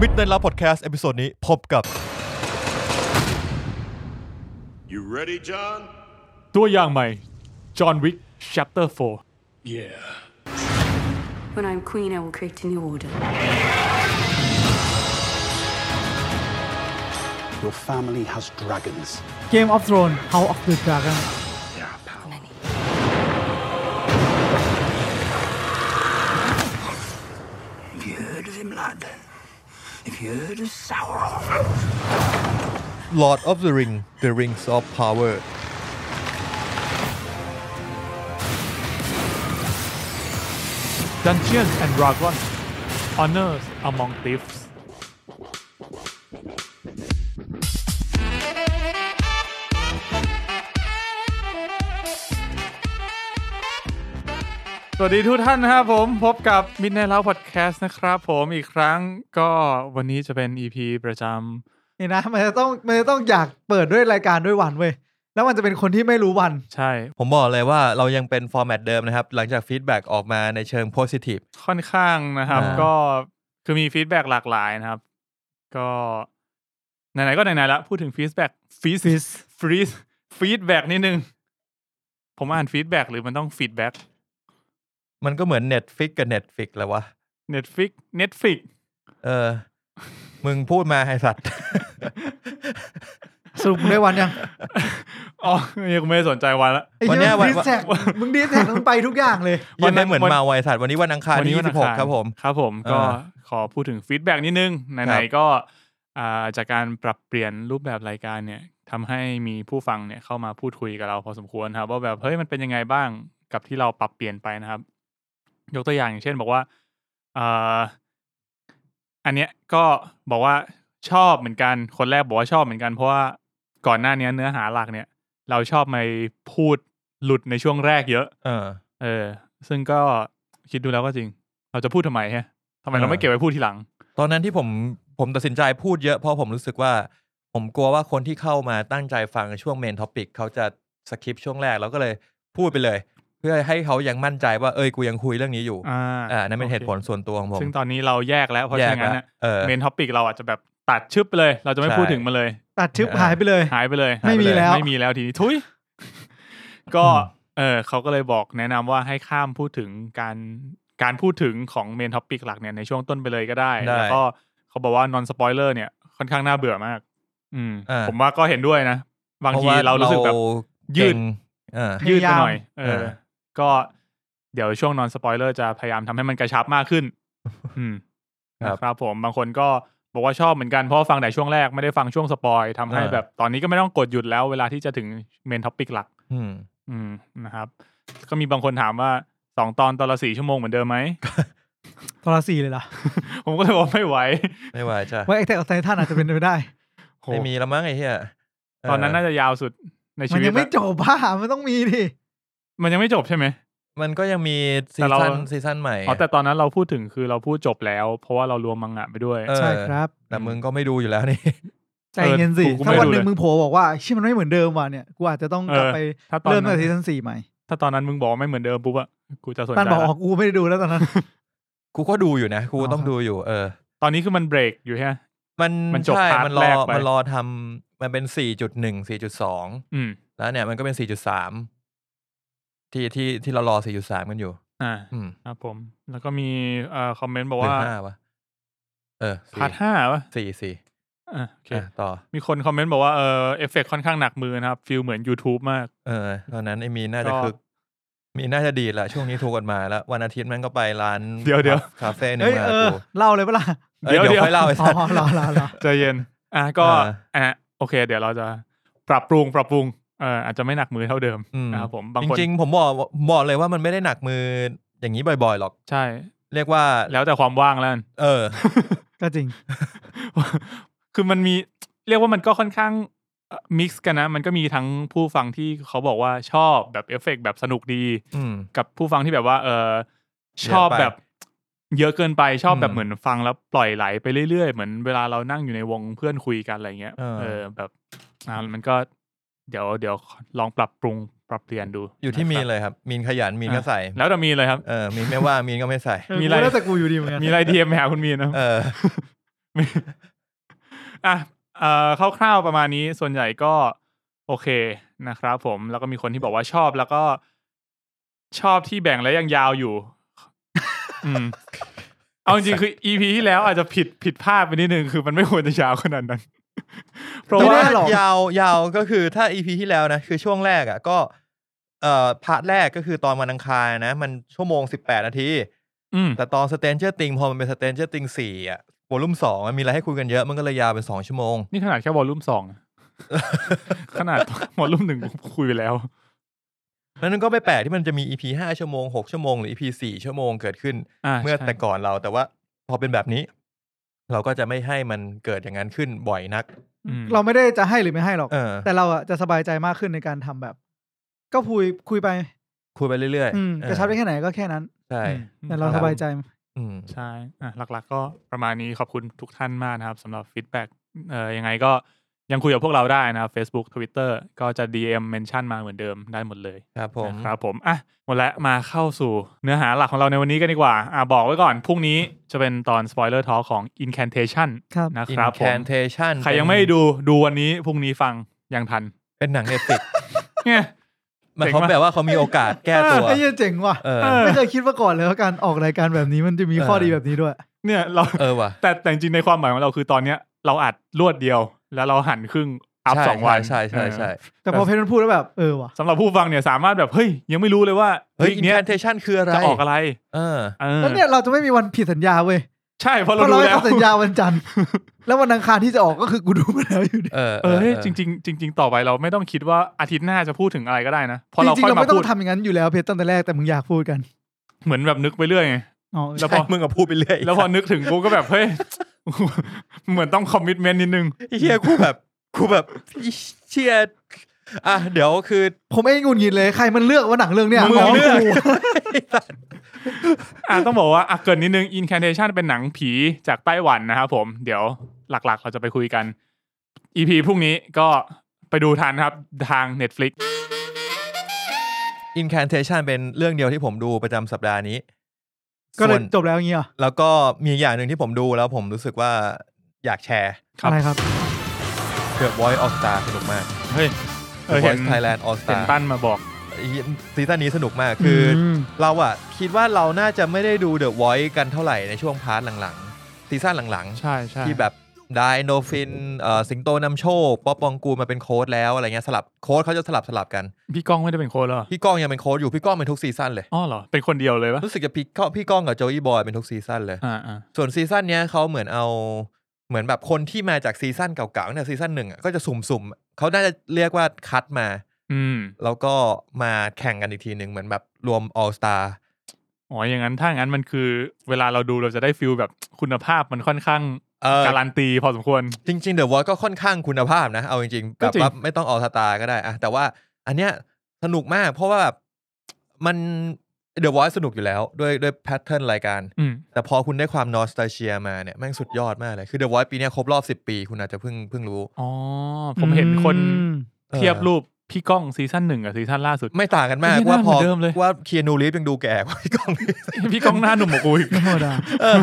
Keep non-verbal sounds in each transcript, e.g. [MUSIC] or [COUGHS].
มิดในลาพอดแคสต์เอพิโซดนี้พบกับ You ready, John? ตัวอย่างใหม่ John Wick Chapter 4 Yeah. When I'm queen, I will create a new order. Your family has dragons. Game of Thrones House of the Dragon If you heard of him, lad, if you heard of Sauron, Lord of the Ring The Rings of Power ดั n เจียนส์แอนด์ดราก้อน Honors Among Thieves สวัสดีทุกท่านนะครับผมพบกับ Midnight Love Podcast นะครับผมอีกครั้งก็วันนี้จะเป็น EP ประจ นี่นะมันจะต้องมันจะต้องอยากเปิดด้วยรายการด้วยวันเว้ยแล้วมันจะเป็นคนที่ไม่รู้วัน ำใช่ ผมบอกเลยว่าเรายังเป็นฟอร์แมตเดิมนะครับ หลังจากฟีดแบ็กออกมาในเชิงโพ i ิทีฟ ค่อนข้างนะครับ อ่า ก็คือมีฟีดแบ็หลากหลายนะครับ ก็ไหนๆก็ไหนๆละพูดถึงฟีดแบ็กฟีดฟีดฟีดแบ็กนิดนึง ผมอ่านฟีดแบ็กหรือมันต้องฟีดแบ็ก มันก็เหมือน Netflix กับ Netflix แหล้ววะ เน็ตฟิกเน็ตฟิก เออ มึงพูดมาไอสัตว์ สรุปมึงได้วันยัง [LAUGHS] อ๋อยังไม่สนใจวันละ ไอ้ วันเนี้ยวัเนี้ยมึ น งดีแท็กมึงดีแท็กมึงไปทุกอย่างเลย วั วัน นนี้นั้น เหมือน วัน เมาไอสัตว์วันนี้วันอังคารที่ วัอังา 26 ครับผม ครับผมก็ อ่า ขอพูดถึงฟีดแบ็กนิดนึง ค ไห รั น บ ๆก็อ่าจากการปรับเปลี่ยนรูปแบบรายการเนี่ยทำให้มีผู้ฟังเนี่ยเข้ามาพูดคุยกับเราพอสมควรครับ ว่าแบบเฮ้ยมันเป็นยังไงบ้างกับที่เราปรับเปลี่ยนไปนะครับ ยกตัวอย่างอย่างเช่นบอกว่าอ่าอันเนี้ยก็บอกว่าชอบเหมือนกันคนแรกบอกว่าชอบเหมือนกันเพราะว่าก่อนหน้าเนี้ยเนื้อหาหลักเนี่ย เราชอบไปพูดหลุดในช่วงแรกเยอะ เออ เออ ซึ่งก็คิดดูแล้วก็จริง เราจะพูดทำไมฮะทำไม เออ เราไม่เก็บไว้พูดทีหลัง ตอนนั้นที่ผมผมตัดสินใจพูดเยอะเพราะผมรู้สึกว่า ผมกลัวว่าคนที่เข้ามาตั้งใจฟังช่วงเมนท็อปิกเขาจะสคิปช่วงแรกแล้วก็เลยพูดไปเลย เพื่อให้เขายังมั่นใจว่าเอ้ยกูยังคุยเรื่องนี้อยู่ อ่า อ่านั่นเป็นเหตุผล โอ ส่วนตัวของผ ค ม ซึ่งตอนนี้เราแยกแล้ว เพราะฉะนั้น แยกละเออ เมนท็อปิกเราอาจจะแบบตัดชึบไปเลย เราจะไม่ ใช่ พูดถึงมันเลย ตัดทิปหายไปเลย หายไปเลย ไม่มีแล้ว ไม่มีแล้วทีนี้ทุย ก็ เออเขาก็เลยบอกแนะนำว่าให้ข้ามพูดถึงการการพูดถึงของเมนท็อปิกหลักเนี่ยในช่วงต้นไปเลยก็ได้ ได้ แล้วก็เขาบอกว่านอนสปอยเลอร์เนี่ยค่อนข้างน่าเบื่อมาก อืม อ่า ผมว่าก็เห็นด้วยนะ บางทีเรารู้สึกแบบ ยืด เก่งเออ พ ยื ยา ดไป ยาม หน่อย เอ เอ อ อ ก็เดี๋ยวช่วงนอนสปอยเลอร์จะพยายามทำให้มันกระชับมาก [LAUGHS] ขึ้น อืมนะครับผม บางคนก็บอกว่าชอบเหมือนกัน เพราะว่าฟังแต่ช่วงแรกไม่ได้ฟังช่วงสปอยทำให้ เออ แบบตอนนี้ก็ไม่ต้องกดหยุดแล้วเวลาที่จะถึงเมนท็อปิกหลัก อืม อืมนะครับ ก็มีบางคนถามว่าสองตอนตอนละสี่ชั่วโมงเหมือนเดิมไหม [LAUGHS] ตอนละสี่เลยล่ะ ผมก็เลยบอกไม่ไหว ไม่ว่าจะ ว่าไอ้แท็กออฟไททันอาจจะเป็นไปได้ โห ไม่มีแล้วมั้งไอ้เหี้ยเ ตอนนั้นน่าจะยาวสุดใน มั ชีวิตนยังไม่ ละ จบป่ะมันต้องมีดิ มันยังไม่จบใช่ไหม มันก็ยังมีซี แต่เรา ซั่นซีซั่นใหม่ อ๋อแต่ตอนนั้นเราพูดถึงคือเราพูดจบแล้ว เพราะว่าเรารวมมังงะไปด้วย เออ ใช่ครับ แต่มึงก็ไม่ดูอยู่แล้วนี่ [LAUGHS] ใจเย็นสิ เออกู ถ้าวันหนึ่ ไม่รู้เลย งมึงโผล่บอกว่าชื่อมันไม่เหมือนเดิมว่ะเนี่ยกูอาจจะต้องกลับ เออ ไป ถ้าตอน เริ่ม นั้น ตั้งแต่ซีซั่นสี่ใหม่ ถ้าตอนนั้นมึงบอกว่าไม่เหมือนเดิมปุ๊บอะกูจะสนใจ ตันบอก ละ อ๋อกูไม่ได้ดูแล้วตอนนั้น กูก็ดูอยู่นะ กูก็ต้อง อ๋อครับ ดูอยู่ เออ ตอนนี้คือมันเบรกอยู่ใช่ไหม มัน มันจบ ใช่ พาร์ท มันร แร อก ไป มันรอทำมันเป็น 4.1 4.2 อืม แล้วเนี่ยมันก็เป็น 4.3 ที่ที่ที่เรารอ 4.3 กันอยู่ อ่า อืม ครับผม แล้วก็มีเอ่อคอมเมนต์บอก หรือ ว่า ห้าวะเออ พาร์ทห้าวะ สี่สี่ อ่ะโอเค อ่ะต่อ มีคนคอมเมนต์บอกว่าเออเอฟเฟกค่อนข้างหนักมือนะครับฟิลเหมือน YouTube มาก เออตอนนั้นไอ้มีนน่าจะ ก็ คึก มีนน่าจะดีดแหละช่วงนี้ถูกกฎหมายแล้ว วันอาทิตย์แมันก็ไปร้าน เดี๋ยวเดี๋ยว คาเฟ่หนึ่ง เฮ้ย มา เออ กู เล่าเลยปะล่ะ เอ้ยเดี๋ยวค่อยเล่าไอ้ อ๋ สัตว์ อเล่าเล่าเล่า ใจเย็น อ่ะก็ อ่า อ่ะโอเค เดี๋ยวเราจะปรับปรุงปรับปรุงเอออาจจะไม่หนักมือเท่าเดิม อืม นะครับผมบาง จ คน ริงๆ ผมบอกบอกเลยว่ามันไม่ได้หนักมืออย่างนี้บ่อยๆหรอก ใช่ เรียกว่า แล้วแต่ความว่างแล้วกัน เออ ก็จริง [LAUGHS] คือมันมีเรียกว่ามันก็ค่อนข้างมิกซ์กันนะ มันก็มีทั้งผู้ฟังที่เขาบอกว่าชอบแบบเอฟเฟกต์แบบสนุกดี อืม กับผู้ฟังที่แบบว่า เออชอบ เยอะไป แบบเยอะเกินไปชอบแบ อื บ ม เหมือนฟังแล้วปล่อยไหลไปเรื่อยๆ เหมือนเวลาเรานั่งอยู่ในวงเพื่อนคุยกันอะไรเงี้ย เออ เออแบบอ่ามันก็เดี๋ยวเดี๋ยวลองปรับปรุงปรับเปลี่ยนดู อยู่ที่มีนเลยครับ มีนขยันมีนก็ใส่ แล้วแต่มีเลยครับ เออ มีนไม่ว่างมีนก็ไม่ใส่ มี มี อะ อะไร ไรแต่กูอยู่ดีเหมือนกัน มีอะไรดีมหาคุณมีนนะ เออ อ่ะเอ่อคร่าวๆประมาณนี้ส่วนใหญ่ก็โอเคนะครับผมแล้วก็มีคนที่บอกว่าชอบแล้วก็ ชอบที่แบ่งและยังยาวอยู่ อืม เอาจริงๆคือ EP ที่แล้วอาจจะผิดผิดพลาดไปนิดนึงคือมันไม่ควรจะยาวขนาดนั้น เพราะ แต่ ว่า ว่า ไม่ได้หรอก ยาวยาวก็คือถ้าอีพีที่แล้วนะ คือช่วงแรกอ่ะก็เอ่อพาร์ทแรกก็คือตอนวันอังคารนะ มันชั่วโมง 18 นาที อืม แต่ตอนสเตนเจอร์ติงพอมันเป็นสเตนเจอร์ติงสี่อ่ะวอลุ่มสองมันมีอะไรให้คุยกันเยอะมันก็เลยยาวเป็น 2 ชั่วโมง นี่ขนาดแค่วอลลุ่มสอง [LAUGHS] นะ ขนาดวอลลุ่มหนึ่ง [LAUGHS] คุยไปแล้ว นั้นก็ไม่แปลกที่มันจะมี EP ห้าชั่วโมงหกชั่วโมงหรือ EP สี่ชั่วโมงเกิดขึ้น อ่า เมื่อ ใช่ แต่ก่อนเราแต่ว่าพอเป็นแบบนี้ เราก็จะไม่ให้มันเกิดอย่างนั้นขึ้นบ่อยนัก อืม เราไม่ได้จะให้หรือไม่ให้หรอก เออ แต่เราอะจะสบายใจมากขึ้นในการทำแบบ ก็คุยคุยไป คุยไปเรื่อย อืม เออก ระชับได้แค่ไหนก็แค่นั้น ใช่ อืม แต่เราสบายใจ อืม ใช่อ่ะหลักๆ ก็ประมาณนี้ขอบคุณทุกท่านมากนะครับสำหรับฟีดแบ็กเอ่อยังไงก็ยังคุยกับพวกเราได้นะครับ Facebook Twitter ก็จะ DM mention มาเหมือนเดิมได้หมดเลย ครับผม นะครับผม อ่ะ หมดแล้วมาเข้าสู่เนื้อหาหลักของเราในวันนี้กันดีกว่า อ่ะ บอกไว้ก่อน พรุ่งนี้จะเป็นตอน spoiler talk ของ incantation ครับ นะครับผม Incantation ใครยังไม่ได้ดูดูวันนี้พรุ่งนี้ฟังยังทัน เป็นหนังเอฟิก เนี่ย มันเขาแบเจ๋งมากบว่าเขามีโอกาสแก้ตัว ไอ้เหี้ยเจ๋งว่ะ เออ ไม่เคยคิดมาก่อนเลยว่าการออกรายการแบบนี้มันจะมีข้อดีแบบนี้ด้วย เนี่ยเรา เออว่ะ แต่แต่จริงๆในความหมายของเราคือตอนเนี้ยเราอัดรวดเดียว แล้วเราหันครึ่งอัพ ใช่ สองวัน ใช่ใช่ใช่ใช่ เออ แต่พอเพชรมันพูดแล้วแบบเออว่ะ สำหรับผู้ฟังเนี่ยสามารถแบบ เฮ้ย ยังไม่รู้เลยว่า เฮ้ย วี i ค n เนี้ c ย a n t a t i o n คืออะไร จะออกอะไร เออ เออ แล้วเนี่ยเราจะไม่มีวันผิดสัญญาเว้ย ใช่เพราะ เพ เรา ราะดูเราไม่ แล้ว ทำสัญญาวันจันทร์ แล้ววันอังคารที่จะออกก็คือกูดูไปแล้วอยู่ดี เออ เออเฮ้ยจริงๆจริง ๆ ต่อไปเราไม่ต้องคิดว่าอาทิตย์หน้าจะพูดถึงอะไรก็ได้นะเพอ จ เรา ริง ค่อยๆเรา มา ไม่ต้อ พู ง ด ทำอย่างนั้นอยู่แล้วเพชรตั้งแต่แรกแต่มึงอยากพูดกัน เหมือนแบบนึกไปเรื่อยไง อ๋อเออ แล้วพ ใช่ อ มึงกับพูดไปเรื่อย แล้วพอนึกถึงกูก็แบบ เฮ้ย เหมือนต้องคอมมิชเมนต์นิดนึง ไอ้เฮียกูแบบกูแบบเชียอ่ะเดี๋ยวคือ ผมเองหงุนงิดเลยใครมันเลือกว่าหนังเรื่องเนี้ย มึงเลือก กู อ่ะต้องบอกว่าอ่ะเกรินนิดนึง Incantation เป็นหนังผีจากไต้หวันนะครับผม เดี๋ยวหลักๆ เราจะไปคุยกัน EP พรุ่งนี้ก็ไปดูทันครับทาง Netflix อินแคนเทชันเป็นเรื่องเดียวที่ผมดูประจำสัปดาห์นี้ ก็เลส่ยวน จบแล้วอย่างเงี้ยเหรอ แล้วก็มีอย่างหนึ่งที่ผมดูแล้วผมรู้สึกว่าอยากแชร์ ครับ อะไรครับ เกือบ Voice All Star สนุกมาก เฮ้ยเออ The เห็น Voice Thailand All เห็ Star นปั้นมาบอก ซีซั่นนี้สนุกมากคืออ ม เราอะคิดว่าเราน่าจะไม่ได้ดู The Voice กันเท่าไหร่ในช่วงพาร์ทหลังๆ ซีซั่นหลัง ใช่ใช่ ๆ ที่แบบไดโนฟินเอ่อสิงโตนำโชค ป๊อปปองกูลมาเป็นโค้ดแล้วอะไรเงี้ยสลับโค้ดเขาจะสลับสลับกัน พี่ก้องไม่ได้เป็นโค้ชเหรอ พี่ก้องยังเป็นโค้ดอยู่พี่ก้องเป็นทุกซีซั่นเลย อ๋อเหรอ เป็นคนเดียวเลยปะ รู้สึกจะพี่ก้องพี่ก้องกับโจอี้บอยเป็นทุกซีซั่นเลย อ่าอ่า ส่วนซีซั่นเนี้ยเขาเหมือนเอาเหมือนแบบคนที่มาจากซีซั่นเก่าๆเนี่ยซีซั่นหนึ่งอะก็จะสุ่มๆเขาน่าจะเรียกว่าคัดมา อืม แล้วก็มาแข่งกันอีกทีหนึ่งเหมือนแบบรวม All Star อ๋อ อย่างนั้น ถ้างั้นมันคือ เวลาเราดูเราจะได้ฟิลแบบคุณภาพมันค่อนข้าง เออ การันตีพอสมควร จริงๆ The Voice ก็ค่อนข้างคุณภาพนะ เอาจริงๆ ก็ แบบ จริง ว่าไม่ต้อง All Star ก็ได้อะแต่ว่าอันเนี้ยสนุกมากเพราะว่าแบบมัน The Voice สนุกอยู่แล้วด้วยด้วยแพทเทิร์นรายการ อืม แต่พอคุณได้ความนอสตาเชียมาเนี่ยแม่งสุดยอดมากเลย คือ The Voice ปีเนี้ยครบรอบ 10 ปี คุณอาจจะเพิ่งเพิ่งรู้ อ๋อ ผมเห็นคน อืม เออ เทียบรูปพี่ก้องซีซั่นหนึ่งกับซีซั่นล่าสุด ไม่ต่างกันมาก ไม่น่า ว่าพอ เหมือนเดิมเลย ว่าเคียนูรีฟยังดูแก่กว่า [LAUGHS] พี่ก้องเลย พี่ก้องหน้าหนุ่มกว่ากูอีก ไม่ธรรมดา เออ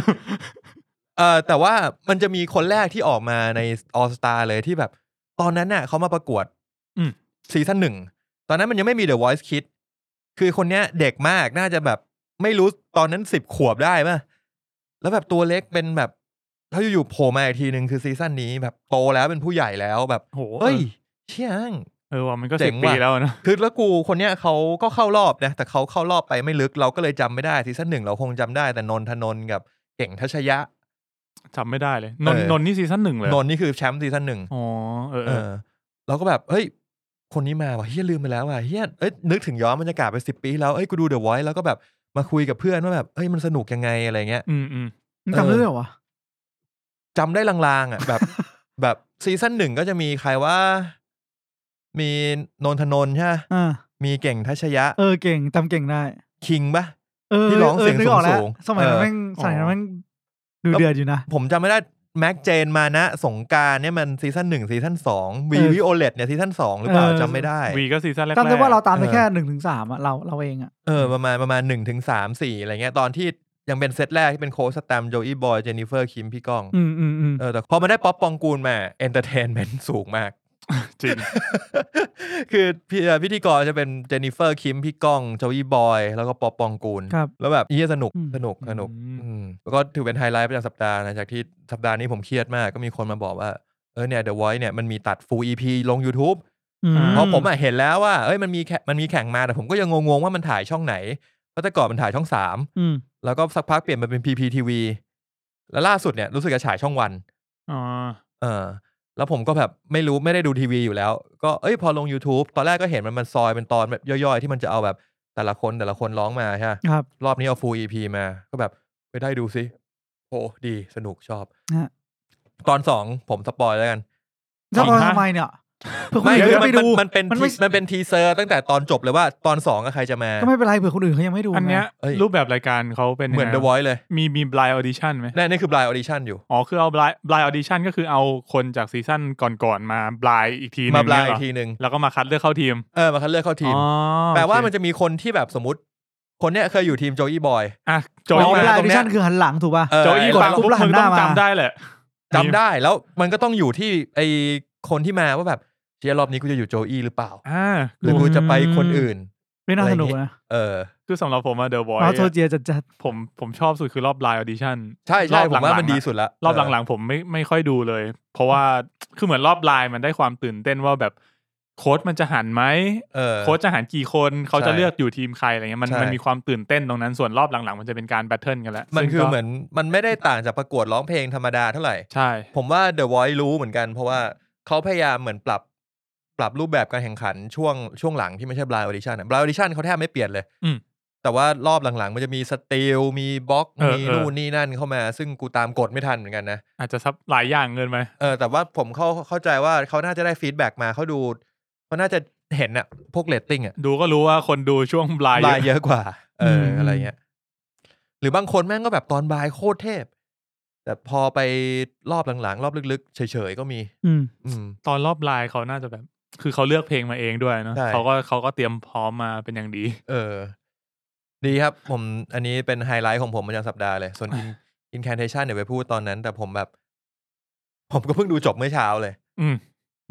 เออแต่ว่ามันจะมีคนแรกที่ออกมาในออสตาเลยที่แบบ ตอนนั้นน่ะเขามาประกวด อืม ซีซั่นหนึ่ง ตอนนั้นมันยังไม่มี The Voice Kids คือคนเนี้ยเด็กมากน่าจะแบบไม่รู้ตอนนั้นสิบขวบได้ป่ะ แล้วแบบตัวเล็กเป็นแบบแล้วอยู่ๆโผล่มาอีกทีหนึ่งคือซีซั่นนี้แบบโตแล้วเป็นผู้ใหญ่แล้วแบบ โห เฮ้ยเชี่ยง เออว่ะมันก็ เจ๋ สิบ ง ปี ว่ะ แล้วนะ คือแล้วกูคนเนี้ยเขาก็เข้ารอบนะ แต่เขาเข้ารอบไปไม่ลึกเราก็เลยจำไม่ได้ซีซั่นหนึ่งเราคงจำได้ แต่นนทนนท์กับเก่งทัชยะ จำไม่ได้เลย นน เออ นนนี่ซีซั่นหนึ่งเลย นนท์นี่คือแชมป์ซีซั่นหนึ่ง อ๋อ เออ เอ เออ อเราก็แบบเฮ้ย คนนี้มาว่ะเฮียลืมไปแล้วว่ะเฮียเอ้ยนึกถึงย้อนบรรยากาศไปสิบปีที่แล้วเอ้ยกูดูเดอะไวท์แล้วก็แบบมาคุยกับเพื่อนว่าแบบเอ้ยมันสนุกยังไงอะไรเงี้ย อืมอืม มึงจำได้ด้วยเหรอวะ จำได้ลางๆอ่ะแบบ [LAUGHS] แบบซีซั่นหนึ่งก็จะมีใครว่า มีนนทนนท์ใช่ปะ อ่า มีเก่งทัชยะ เออเก่งจำเก่งได้ คิงปะ เออ ที่ร้องเสียง นึกกแล้ว สูงๆ สมัยนั้น เออ แม่งสมัยนั้นแม่งดูเดือดอยู่นะ ผมจำไม่ได้แม็กเจนมานะ สงกรารเนี่ยมันซีซั่นหนึ่งซีซั่นสองวี เออ วิโอเลตเนี่ยซีซั่นสองหรือเปล่า เออ จำไม่ได้ วีก็ซีซั่นแรกๆ จำได้ว่าเราตามไปแค่หนึ่งถึงสามอะเราเราเองอะ เออประมาณประมาณหนึ่งถึงสามสี่อะไรเงี้ยตอนที่ ยังเป็นเซตแรกที่เป็นโค้ชสแตมป์โจอี้บอย เจนนิเฟอร์คิมพี่ก้อง อืมอืมอืม เออแต่พอมาได้ป๊อปปองกูลมาเอนเตอร์เทนเมนต์สูงมาก จริง [LAUGHS] คือพี่เอ่อพิธีกรจะเป็นเจนนิเฟอร์คิมพี่ก้องโจอี้บอย แล้วก็ป๊อปปองกูล ครับ แล้วแบบเฮียสนุก อืม สนุกสนุก อืม อืมแล้วก็ถือเป็นไฮไลท์ประจำสัปดาห์นะจากที่สัปดาห์นี้ผมเครียดมากก็มีคนมาบอกว่า เออเนี่ย The Voice เนี่ยมันมีตัด full EP ลง YouTube อืม เพราะผมอะเห็นแล้วว่าเอ้ยมันมีแขมันมีแข่งมาแต่ผมก็ยังงงๆว่ามันถ่ายช่องไหนเพราะแต่ก่อนมันถ่ายช่องสาม อืม แล้วก็สักพักเปลี่ยนมาเป็น PPTV แล้วล่าสุดเนี่ยรู้สึกจะฉายช่องวัน อ๋อ เออแล้วผมก็แบบไม่รู้ไม่ได้ดูทีวีอยู่แล้ว ก็เอ้ยพอลง YouTube ตอนแรกก็เห็นมันมันซอยเป็นตอนแบบย่อยๆ ที่มันจะเอาแบบแต่ละคนแต่ละคนร้องมาใช่ปะ ครับ รอบนี้เอา full EP มา ก็แบบไปได้ดูสิโหดีสนุกชอบ ฮะ ตอนสองผมสปอยแล้วกัน จะพอทำไมเนี่ยเผื่อคนอื่น คื ยัง มั ไม่ดู มันเป็น มันไม่ มันเป็นทีเซอร์ตั้งแต่ตอนจบเลยว่าตอนสองอะใครจะมา ก็ไม่เป็นไรเผื่อคนอื่นเขายังไม่ดู อันเนี้ย ไง เอ้ย รูปแบบรายการเขาเป็น เหมือน ยังไง The Voice เลย มีมี blind audition ไหม นั่นนี่คือ blind audition อยู่ อ๋อคือเอา blind blind audition ก็คือเอาคนจากซีซั่นก่อนๆมา blind อีกทีหนึง มา blind เนี่ยเหร อีกทีหนึ่ง แล้วก็มาคัดเลือกเข้าทีม เออมาคัดเลือกเข้าทีม อ๋อ แปลว่า โอเค มันจะมีคนที่แบบสมมติ คนเนี้ยเคยอยู่ทีมโจอี้บอย อ่ะโจ จอย อี้ มา ลาย ตรง ดิ เนี้ย ชั่นคือหันหลังถูกป่ะ เออ โจอี้ ไอ้ ฟัง เรา ปุ๊บ กดปุ๊บ มึงต้อง หันหน้ามา จำได้แหละ จำได้แล้วมันก็ต้องอยู่ที่ไอคนที่มาว่าแบบเชียร์รอบนี้กูจะอยู่โจอี้หรือเปล่า อ่า หรือกูจะไปคนอื่น ไม่น่าสนุกนะ เออ คือสำหรับผมอะ The เมา Voice โซเจียจัดจัด ผมผมชอบสุดคือรอบ blind audition ใช่ใช่ รอบ ผ หลั ม งๆ ว่ามัน อะ ดีสุดละ รอบห เ ลังๆผมไม่ไม่ค่อยดูเลย เพราะว่าคือเหมือนรอบไลน์มันได้ความตื่นเต้นว่าแบบโค้ชมันจะหันไหม เออ โค้ชจะหันกี่คนเขาจะเลือกอยู่ทีมใครอะไรเงี้ยมัน ใช่ มันมีความตื่นเต้นตรงนั้นส่วนรอบหลังๆ มันจะเป็นการแบทเทิลกันแล้ว มัน ซึ่ง คือ ก็ เหมือนมันไม่ได้ต่างจากประกวดร้องเพลงธรรมดาเท่าไหร่ ใช่ ผมว่า The Voice รู้เหมือนกัน เพราะว่าเขาพยายามเหมือนปรับปรับรูปแบบการแข่งขันช่วงช่วงหลังที่ไม่ใช่ blind audition อะ blind audition เขาแทบไม่เปลี่ยนเลย อืม แต่ว่ารอบหลังๆ มันจะมีสติลมีบล็อก เออ มี เออ นู่นนี่นั่นเข้ามา ซึ่งกูตามกดไม่ทันเหมือนกันนะ อาจจะซับหลายอย่างเกินไป เออแต่ว่าผมเข้าเข้าใจว่าเขาน่าจะได้ฟีดแบ็กมาเขาดูเขาน่าจะเห็นอะพวกเรตติ้งอะ ดูก็รู้ว่าคนดูช่วงไลน์ บายเยอะกว่า เออ ม อะไรเงี้ย หรือบางคนแม่งก็แบบตอนบายโคตรเทพ แต่พอไปรอบหลังๆ รอบลึกๆ เฉยๆ ก็มี อืม อืม ตอนรอบไลน์เขาน่าจะแบบ คือเขาเลือกเพลงมาเองด้วยเนาะ ใช่ เขาก็เขาก็เตรียมพร้อมมาเป็น [LAUGHS] อย่างดี เออ ดีครับ ผมอันนี้เป็นไฮไลท์ของผมประจำสัปดาห์เลย ส่วน In- incantation เดี๋ยวไปพูดตอนนั้น แต่ผมแบบ ผมก็เพิ่งดูจบเมื่อเช้าเลย อืม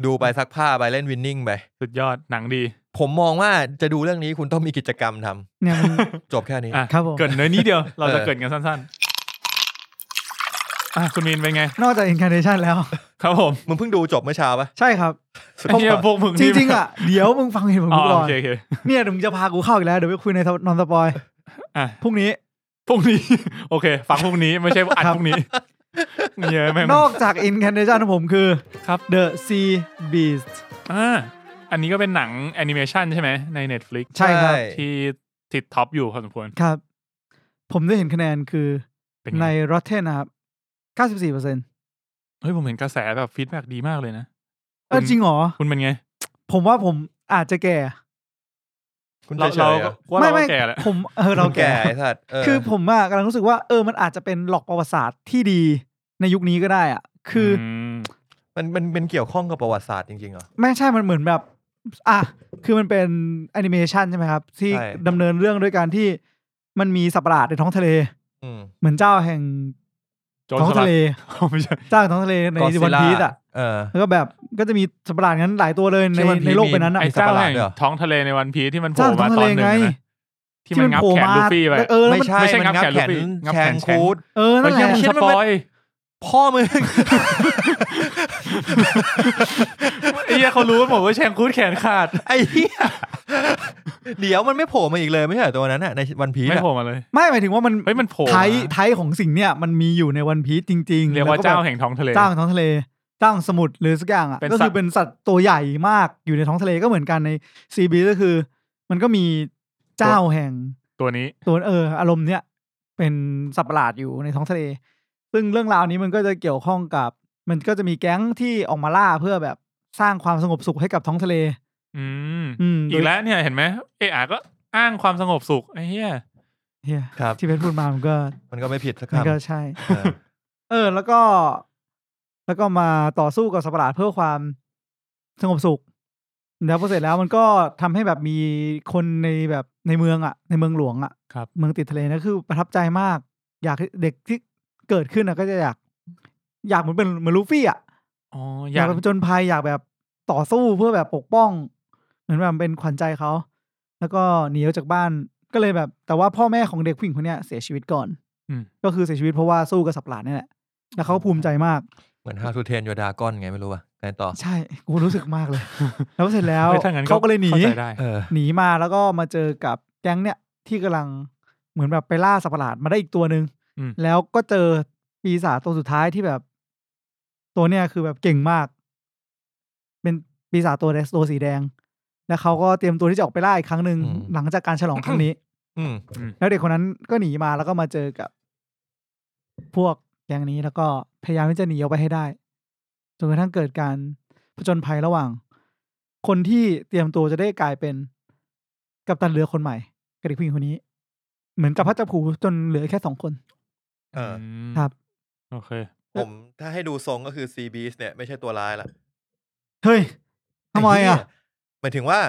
ดูไปซักผ้าไปเล่นวินนิ่งไป สุดยอดหนังดี ผมมองว่าจะดูเรื่องนี้คุณต้องมีกิจกรรมทำ เนี่ยมัน จบแค่นี้ อ่ะ ครับผม เกรินเนื้อนี้เดี [LAUGHS] ยว เราจะ เออ เกรินกันสั้นๆอ่ะคุณมีนเป็นไง นอก [LAUGHS] จาก incarnation แล้ว ครับผม มึงเพิ่งดูจบเมื่อเช้าปะ ใช่ครับ สุด ไอ้เหี้ ยอยด พวกมึง จ นี่ ริง ๆ อ่ะ เดี๋ยวมึงฟังเหตุผล อ๋อ กูก่ โอ อน เคโอเค เนี่ยเดี๋ยวมึงจะพากูเข้าอีกแล้ว เดี๋ยวไปคุยในนอนสปอย อ่ะ พรุ่งนี้ พรุ่งนี้ [LAUGHS] โอเค ฟังพรุ่งนี้ไม่ใช่อัด ครับ พรุ่ง [LAUGHS] นี้เนี่ยแม่ง นอกจาก incarnation ของผมคือ ครับ the sea beast อ่าอันนี้ก็เป็นหนังแอนิเมชันใช่ไหมใน Netflix ใช่ครับ ที่ติดท็อปอยู่พอสมควร ครับ ผมได้เห็นคะแนนคือ เป็นไง ใน rotten นะครับ94เปอร์เซ็นต์ เฮ้ยผมเห็นกระแสแบบฟีดแบ็ดีมากเลยนะ เออจริงเหรอ คุณเป็นไง ผมว่าผมอาจจะแก่ คุณ เรา เฉ เรา ยๆอะ ก็ว่า ไม่ เรา ไม่ ก็แก่แหละ ผมเออเรา คุณ แก่ แก่ไอ้สัตว์เ คือ [LAUGHS] ผมอะกำลังรู้สึกว่าเออมันอาจจะเป็นหลอกประวัติศาสตร์ที่ดีในยุคนี้ก็ได้อะคืออ ม มันมันเป็นเกี่ยวข้องกับประวัติศาสตร์จริงๆเหรอ แม่งใช่มันเหมือนแบบ อ่ะคือมันเป็นแอนิเมชันใช่ไหมครับ ที่ ใช่ ดำเนินเรื่องด้วยการที่มันมีสัตว์ประหลาดในท้องทะเล อืม เหมือนเจ้าแห่ง โจร ท้อง สลั ทะ ด [LAUGHS] เล ไม่ใช่ เจ้าแห่งท้องทะเลใน ก็ซิ วัน ล่า พีซอ่ะ เออ แล้วก็แบบก็จะมีสัตว์ประหลาดงั้นหลายตัวเลยใน ที่ One Piece ในโลกใบนั้นอะ ไอ้ มี เจ้าแห่สัตว์ปงระหลาดด้วยเหรอ ท้องทะเลในวันพีซที่มันโผ เจ้า ล่ แห่งมาท้อตองทะนหเลนึ่ง ไง อะนะที่มันงับ โผล่ แขน มา ลูฟี่ไป เออแล้ว ไม่ มัน ใช่ ไม่ใช่ มัน งั งับบ แขนแขนงับ แข แข น น คูด เออนั่นแห เฮ้ย ละ มันสปอย พ่อมึง [LAUGHS] ไอ้เหี้ยเขารู้หมดว่าแชงคูดแขนขาด ไอ้เหี้ยเดี๋ยวมันไม่โผล่มาอีกเลยไม่ใช่เหรอตัวนั้นน่ะในวันพีซ ไม่ อะ โผล่มาเลย ไม่หมายถึงว่ามัน เฮ้ยมันโผล่ ไทย มา ไทยของสิ่งเนี้ยมันมีอยู่ในวันพีซจริงๆ เรียกว่า แล้ก็ เจ้า แบบ แห่งท้องทะเล เจ้าของท้องทะเลเจ้าของสมุทรหรือสักอย่างอ่ะ เป็น ก็ สัตคือ ว์ เป็นสัตว์ตัวใหญ่มากอยู่ในท้องทะเลก็เหมือนกันในซีบีก็คือ มันก็มีเจ้าแห่ง ตัวนี้ ตัวเอออารมณ์เนี้ยเป็นสัตว์ประหลาดอยู่ในท้องทะเล ซึ่งเรื่องราวนี้มันก็จะเกี่ยวข้องกับ มันก็จะมีแก๊งที่ออกมาล่าเพื่อแบบสร้างความสงบสุขให้กับท้องทะเล อืม อืม อีกแล้วเนี่ยเห็นไหมเออาก็อ้างความสงบสุขไอ้เหี้ย เฮีย ครับ ที่เพชรพูดมามันก็ มันก็ไม่ผิดสัก มันก็ คำ ใช่ เออ เออ แล้วก็ แล้วก็มาต่อสู้กับสัตว์ประหลาดเพื่อความสงบสุข แล้วพอเสร็จแล้วมันก็ทำให้แบบมีคนในแบบในเมืองอะ่ะ ในเมืองหลวงอะ่ะ ครับ เมืองติดทะเลนะคือประทับใจมาก อยากเด็กที่เกิดขึ้นนะก็จะอยาก อยากเหมือนเป็นเหมือนลูฟี่อ่ะ อ๋ออ อยาย าก ก ไปผจญภัยอยากแบบต่อสู้เพื่อแบบปกป้อง เหมือนแบบเป็นขวัญใจเขา แล้วก็หนีออกจากบ้านก็เลยแบบ แต่ว่าพ่อแม่ของเด็กผู้หญิงคนเนี้ยเสียชีวิตก่อน อืม ก็คือเสียชีวิตเพราะว่าสู้กับสับหลาดนี่แหละแล้วเขาก็ภูมิใจมาก เหมือน How to Train Your Dragon ไงไม่รู้ป่ะไงต่อ ใช่ กูรู้สึกมากเลย แล้วเสร็จแล้ว เฮ้ยถ้างั้น เขาก็เลยหนี ข้าใจได้ เออ หนีมาแล้วก็มาเจอกับแก๊งเนี่ยที่กำลังเหมือนแบบไปล่าสัตว์ประหลาดมาได้อีกตัวหนึ่ง อืม [LAUGHS] แล้วก็เจอปีศาจตัวสุดท้ายที่แบบ ตัวเนี่ยคือแบบเก่งมาก เป็นปีศาจตัวแดงตัวสีแดง แล้วเขาก็เตรียมตัวที่จะออกไปล่าอีกครั้งหนึ่ง อืม หลังจากการฉลองครั้งนี้ อืม แล้วเด็กคนนั้นก็หนีมาแล้วก็มาเจอกับ พวกแก๊งนี้แล้วก็พยายามที่จะหนีออกไปให้ได้จนกระทั่งเกิดการผจญภัยระหว่าง คนที่เตรียมตัวจะได้กลายเป็นกัปตันเรือคนใหม่กับเด็กผู้หญิงคนนี้ เหมือนกับพัชผูจนเหลือแค่สองคน เออ ม ครับ โอเค ผมถ้าให้ดูทรงก็คือ Sea Beast เนี่ยไม่ใช่ตัวร้ายละ เฮ้ยทำไมอ่ะ หมายถึงว่า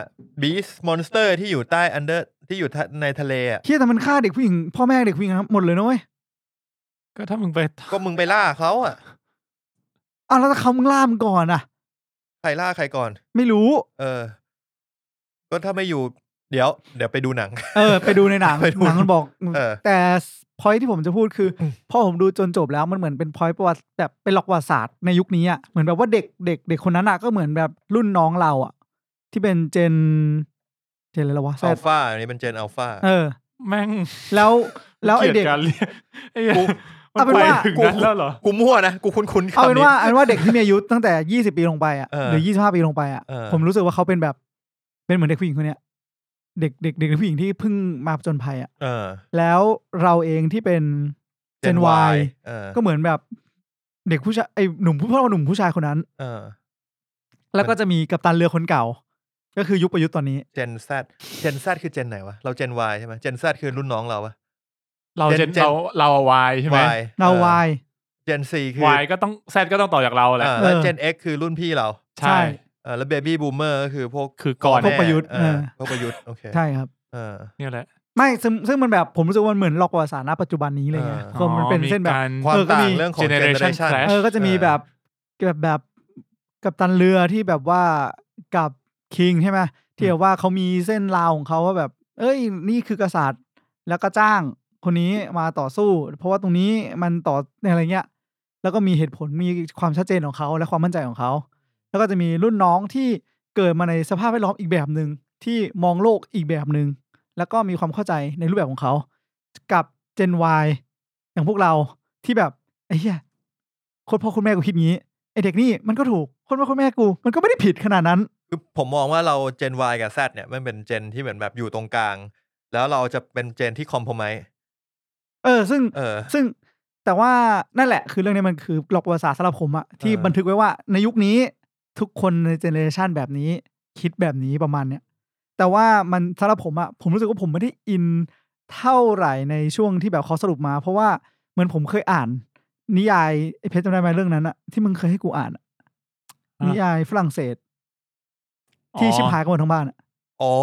Beast Monster ที่อยู่ใต้ Under ที่อยู่ทะในทะเลอะ เฮียแต่มันฆ่าเด็กผู้หญิงพ่อแม่เด็กผู้หญิงหมดเลยนะเว้ย ก็ถ้ามึงไป ก็มึงไปล่าเขาอะ อ้าวแล้วถ้าเขามึงล่ามงก่อนอ่ะ ใครล่าใครก่อน ไม่รู้ เออ ก็ถ้าไม่อยู่ เดี๋ยว เดี๋ยวไปดูหนัง เอ [LAUGHS] อ ไปดูในหนัง ไปดู หนังมันบอก เออ แต่พอยที่ผมจะพูดคืออพอผมดูจนจบแล้วมันเหมือนเป็นพอยประวัติแบบเป็นหลอกประวัติศาสตร์ในยุคนี้อ่ะเหมือนแบบว่าเด็กเด็กเด็กคนนั้นอ่ะก็เหมือนแบบรุ่นน้องเราอ่ะ ที่เป็นเจน เจนอะไรแล้ววะ Z ัลฟาอันนี้เป็นเจนอัลฟา เออ แม่ง แล้วแล้วไอเด็ก ลียารรียไอ้เหี้ย กู มัน เอาเป็น ไป ว่า ถึงนั้นแล้วเหรอ กูมั่วนะ กูคุ้นคุ้นๆ เอาเป็ คำ น นี้ ว่าเอาเป็นว่าเด็กที่มีอายุตั้งแต่ยี่สิบปีลงไปอ่ะ เออ หรือยี่สิบห้าปีลงไปอ่ะ เออ ผมรู้สึกว่าเขาเป็นแบบ เป็นเหมือนเด็กผู้หญิงคนเนี้ยเด็กเด็กเด็กผู้หญิงที่เพิ่งมาผจญภัยอ่ะ เออ แล้วเราเองที่เป็นเจน Y เออ ก็เหมือนแบบเด็กผู้ชายไอ้หนุ่มผู้พ่อหนุ่มผู้ชายคนนั้น เออ แล้วก็จะมีกัปตันเรือคนเก่า ก็คือยุคประยุทธ์ตอนนี้ เจน Z เจน Z คือเจนไหนวะ เราเจน Y ใช่ไหมเจน Z คือรุ่นน้องเราปะ เรา เจ เจ น น เจน เราเราวายใช่ไหม Y เราวาย เจน C คือ วายก็ต้องแซดก็ต้องต่อจากเราแหละ อ่าแล้ว เออ เจน X คือรุ่นพี่เรา ใช่ เออแล้วเบบี้บูมเมอร์ก็คือพวก คือก่อน พ่แม่ พวกประยุทธ์ เออ เออ พวกประยุทธ์โอเค ใช่ครับ เออ เนี่ยแหละ ไม่ซึ่งซึ่งมันแบบผมรู้สึกว่ามันเหมือนหลอกประวัติศาสตร์ณปัจจุบันนี้เลยไง เออ ก็มันเป็นเส้นแบบ อ๋อมี ความ การ เออก็ ต่า มี งเรื่องของเจเนเร Generation ชัน Clash เออก็จะมีแบบแบบแบบกัปตันเรือที่แบบว่ากับคิงใช่ไหมที่แบบว่าเขามีเส้นราวของเขาว่าแบบ เอ้ย นี่คือกษัตริย์ แล้วก็จ้างคนนี้มาต่อสู้ เพราะว่าตรงนี้มันต่ออะไรเงี้ย แล้วก็มีเหตุผลมีความชัดเจนของเขาและความมั่นใจของเขา แล้วก็จะมีรุ่นน้องที่เกิดมาในสภาพแวดล้อมอีกแบบหนึ่งที่มองโลกอีกแบบหนึ่งแล้วก็มีความเข้าใจในรูปแบบของเขากับ Gen Y อย่างพวกเราที่แบบไอ้เหี้ยโคนพ่อโคนแม่กูคิดงี้ไอ้เด็กนี่มันก็ถูกโคนพ่อโคนแม่กู มันก็ไม่ได้ผิดขนาดนั้น คือผมมองว่าเราเจน Y กับ Z เนี่ยมันเป็นเจนที่เหมือนแบบอยู่ตรงกลาง แล้วเราจะเป็นเจนที่คอมพมไม เออ ซึ่ง เออ ซึ่งแต่ว่านั่นแหละ คือเรื่องนี้มันคือหลอกประวัติศาสตร์สำหรับผมอะที่ เออ บันทึกไว้ว่าในยุคนี้ทุกคนในเจเนอเรชันแบบนี้คิดแบบนี้ประมาณเนี้ยแต่ว่ามันสำหรับผมอะผมรู้สึกว่าผมไม่ได้อินเท่าไหร่ในช่วงที่แบบเขาสรุปมา เพราะว่าเหมือนผมเคยอ่าน นิยายไอ้เพชรจำได้ไหมเรื่องนั้นอะที่มึงเคยให้กูอ่านอะ อ่ะ นิยายฝรั่งเศส ที่ชิบหายกันหมดทั้งบ้านอะ อ๋อ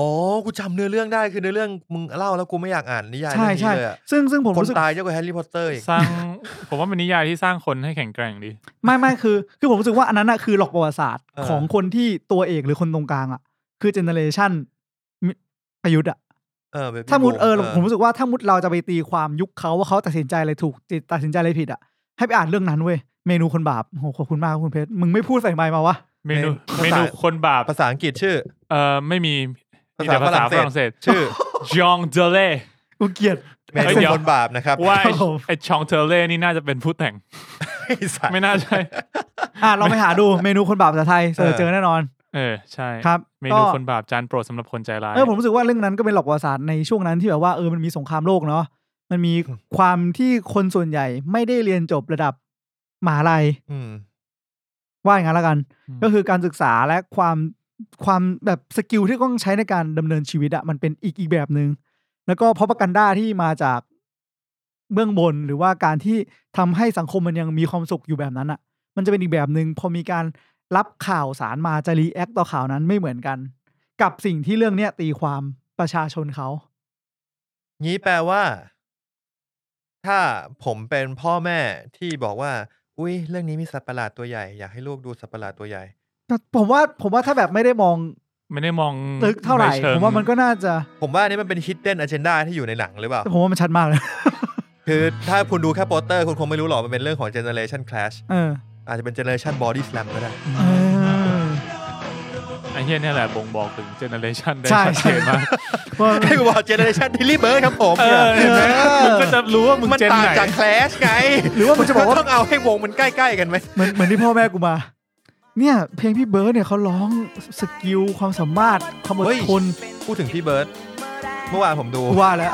กูจำเนื้อเรื่องได้คือเนื้อเรื่องมึงเล่าแล้วกูไม่อยากอ่านนิยาย ใช่ เรื่องนี้ ใช่ เลยอะ ซึ่งซึ่งผม คน รู้สึก ตายเยอะกว่าแฮร์รี่พอตเตอร์อีก สร้างผมว่าเป็นนิยายที่สร้างคนให้แข็งแกร่งดี ไม่ไม่คือ คือผมรู้สึกว่าอันนั้นอะคือหลอกประวัติศาสตร์ของคนที่ตัวเอกหรือคนตรงกลางอะคือเจเนเรชันประยุทธ์อะ เออ Baby ถ้ามุด Boom เออผมรู้สึกว่าถ้ามุดเราจะไปตีความยุคเขาว่าเขาตัดสินใจอะไรถูกตัดสินใจอะไรผิดอะให้ไปอ่านเรื่องนั้นเว้ยเมนูคนบาปโหขอบคุณมากครับคุณเพชรมึงไม่พูดใส่ไมค์มาวะ เมนู ภาษา เมนูคนบาป ภาษาอังกฤษชื่อ เอ่อไม่มี ภา มี ษา แต่ภาษาฝ ฝรั่ รั่ ง ง เศ เศ ส ส [LAUGHS] ชื่อ จองเทเล่ กูเกลียด เมนู เดี๋ยว คนบาปนะครับ ว่า ครับผม ไอชองเทเล่นี่น่าจะเป็นผู้แต่ง ไอ้สัตว์ ไม่น่าใช่ อ่ะเราไปหาดูเมนูคนบาปภาษาไทยเจอเจอแน่นอน เออใช่ ครับ เม ก็ นูคนบาปจานโปรดสำหรับคนใจร้าย เออผมรู้สึกว่าเรื่องนั้นก็เป็นหลอกประวัติศาสตร์ในช่วงนั้นที่แบบว่าเออมันมีสงครามโลกเนาะมันมีความที่คนส่วนใหญ่ไม่ได้เรียนจบระดับมหาลัย อืม ว่าอย่างนั้นละกัน ม ก็คือการศึกษาและความความแบบสกิลที่ต้องใช้ในการดำเนินชีวิตอะมันเป็นอีกอีกแบบหนึง่งแล้วก็เพราะปกันด้าที่มาจากเบื้องบนหรือว่าการที่ทำให้สังคมมันยังมีความสุขอยู่แบบนั้นอะมันจะเป็นอีกแบบหนึง่งพอมีการรับข่าวสารมาจะรีแอคต่อข่าวนั้นไม่เหมือนกัน กับสิ่งที่เรื่องเนี้ยตีความประชาชนเขา งี้แปลว่า ถ้าผมเป็นพ่อแม่ที่บอกว่า อุ้ยเรื่องนี้มีสัตว์ประหลาดตัวใหญ่อยากให้ลูกดูสัตว์ประหลาดตัวใหญ่ แต่ผมว่าผมว่าถ้าแบบไม่ได้มอง ไม่ได้มอง ลึกเท่าไหร่ ในชิง ผมว่ามันก็น่าจะ ผมว่าอันนี้มันเป็น hidden agenda ที่อยู่ในหนังหรือเปล่า แต่ผมว่ามันชัดมากเลย [LAUGHS] คือถ้าคุณดูแค่โปสเตอร์คุณคงไม่รู้หรอกมันเป็นเรื่องของ generation clash เออ อาจจะเป็น generation body slam ก็ได้ [LAUGHS] เออ ไอ้เหี้ยเนี่ยแหละบ่งบอกถึงเจเนอเรชันได้ ใช่ ชัดเจนมาก ว่า ให้กูบอก generation Tilly Bird ครับผม เออเห็นไหม เออ มึงก็จะรู้ว่ามึง มัน เจน ต่าง ไหน จาก clash ไง หรือว่ามันจะบอกว่า ต้องเอาให้วงมันใกล้ๆกันไหม เหมือนเหมือนที่พ่อแม่กูมา เนี่ย เพลงพี่เบิร์ดเนี่ยเขาร้องสกิลความสามารถความอด เฮ้ย ทน พูดถึงพี่เบิร์ดเมื่อวานผมดู กูว่าแล้ว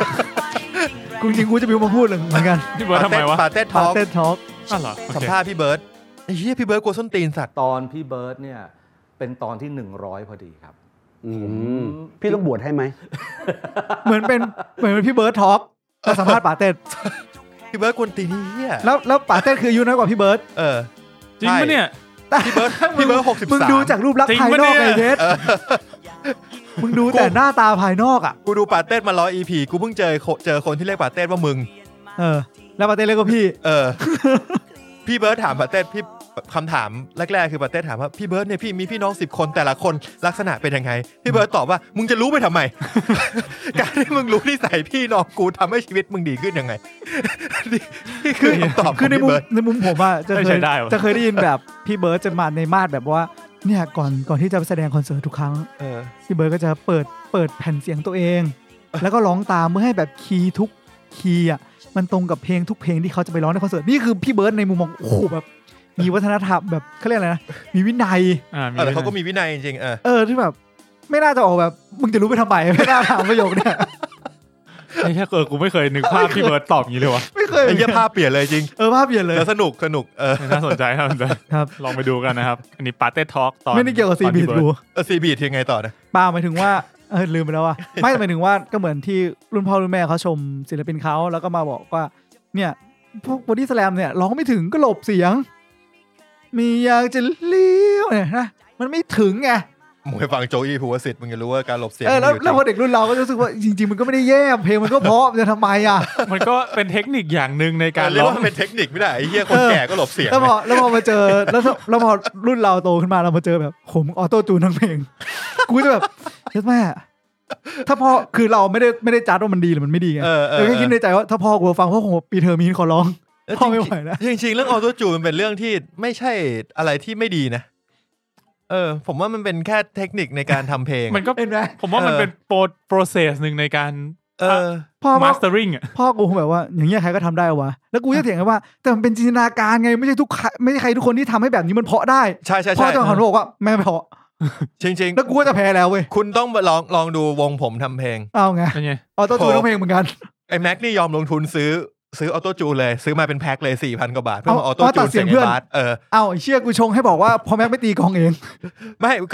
กูจริงๆกูจะบิวมาพูดเลยเหมือนกัน พี่เบิร์ดทำไมวะ ปาเต้ท พา อล์ก เต้นท็อก อ้าวเหรอโอเค สัมภาษณ์พี่เบิร์ดไอ้เหี้ยพี่เบิร์ดกลัวส้นตีนสัตว์ ตอนพี่เบิร์ดเนี่ยเป็นตอนที่ 100 พอดีครับ Mm. พี่ต้องบวชให้ไหม เหมือนเป็นเหมือนเป็นพี่เบิร์ดท็อกแต่สัมภาษณ์ปาเต้น พี่เบิร์ดกวนตีนนี่เหี้ย แล้วแล้วปาเต้นคืออายุน้อยกว่าพี่เบิร์ด เออ จริงปะเนี่ย พี่เบิร์ดพี่เบิร์ดหกสิบ มึง สาม ดูจากรูปลักษ จริ ณ์ ง ภายนอก ปะเนี่ ไอย เดสมึงดูแต่หน้าตาภายนอกอ่ะ [LAUGHS] กูดูปาเต้มาร้อย EP กูเพิ่งเจอโคเจอคนที่เรียกปาเต้ว่ามึง เออ แล้วปาเต้นเล็กกว่าพี่ เอ [LAUGHS] อ พี่เบิร์ดถามปาเต้พี่คำถามแรกๆคือปาเต้ถามว่าพี่เบิร์ดเนี่ยพี่มีพี่น้องสิบคนแต่ละคนลักษณะเป็นยังไง พี่เบิร์ดตอบว่ามึงจะรู้ไปทำ [LAUGHS] ไม การที่มึงรู้นิสัยพี่น้องกูทำให้ชีวิตมึงดีขึ้นยังไง นี่นี่คือคำตอบข คือ อง ใน พี่ มุม เบิร์ด ในมุมผมอะจะ ไม่ เค ใช่ ย ได้วะ จะเคยได้ยินแบบพี่เบิร์ดจะมาในมาดแบบว่าเนี่ยก่อนก่อนที่จะไปแสดงคอนเสิร์ตทุกครั้ง เออ พี่เบิร์ดก็จะเปิดเปิดแผ่นเสียงตัวเอง แล้วก็ร้องตามเมื่อให้แบบคีย์ทุกคีย์อะมันตรงกับเพลงทุกเพลงที่เขาจะไปร้องในคอนเสิร์ตนี่คือพี่เบิร์ดในมุมมองโอ้โหแบบ มีวัฒนธรรมแบบเขาเรียกอะไรนะมีวินัย อ่ามี เออแต่เขาก็มีวินัยจริงๆเออ เออที่แบบ ไม่น่าจะออกแบบ มึงจะรู้ไปทำไมไม่น่าถามประโยคเนี่ย ไอ้แค่เออกูไม่เคยนึกภาพพี่เบิร์ดตอบอย่างนี้เลยวะ ไม่เคย ไอ้เหี้ยภาพเปลี่ยนเลยจริง เออภาพเปลี่ยนเลย แล้วสนุกสนุกเออ น่าสนใจน่าสนใจ ครับ ลองไปดูกันนะครับ อันนี้ปาเต้ทอล์กตอน ไม่ได้เกี่ยวกับซี ตอน บี พี่เร์ด ดู ซีบีทียังไงต่อนะ เปล่าหมายถึงว่า [LAUGHS] เออลืมไปแล้วว่ะ ไม่หมายถึงว่าก็เหมือนที่รุ่นพ่อรุ่นแม่เขาชมศิลปินเขาแล้วก็มาบอกว่า เนี่ย พวกบอดี้สแลมเนี่ยร้องไม่ถึงก็หลบเสียง มีอยากจะเลี้ยวเนี่ยนะมันไม่ถึงไง มึงไปฟังโจอี้ภูวสิทธิ์มึงจะรู้ว่าการหลบเสียง เออแล้ว มันยู่ แล้วพอเด็กรุ่นเราก็รู้สึกว่าจริง ๆ มันก็ไม่ได้แย่เพลงมันก็เพราะมันจะทำไมอ่ะ มันก็เป็นเทคนิคอย่างหนึ่งใน กา การ ร เรียก ร้อง ว่ามันเป็นเทคนิคไม่ได้ไอ้เหี้ยคนแก่ก็หลบเสียง แล้วพอแล้วพอมาเจอแล้วแล้วพอรุ่นเราโตขึ้นมาเรามาเจอแบบโหมงออโต้จูนทั้งเพลงกูจะแบบเฮ้ยแม่ถ้าพ่อคือเราไม่ได้ไม่ได้จัดว่ามันดีหรือมันไม่ดีไง เออเอ เอ อ อแค่คิดในใจว่าถ้าพ่อกูฟังพ่อคงปีเทอร์มินขอร้อง เออ พ่อไม่ไหวแล้ว จริงๆจริงๆเรื่องออโต้จูนมันเป็นเรื่องที่ไม่ใช่อะไรที่ไม่ดีนะ เออ ผมว่ามันเป็นแค่เทคนิคในการทำเพลง มันก็ เห็นไหม ผมว่ามัน เออ เป็นโปรโปรเซสหนึ่งในการ เออ พ่อ มา ว่า สเตอริงอ่ะ พ่อกูคงแบบว่า อย่างเงี้ยใครก็ทำได้วะแล้วกูจะเถียงกันว่า แต่มันเป็นจินตนาการไงไม่ใช่ทุกใครไม่ใช่ใครทุกคนที่ทำให้แบบนี้มันเพาะได้ ใช่ใช่ พ่อ ใช่ จะมาขอโทษบอกว่าแม่ไม่เพาะ จริงจริง แล้วกูก็จะแพ้แล้วเว้ย ๆ คุณต้องลองลองดูวงผมทำเพลง เอาไง เป็นไง ออโต้ทูนร้องเพลงเหมือนกัน ไอ้แม็กนี่ยอมลงทุนซื้อ ซื้อออโต้จูนเลย ซื้อมาเป็นแพ็คเลยสี่พันกว่าบาท เพื่อมาออโต้จูนเสียงไอ้บาสเออ เอาไอ้เชี่ยกูชงให้บอกว่าพอแม็กไม่ตีกองเอง ไม่ก็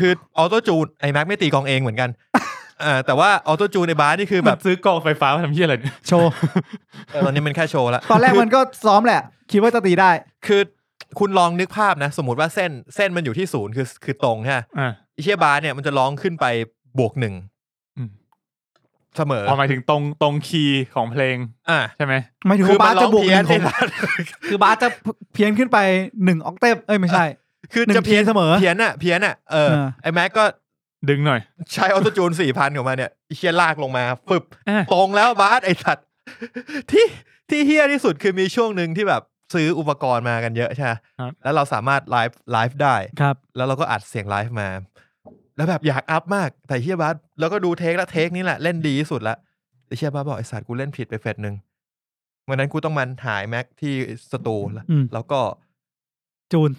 คือออโต้จูนไอ้แม็กไม่ตีกองเองเหมือน [LAUGHS] กันเออแต่ว่าออโต้จูนในบาสนี่คือ แบ แบบ บซื้อกองไฟฟ้ามาทำเหี้ยอะไรเนี่ย โชว์ เออตอนนี้มันแค่โชว์ละ ตอนแรกมันก็ซ้อมแหละ คิดว่าจะตีได้ คือคุณลองนึกภาพนะ สมมติว่าเส้นเส้นมันอยู่ที่ศูนย์คือคือตรงฮะ อ่า ไอ้เชียบาร์เนี่ยมันจะร้องขึ้นไปบวกหนึ่ง อืม เสมอ พอหมายถึงตรงตรงคีย์ของเพลง อ่ะ ใช่ไหม หมายถึง คือ ว่าบา มั ส นร้ จะ อง บวก เพี้ยหน นึ่งค ใน ง บาส คือบาสจะเพี้ยนขึ้นไปหนึ่งออกเตปเอ้ยไม่ใช่ [LAUGHS] คือ หนึ่ง จะเพี้ยน เพี้ยนเสมอ เพี้ยนอ่ะเพี้ยนอ่ะเออ เออ ไอ้แม็กก็ ดึงหน่อย ใช้ออโตจูนสี่พันของมาเนี่ยไอ้เชียลากลงมาปึบ อ่ะ ตรงแล้วบาสไอ้สัตว์ [LAUGHS] ที่ที่เฮี้ยที่สุดคือมีช่วงหนึ่งที่แบบซื้ออุปกรณ์มากันเยอะใช่ไหมแล้วเราสามารถไลฟ์ไลฟ์ได้ ครับ แล้วเราก็อัดเสียงไลฟ์มา แล้วแบบอยากอัพมากแต่เฮียบาสแล้วก็ดูเทคละเทคนี้แหละ เล่นดีที่สุดละแต่เฮียบาสบอกไอสัตว์กูเล่นผิดไปเฟสหนึ่งวันนั้นกูต้องมันหายแม็กที่สตูแล้ว อืม แล้วก็ จูน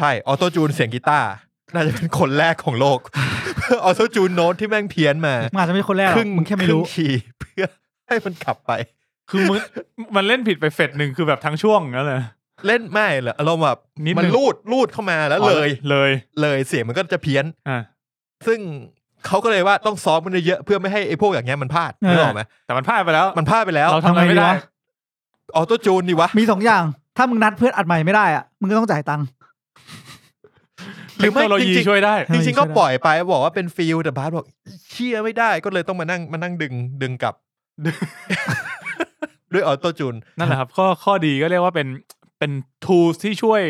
ใช่ออโต้จูนเสียงกีตาร์น่าจะเป็นคนแรกของโลก [LAUGHS] เพื่อออโต้จูนโน้ตที่แม่งเพี้ยนมา มันอาจจะไม่ใช่คนแรกหร ค อ รึ่ ก ง มึงแค่ไม่รู้ รึ่งคีย์ [LAUGHS] เพื่อให้มันกลับไป คือมึง มันเล่นผิดไปเฟสหนึ่งคือแบบทั้งช่วงนั่นเลย เล่นไม่เหรออารมณ์แบบ นิดนึง มันลูดลูดเข้ามาแล้วเลย เลย เลยเสียงมันก็จะเพี้ยน อ่า ซึ่งเขาก็เลยว่าต้องซ้อมมันเยอะๆเพื่อไม่ให้ไอ้พวกอย่างเงี้ยมันพลาด เออ นึกออกไหม แต่มันพลาดไปแล้ว มันพลาดไปแล้ว เราทำอะไรไม่ได้ ทำไงดีวะ ออโต้จูนดีวะ มีสองอย่าง ถ้ามึงนัดเพื่อนอัดใหม่ไม่ได้อะมึงก็ต้องจ่ายตังค์ เทคโนโลยี จริง ช่วย [LAUGHS] ได้ ๆจริงๆ ช่วยได้ ก็ปล่อยไปบอกว่าเป็นฟิลแต่บาสบอกเชี่ยไม่ได้ก็เลยต้องมานั่งมานั่งดึงดึงกลับ ด้วยออโต้จูน นั่นแหละครับข้อข้อดีก็เรียกว่าเป็นเป็น tools ที่ช่วย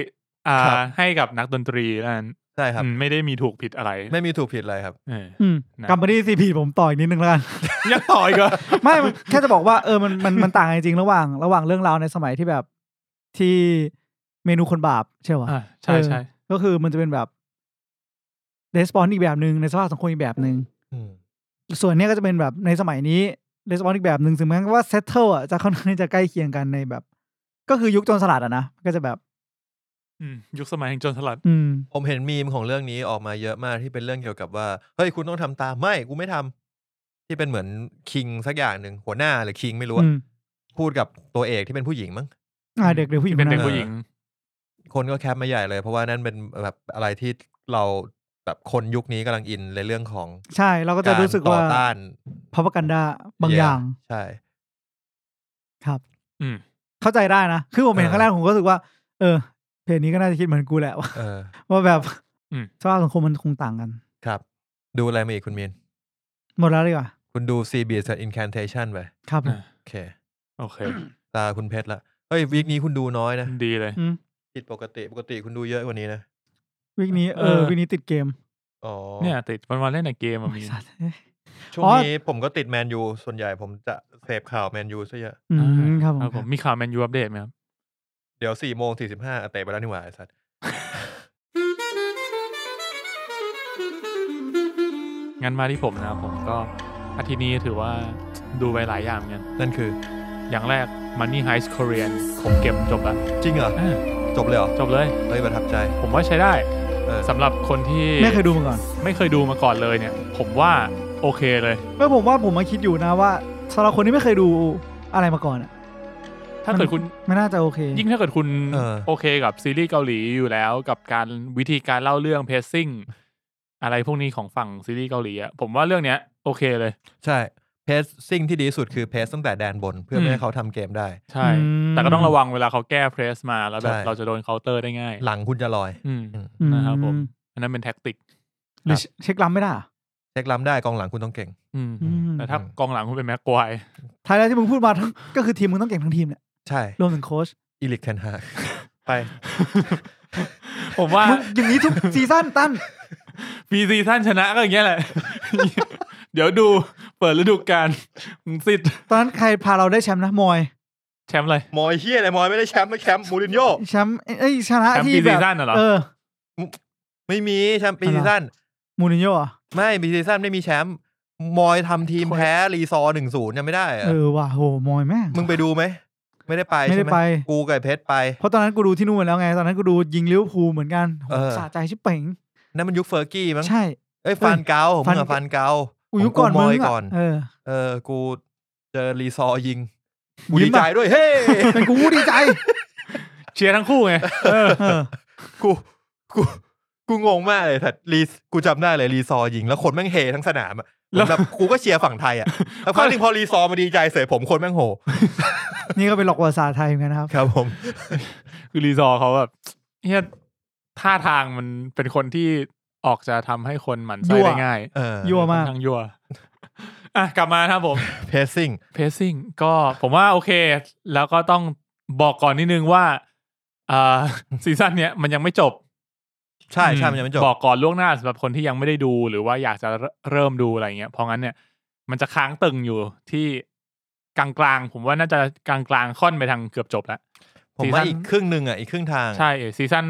อ่า ครับ ให้กับนักดนตรีนั่น ใช่ครับ อืมไม่ได้มีถูกผิดอะไร ไม่มีถูกผิดอะไรครับ เออ อืม นะ กัมปนีซีพีผมต่ออีกนิดนึงแล้วกัน ยังต่ออีกเหรอ ไม่มันแค่จะบอกว่าเออมันมันมันต่างกันจริงๆระหว่าง ระหว่างเรื่องราวในสมัยที่แบบที่เมนูคนบาปใช่ปะ อ่าใช่ใช่ เออก็คือมันจะเป็นแบบレスปอนอีกแบบหนึ่งในสภาพสังคมอีกแบบหนึ่ง อืม ส่วนเนี้ยก็จะเป็นแบบในสมัยนี้レスปอนอีกแบบหนึ่งถึงแม้ว่าเซตเทิลอ่ะจะค่อนข้างจะใกล้เคียงกันในแบบ ก็คือยุคโจรสลัดอ่ะนะก็จะแบบ อืมยุคสมัยแห่งโจรสลัด อืม ผมเห็นมีมของเรื่องนี้ออกมาเยอะมากที่เป็นเรื่องเกี่ยวกับว่า เฮ้ยคุณต้องทำตามไม่กูไม่ทำที่เป็นเหมือนคิงสักอย่างหนึ่งหัวหน้าหรือคิงไม่รู้อะ อืม พูดกับตัวเอกที่เป็นผู้หญิงมั้ง อ่าเด็กเด็กผู้หญิงค เป็น น เด็ นั้ ก น ผู้หญิง คนก็แคปมาใหญ่เลย เพราะว่านั่นเป็นแบบอะไรที่เราแบบคนยุคนี้กำลังอินในเรื่องของ ใช่เราก็จะรู้สึกว่า ต่อต้าน พาวกันดาบางอย่าง ใช่ ครับ อืม เข้าใจได้นะ คือผมเห็น เออ ครั้งแรกผมก็รู้สึกว่า เออ เพจนี้ก็น่าจะคิดเหมือนกูแหละ [LAUGHS] ว่า เออ ว่าแบบ อืม สภาพสังคมมันคงต่างกัน ครับ ดูอะไรมาอีกคุณมีน หมดแล้วดีกว่า คุณดู c b s Incantation ไป ครับผม อ่ะ โอเค โอ [COUGHS] เค ตาคุณเพชรละ เฮ้ย วีคนี้คุณดูน้อยนะ ดีเลย อืม ผิดปกติปกติคุณดูเยอะกว่านี้นะ วิกนี้เอ เอ อ อ วิกนี้ติดเกม อ๋อ เนี่ยติดวันวันๆเล่นแต่เกมอะ โอ้ย มีน สัตว์เอ้ย ช่วง อ๋อ นี้ผมก็ติดแมนยู ส่วนใหญ่ผมจะเสพข่าวแมนยูซะเยอะ อืม อ่า ครับผม ครับผมมีข่าวแมนยูอัปเดตไหมครับ เดี๋ยวสี่โมงสี่สิบห้าเตะไปแล้วนี่หว่าไอ้สัตว์ งั้นมาที่ผมนะครับผมก็อาทิตย์นี้ถือว่าดูไปหลายอย่างเหมือนกัน นั่นคือ อย่างแรก Money Heist Korean ผมเก็บจบแล้ว จริงเหรอ อ่า จบเลยเหรอ จบเลย เฮ้ย ประทับใจ ผมว่าใช้ได้ เออ สำหรับคนที่ ไม่เคยดูมาก่อน ไม่เคยดูมาก่อนเลยเนี่ย ผมว่าโอเคเลย เมื่อผมว่าผมมาคิดอยู่นะว่าสำหรับคนที่ไม่เคยดูอะไรมาก่อนอะ ถ้าเกิดคุณ ไม่น่าจะโอเค ยิ่งถ้าเกิดคุณ เออ โอเคกับซีรีส์เกาหลีอยู่แล้วกับการวิธีการเล่าเรื่องเพ c ซิ่งอะไรพวกนี้ของฝั่งซีรีส์เกาหลีอะผมว่าเรื่องเนี้ยโอเคเลย ใช่ เพสซิ่งที่ดีที่สุดคือเพสตั้งแต่แดนบน เพื่อไม่ให้เขาทำเกมได้ ใช่ แต่ก็ต้องระวังเวลาเขาแก้เพรสมาแล้วแบบ ใช่ เราจะโดนเคาน์เตอร์ได้ง่าย หลังคุณจะลอย อืม อืม นะครับผม อันนั้นเป็นแท็กติก หรือเชเช็คล้ำไม่ได้อะ เช็คล้ำได้กองหลังคุณต้องเก่ง อืม อืม แต่ถ้ากองหลังคุณเป็นแม็กควาย [LAUGHS] ท้ายแล้วที่มึงพูดมาทั้งก็คือทีมมึงต้องเก่งทั้งทีมเนี่ย ใช่ รวมถึงโค้ช อีลิกเทน [LAUGHS] ฮากไป ผมว่า มึงอย่างนี้ทุก [LAUGHS] ซีซั่นตั้น ปีซีท่านชนะก็อย่างเงี้ยแหละ [LAUGHS] เดี๋ยวดูเปิดฤดูกาลมึงสิทธิ์ ตอนนั้นใครพาเราได้แชมป์นะมอย แชมป์เลย มอยเฮียอะไรมอยไม่ได้แชมป์ไม่แชมป์มูรินโญ่ แชมป์เอ้ยชนะ แชมป์ ที่ ปี แบ ซี บ ซั่นน่ะเหรอ เออ ไม่มีแชมป์ปี อะไร ซีซั่น มูรินโญ่เหรอ่ะ ไม่ปีซีซั่นไม่มีแชมป์มอยทำทีมแพ้รีซอหนึ่งศูนย์ยังไม่ได้อะ เออว่ะโหมอยแม่ง มึงไปดูไหม ไม่ได้ไป ไม่ได้ ใช่ห ไป กูกับเพชรไป เพราะตอนนั้นกูดูที่นู่นแล้วไง ตอนนั้นกูดูยิงลิเวอร์พูลเหมือนกันโห เออ สะใจชิบเป๋ง นั่นมันยุคเฟอร์กี้มั้ง ใช่ เอ้ยฟันเกาผม ฟัน กับฟันเกา กูยุคก่อน ม มึ อย งอะ ก่อน เออ เออกูเจอรีซอยิงกูดียิ้ม ใจ อะ [LAUGHS] ด้วยเฮ้ เป็นกูดีใจ เชียร์ทั้งคู่ไง เออ กูกูกูงงมากเลยแต่รีกูจำได้เลยรีซอยิง แล้วคนแม่งเฮทั้งสนามอะแบบกูก็เชียร์ฝั่งไทย [LAUGHS] อะแล้วครั้งนึงพอรีซอมาดีใจเสยผมคนแม่งโห นี่ก็เป็นหลอกประวัติศาสตร์ไทยเหมือนกันนะครับ ครับผม คือรีซอร์เขาแบบเฮียท่าทางมันเป็นคนที่ออกจะทำให้คนหมั่นไส้ ยั่ว ได้ง่าย เออ ยั่วมาก ค่อนข้งยั่วอ่ะกลับมานะครับผม pacing เพซซิ่งก็ผมว่าโอเค แล้วก็ต้องบอกก่อนนิดนึงว่าอ่ [LAUGHS] าซีซั่นเนี้ยมันยังไม่จบ ใช่ใช่มันยังไม่จบ บอกก่อนล่วงหน้าสำหรับคนที่ยังไม่ได้ดูหรือว่าอยากจะเริ่มดูอะไรเงี้ยเพราะงั้นเนี่ย มันจะค้างตึงอยู่ที่กลางๆ ผมว่าน่าจะกลางๆค่อนไปทางเกือบจบแล้ว ผม ซีซั่ ว่าน อีกครึ่งหนึ่งอ่ะ อีกครึ่งทาง ใช่ซีซั่น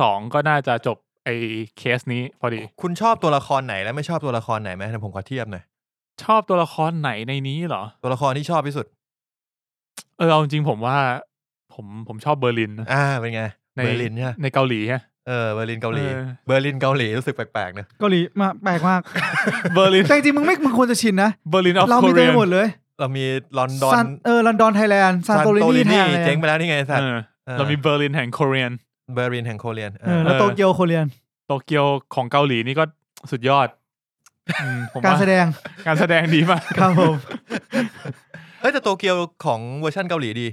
สองก็น่าจะจบไอ้เคสนี้พอดี คุณชอบตัวละครไหนและไม่ชอบตัวละครไหนไหมเดี๋ยวผมขอเทียบหน่อย ชอบตัวละครไหนในนี้เหรอ ตัวละครที่ชอบที่สุด เออเอาจริงๆผมว่า ผมผมชอบเบอร์ลินนะ อ่า เป็นไง เบอร์ลินใช่ไหม ในเกาหลีฮะ เออ เบอร์ลินเกาหลี เออ เบอร์ลินเกาหลีรู้สึกแปลกๆนะ เกาหลีมาแปลกมาก เบอร์ลิน แต่จริงๆมึงไม่มึงควรจะชินนะ เบอร์ลินออฟ เรา โค มีเต็ เรี ม ย ไปหมดเลย เรามีลอนดอน ซานเออลอนดอนไทยแลนด์ซานโตรินีไทยแลน เจ๊งไป ด์ แล้วนี่ไงสัตว์ เออ เรามีเบอร์ลินแห่งโคเรียน เบอร์ลินแห่งโคเรียนเอ เออ อ แล้ว เออ โตเกียวโคเรียน โตเกียวของเกาหลีนี่ก็สุดยอดอืมผม การ ว่า แสดง การแสดงดีมาก ครับผม เอ้ยแต่โตเกียวของเวอร์ชันเกาหลีดี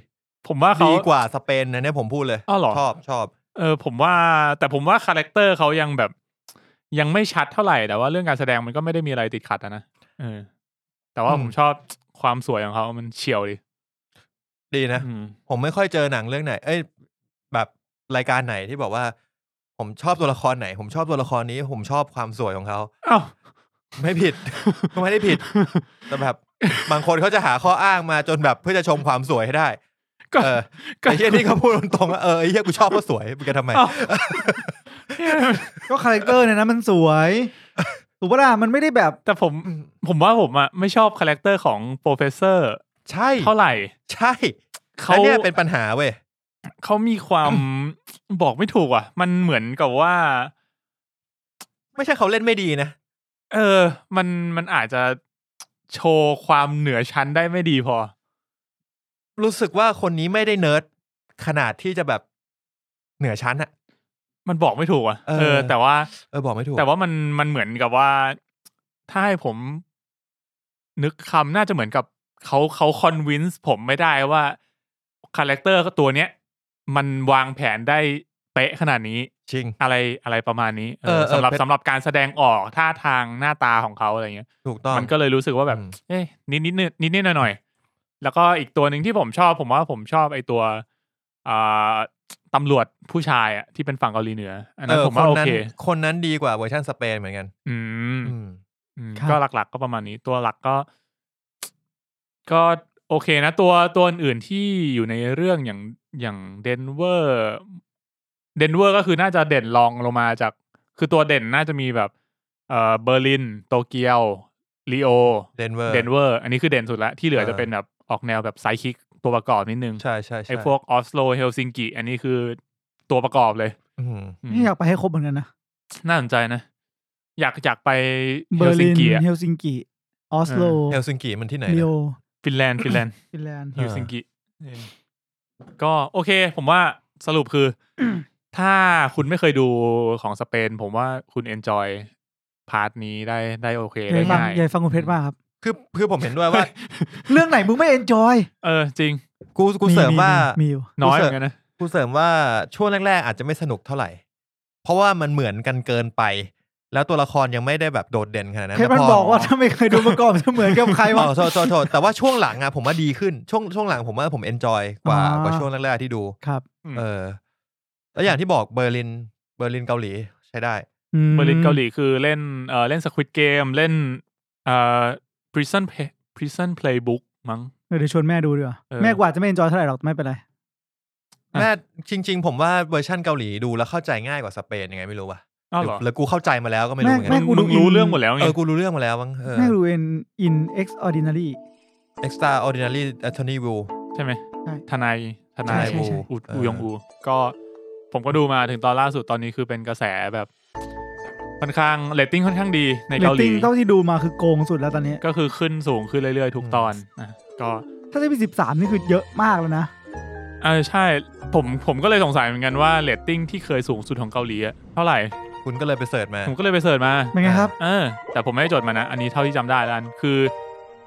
ผมว่าเขา ดีกว่าสเปนนะเนี่ยผมพูดเลย อ้าวเหรอ ชอบชอบ เออผมว่าแต่ผมว่าคาแรคเตอร์เขายังแบบ ยังไม่ชัดเท่าไหร่แต่ว่าเรื่องการแสดงมันก็ไม่ได้มีอะไรติดขัดอะนะเออแต่ว่า อืม ผมชอบความสวยของเขามันเฉียวดิ ดีนะ อืม ผมไม่ค่อยเจอหนังเรื่องไหน เอ้ย แบบรายการไหนที่บอกว่า ผมชอบตัวละครไหน ผมชอบตัวละครนี้ ผมชอบความสวยของเขา อ้าว ไม่ผิด [LAUGHS] ก็ไม่ได้ผิด แต่แบบ บางคนเขาจะหาข้ออ้างมาจนแบบเพื่อจะชมความสวยให้ได้ ก็ เออไอ้เหี้ยนี่เขาพูดตรงๆว่าเออไอ้เหี้ยกูชอบก็สวยมึงจะทำไม อ้าว ก็คาแรคเตอร์เนี่ยนะมันสวยถูกปะล่ะมันไม่ได้แบบ แต่ผมผมว่าผมอะไม่ชอบคาแรคเตอร์ของโปรเฟสเซอร์ ใช่ เท่าไหร่ ใช่ เขา แล้วเนี่ยเป็นปัญหาเว้ย เขามีความ [COUGHS] บอกไม่ถูกอ่ะ มันเหมือนกับว่า ไม่ใช่เขาเล่นไม่ดีนะ เออ มันมันอาจจะโชว์ความเหนือชั้นได้ไม่ดีพอ รู้สึกว่าคนนี้ไม่ได้เนิร์ดขนาดที่จะแบบเหนือชั้นอะ มันบอกไม่ถูกอ่ะ เออ เออ แต่ว่า เออบอกไม่ถูก แต่ว่ามันมันเหมือนกับว่า ถ้าให้ผม นึกคำน่าจะเหมือนกับเขาเขาคอนวินส์ผมไม่ได้ว่าคาแรคเตอร์ตัวเนี้ย มันวางแผนได้เป๊ะขนาดนี้ จริง อะไรอะไรประมาณนี้เออ เออเออ สำหรับ เป็น สำหรับการแสดงออกท่าทางหน้าตาของเขาอะไรเงี้ย ถูกต้อง มันก็เลยรู้สึกว่าแบบ อืม เอ๊ะนิดนิดนิดนิดนิดหน่อยหน่อยๆแล้วก็อีกตัวหนึ่งที่ผมชอบ ผมว่าผมชอบไอตัวอ่าตำรวจผู้ชายอะที่เป็นฝั่งเกาหลีเหนือ อันนั้นผม ค ว่านโอ นั้น เค คนนั้นดีกว่าเวอร์ชันสเปนเหมือนกัน อืม อืม อืม ครับ ก็หลักๆก็ประมาณนี้ตัวหลักก็ ก็โอเคนะ ตัวตัวอื่นๆที่อยู่ในเรื่องอย่างอย่างเดนเวอร์เดนเวอร์ก็คือน่าจะเด่นรองลงมาจาก คือตัวเด่นน่าจะมีแบบ เอ่อเบอร์ลิน โตเกียวลีโอ เดนเวอร์ เดนเวอร์ อันนี้คือเด่นสุดละที่เหลือ เออ จะเป็นแบบออกแนวแบบไซด์คิกตัวประกอบนิดนึง ใช่ใช่ใช่ ไอ้พวกออสโลเฮลซิงกิอันนี้คือตัวประกอบเลย อืม อืม ไม่อยากไปให้ครบเหมือนกันนะ น่าสนใจนะ อยากอยากไป เบ เฮ อ ล ร์ ซิ ลิ ง น กิอะ เฮลซิงกิออสโล เฮลซิงกิมันที่ไหน ลิ นะ โอ ฟินแลนด์ฟินแลนด์ ฟินแลนด์ เอ ฮิ อ วซิงกิก็โอเค ผมว่าสรุปคือ ถ้าคุณไม่เคยดูของสเปน ผมว่าคุณเอนจอยพาร์ทนี้ได้ได้โอเค ใหญ่ ได้ ฟัง ง่าย ใหญ่ฟังคุณเพชรมากครับ คือคือผมเห็นด้วยว่า เรื่องไหนมึงไม่เอนจอย เออ จริง กูกูเสริมว่า อยู่ น้อยเหมือนกันนะ กูเสริมว่าช่วงแรก ๆ อาจจะไม่สนุกเท่าไหร่ เพราะว่ามันเหมือนกันเกินไป แล้วตัวละครยังไม่ได้แบบโดดเด่นขนาดนั้น เพชรมัน แต่พ บอกว่าถ้าไม่เคยดูประกอบจะเหมือนกับใครวะ อ๋อโทษโทษโทษแต่ว่าช่วงหลังอะผมว่าดีขึ้น ช่วงช่วงหลังผมว่าผมเอนจอยกว่า อ๋อ กว่าช่วงแรก ๆ ที่ดู ครับ อืม เออ แล้วอย่างที่บอกเบอร์ลินเบอร์ลินเกาหลีใช้ได้ ม เบอร์ลินเกาหลีคือเล่นเออเล่นสควิ g เกมเล่นเอ่อ prison Play- prison playbook มั้ง เออเดี๋ยวชวนแม่ดูดีกว่า เออ แม่กว่าจะไม่เอนจอยเท่าไหร่หรอกไม่เป็นไร อ่ะ แม่จริง ๆ ผมว่าเวอร์ชั่นเกาหลีดูแล้วเข้าใจง่ายกว่าสเปนยังไงไม่รู้ว่ะ อ้าวเหรอ หรือกูเข้าใจมาแล้วก็ไม่รู้เหมือน แม่ กัน กู มึ ดู งรู้ อิน เรื่องหมดแล้วไง เออกูรู้เรื่องมาแล้วมั้งเออ แม่ดูเอ็นอินเอ็กซ์ออร์ดินารี extraordinary attorney Woo ใช่ไหม ใช่ ทนายทนาย ใช่ อู ใช่ใช่ อู เอออู อูยองอู ก็ผมก็ดูมาถึงตอนล่าสุดตอนนี้คือเป็นกระแสแบบค่อนข้างเรตติ้งค่อนข้างดีใน เรต เกาหลี ติ้งเท่าที่ดูมาคือโกงสุดแล้วตอนนี้ ก็คือขึ้นสูงขึ้นเรื่อย ๆ ทุกตอนนะก็ ถ้าได้ไปสิบสามนี่คือเยอะมากแล้วนะ เออใช่ผมผมก็เลยสงสัยเหมือนกันว่าเรตติ้งที่เคยสูงสุดของเกาหลีอะเท่าไหร่ คุณก็เลยไปเสิร์ชมา ผมก็เลยไปเสิร์ชมา เป็นไงครับ เออ แต่ผมไม่ได้จดมานะ อันนี้เท่าที่จำได้แล้วกันคือ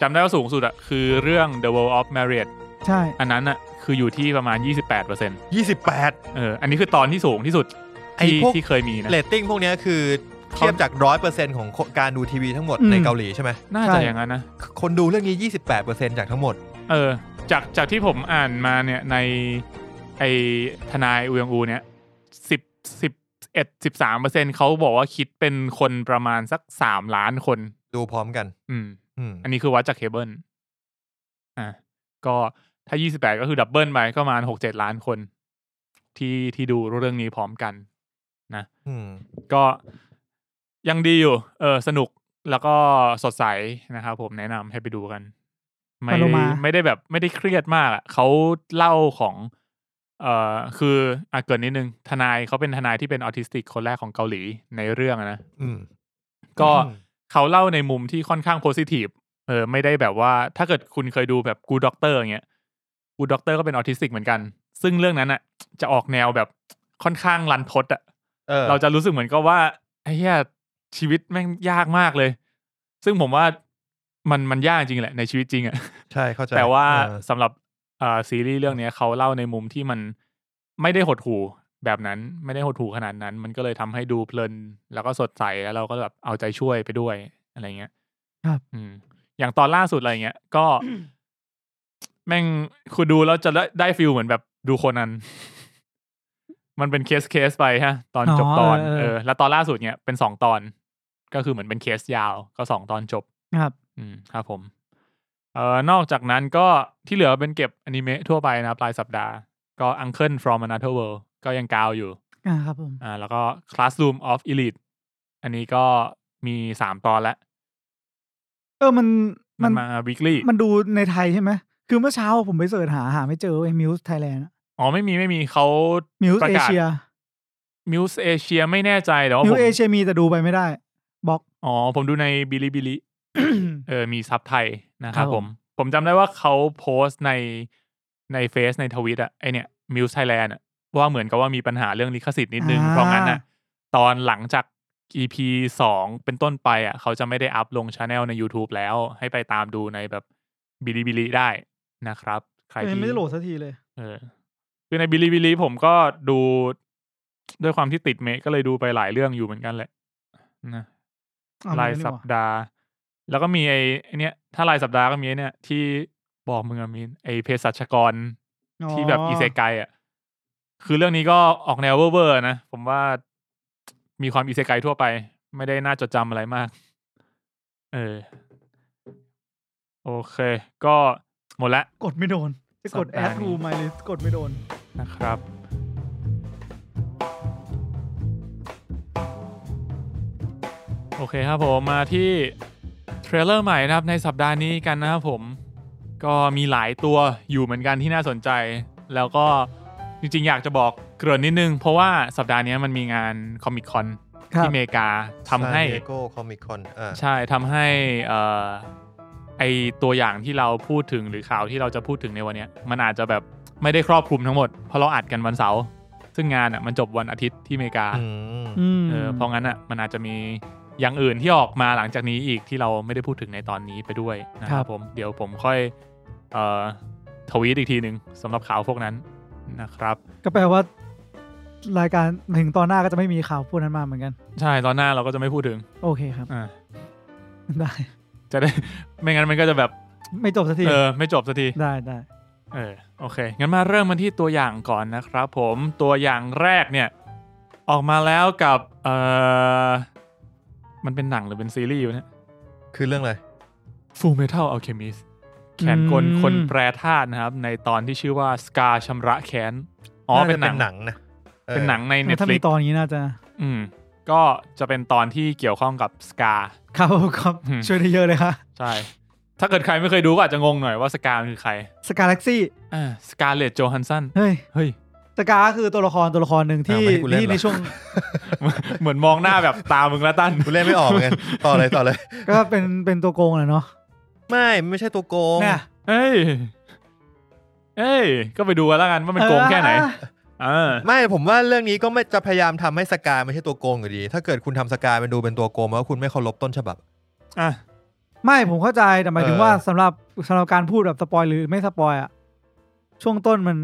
จำได้ว่าสูงสุดอะคือเรื่อง The World of Marriage ใช่ อันนั้นอะคืออยู่ที่ประมาณ 28%เปอร์เซ็นต์ 28 เอออันนี้คือตอนที่สูงที่สุด ไอ้ ที่ พวก ที่เคยมีนะ เรตติ้งพวกเนี้ยคือเทียบจากร้อยเปอร์เซ็นของการดูทีวีทั้งหมด อืม ในเกาหลีใช่ไหม น่า ใช่ จะอย่างนั้นนะ คนดูเรื่องนี้ 28เปอร์เซ็นจากทั้งหมด เออ จากจากที่ผมอ่านมาเนี่ยในไอทนายอูยองอูเนี่ยสิบสิบเอ็ดสิบสามเปอร์เซ็นเขาบอกว่าคิดเป็นคนประมาณสักสามล้านคน ดูพร้อมกัน อืม อืม อันนี้คือวัดจากเคเบิลอ่ะก็ถ้ายี่สิบแปดก็คือดับเบิลไปก็ประมาณหกเจ็ดล้านคน ที่ที่ดูเรื่องนี้พร้อมกัน อืม ก็ยังดีอยู่ เออ สนุกแล้วก็สดใสนะครับผมแนะนำให้ไปดูกัน ไม่ มาโล ได้ มา ไม่ได้แบบไม่ได้เครียดมากอะเขาเล่าของ เอ่อ คืออ่ะเกรินนิดนึง ทนายเขาเป็นทนายที่เป็นออทิสติกคนแรกของเกาหลีในเรื่องอะนะ อืม ก็ อืม เขาเล่าในมุมที่ค่อนข้างโพซิทีฟ เออ ไม่ได้แบบว่า ถ้าเกิดคุณเคยดูแบบกูด็อกเตอร์อย่างเงี้ย กูด็อกเตอร์ก็เป็นออทิสติกเหมือนกัน ซึ่งเรื่องนั้นอะจะออกแนวแบบค่อนข้างรันทดอะ เออ เราจะรู้สึกเหมือนกับว่าไอ้เหี้ยชีวิตแม่งยากมากเลย ซึ่งผมว่ามันมันยากจริงแหละในชีวิตจริงอะ ใช่เข้าใจ แต่ว่า เออ สำหรับเอ่อซีรีส์เรื่องเนี้ยเขาเล่าในมุมที่มันไม่ได้หดหู่แบบนั้น ไม่ได้หดหู่ขนาดนั้น มันก็เลยทำให้ดูเพลิน แล้วก็สดใสแล้วเราก็แบบเอาใจช่วยไปด้วยอะไรเงี้ย ครับ อืม อย่างตอนล่าสุดอะไรเงี้ย ก็ [COUGHS] แม่งคุณดูแล้วจะได้ได้ฟิลเหมือนแบบดูโคนัน [LAUGHS] มันเป็นเคสเคสไปฮะ ตอนจบ อ๋อ ตอน เออเออ เออแล้วตอนล่าสุดเนี่ยเป็นสองตอน ก็คือเหมือนเป็นเคสยาว ก็สองตอนจบ ครับ อืมครับผมเอ่อนอกจากนั้นก็ที่เหลือเป็นเก็บอนิเมะทั่วไปนะครับรายสัปดาห์ ก็ Uncle from Another World ก็ยังกาวอยู่ อ่าครับผม อ่าแล้วก็ Classroom of Elite อันนี้ก็มีสามตอนแล้ว เออมัน มั มัน น มา weekly มันดูในไทยใช่ไหมคือเมื่อเช้าผมไปเสิร์ชหาหาไม่เจอเว้ยมิวส์ไทยแลนด์ อ๋อไม่มีไม่มีเขา มิวส์ ปเอกระาศ เชีย มิวส์เอเชียไม่แน่ใจแต่ว่า มิ ผ ว ม ส์เอเชียมีแต่ดูไปไม่ได้บล็อก อ๋อผมดูในบิลิ [COUGHS] บิลิ เออมีซับไทยนะครับ ครับ ผ ผม ม ผมจำได้ว่าเขาโพสต์ในในเฟซในทวิตอะไอเนี่ยมิวส์ไทยแลนด์ว่าเหมือนกับว่ามีปัญหาเรื่องลิขสิทธิ์นิดนึง อ่า เพราะงั้นอะตอนหลังจาก EP สองเป็นต้นไปอะเขาจะไม่ได้อัพลงช anel ใน YouTube แล้วให้ไปตามดูในแบบบิลิบิลิได้นะครับ ใคร เออ ที่ ไม่ได้โหลดสักทีเลย เออคือในบิลิบิลิผมก็ดูด้วยความที่ติดเมะก็เลยดูไปหลายเรื่องอยู่เหมือนกันแหละนะ เอามาร าย เลยดีกว่า สัปดาห์ แล้วก็มีไอ้ไอ้เนี้ยถ้ารายสัปดาห์ก็มีไอ้เนี้ยที่บอกมึงอะมีนไอ้เภสัชกรที่แบบอีเซไกอะคือเรื่องนี้ก็ออกแนวเวอร์ๆนะ ผมว่ามีความอีเซไกทั่วไป ไม่ได้น่าจดจำอะไรมาก เออ โอเค ก็หมดละ กดไม่โดนจะกด สัปดาห์ add to my list กดไม่โดน นะครับ โอเคครับผมมาที่ เทรลเลอร์ใหม่นะครับในสัปดาห์นี้กันนะครับผม ก็มีหลายตัวอยู่เหมือนกันที่น่าสนใจ แล้วก็จริงๆ อยากจะบอกเกริ่นนิดนึง เพราะว่าสัปดาห์นี้มันมีงานคอมิคอน ครับ ที่อเมริกาทำให้ โก้คอมิคอนอ่า ใช่ทำให้เอ่อไอตัวอย่างที่เราพูดถึงหรือข่าวที่เราจะพูดถึงในวันเนี้ยมันอาจจะแบบไม่ได้ครอบคลุมทั้งหมด เพราะเราอัดกันวันเสาร์ซึ่งงานอ่ะมันจบวันอาทิตย์ที่อเมริกา อืม อืม เออเพราะงั้นอ่ะมันอาจจะมีอย่างอื่นที่ออกมาหลังจากนี้อีกที่เราไม่ได้พูดถึงในตอนนี้ไปด้วยนะครับผมเดี๋ยวผมค่อยเอ่อทวีตอีกทีหนึ่งสำหรับข่าวพวกนั้นนะครับ ก็แปลว่า รายการถึงตอนหน้าก็จะไม่มีข่าวพวกนั้นมาเหมือนกัน ใช่ตอนหน้าเราก็จะไม่พูดถึง โอเคครับ [LAUGHS] อ่า ได้ จะได้ [LAUGHS] ไม่งั้นมันก็จะแบบ ไม่จบสักที เออไม่จบสักที ได้ได้ เออโอเค งั้นมาเริ่มกันที่ตัวอย่างก่อนนะครับผมตัวอย่างแรกเนี่ย ออกมาแล้วกับเออมันเป็นหนังหรือเป็นซีรีส์วะเนี่ย คือเรื่องอะไร Full Metal Alchemist แขนกลคนแปรธาตุนะครับ ในตอนที่ชื่อว่า Scar ชำระแค้นอ๋อ น่าจะ เป็นหนัง หนังนะออ เป็นหนังใน ถ้ามี Netflix ตอนนี้น่าจะ อืมก็จะเป็นตอนที่เกี่ยวข้องกับ Scar ครับครับ อืม ช่วยได้เยอะเลยค่ะ ใช่ ถ้าเกิดใครไม่เคยดูก็อาจจะงงหน่อยว่า Scar มันคือใคร สกาแล็กซี่ อ่า Scarlett Johansson เฮ้ย เฮ้ย [LAUGHS] สกาคือตัวละครตัวละครหนึ่งที่ อ้าวไม่ให้กูเล่น ที่ใน เหรอ ช่วง เหมือนมองหน้าแบบตามึงละตั้น กูเล่นไม่ออกเหมือน [LAUGHS] กันต่อเลยต่อเลย ก็เป็นเป็นตัวโกงแหละเนาะ ไม่ไม่ใช่ตัวโกง เนี่ย เอ้ย เอ้ย ก็ไปดูกันแล้วกันว่ามันโกงแค่ไหน เออ เออ ไม่ผมว่าเรื่องนี้ก็ไม่จะพยายามทำให้สกาไม่ใช่ตัวโกงอยู่ดี ถ้าเกิดคุณทำสกาเป็นดูเป็นตัวโกงแล้วคุณไม่เคารพต้นฉบับ อ่ะ ไม่ผมเข้าใจแต่หมายถึง เออ ว่าสำหรับสำหรับการพูดแบบสปอยหรือไม่สปอยอะช่วงต้นมัน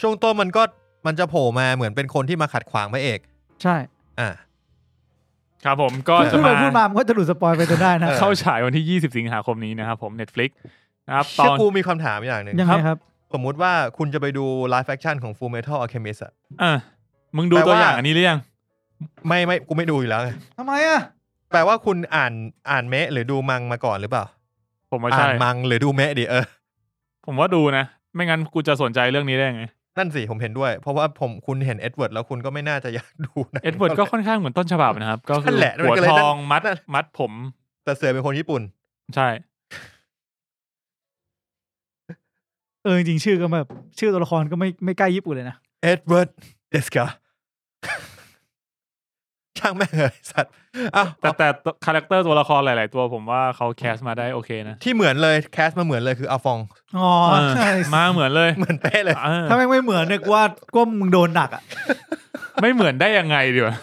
ช่วงต้นมันก็มันจะโผล่มาเหมือนเป็นคนที่มาขัดขวางพระเอก ใช่ อ่า ครับผมก็จะ พูดมาไปพูดมามันก็จะหลุดสปอยไปจนได้นะ เออ เข้าฉายวันที่ 20 สิงหาคมนี้นะครับผม Netflix นะครับ ต เชื่ อ อน กูมีคำถามอย่างหนึ่ง ยังไงครับ สมมุติว่าคุณจะไปดู live action ของ Full Metal Alchemist อะ อ่ะ มึงดู แปล ตัว ว่า อย่างอันนี้หรือยัง ไม่ไม่กูไม่ดูอยู่แล้วไง ทำไมอ่ะ แปลว่าคุณอ่านอ่านเมะหรือดูมังมาก่อนหรือเปล่า ผมว่า อ่า ใช่ นมังหรือดูเมะดิเออ ผมว่าดูนะ ไม่งั้นกูจะสนใจเรื่องนี้ได้ไง นั่นสิผมเห็นด้วย เพราะว่าผมคุณเห็นเอ็ดเวิร์ดแล้วคุณก็ไม่น่าจะอยากดูหนะ เอ็ดเวิร์ดก็ค่อนข้างเหมือนต้นฉบับนะครับ ก็คื นั่ อน แหละมัน หัว ก็เลย ท นั่น องมัด นั่น มัดผม [LAUGHS] แต่เสือเป็นคนญี่ปุ่น ใช่ เออจริงๆชื่อก็แบบ ชื่อตัวละครก็ไม่ไม่ใกล้ญี่ปุ่นเลยนะ เอ็ดเวิร์ดเดสกา [LAUGHS] ช่างแม่งเลยสัตว์อ้าว แต่แต่คาแรคเตอร์ตัวละครหลาย ๆ ตัวผมว่าเขาแคสมาได้โอเคนะ ที่เหมือนเลยแคสมาเหมือนเลยคืออาฟอง อ๋อ เออมาเหมือนเลย เหมือนเป๊ะเลย เออ ถ้าแม่งไม่เหมือนเนี่ยกูว่าก้มมึงโดนหนักอ่ะ ไม่เหมือนได้ยังไงดีวะ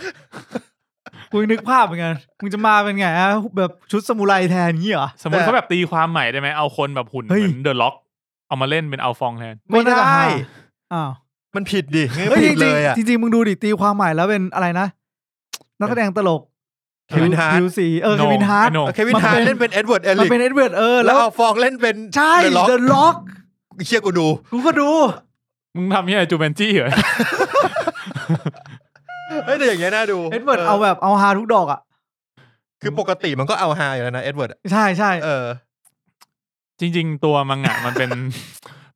กูยังนึกภาพเหมือนกันมึงจะมาเป็นไงอะแบบชุดสมุไรแทนงี้เหรอ สมมติ แต่ เขาแบบตีความใหม่ได้ไหมเอาคนแบบหุ่นเห เฮ้ย มือนเดอะล็อกเอามาเล่นเป็นเอาฟองแทน ไม่ ก็น่าจะ ได้ หาอ้าว มันผิดดิงั้น เฮ้ย ผิ จ ดเลยอ่ะ ริงๆจริงๆมึงดูดิตีความใหม่แล้วเป็นอะไรนะ นักแสดงตลก เควินฮาร์ท ผิวสีเออ โหน่ เค ง วินฮาร์ท ไอ้โหน่ง เควินทา มันเป็น เล่นเป็นเอ็ดเวิร์ดเอ มัน ลิก เป็นเอ็ดเวิร์ดเออ แล้ แล้ว ว อาฟองเล่นเป็น ใช่ เดอะล็อก เดอะล็อก เชี่ยกูดู กูก็ดู มึงทำเนี่ยจูเบนจี้เหรอ [LAUGHS] เฮ้ยแต่อย่างเงี้ยน่าดู เอ็ดเวิร์ดเอาแบบเอาฮาทุกดอกอ่ะ คือปกติมันก็เอาฮาอยู่แล้วนะเอ็ดเวิร์ด ใช่ใช่ เออ จริง ๆ ตัวมังงะมัน [LAUGHS] เป็น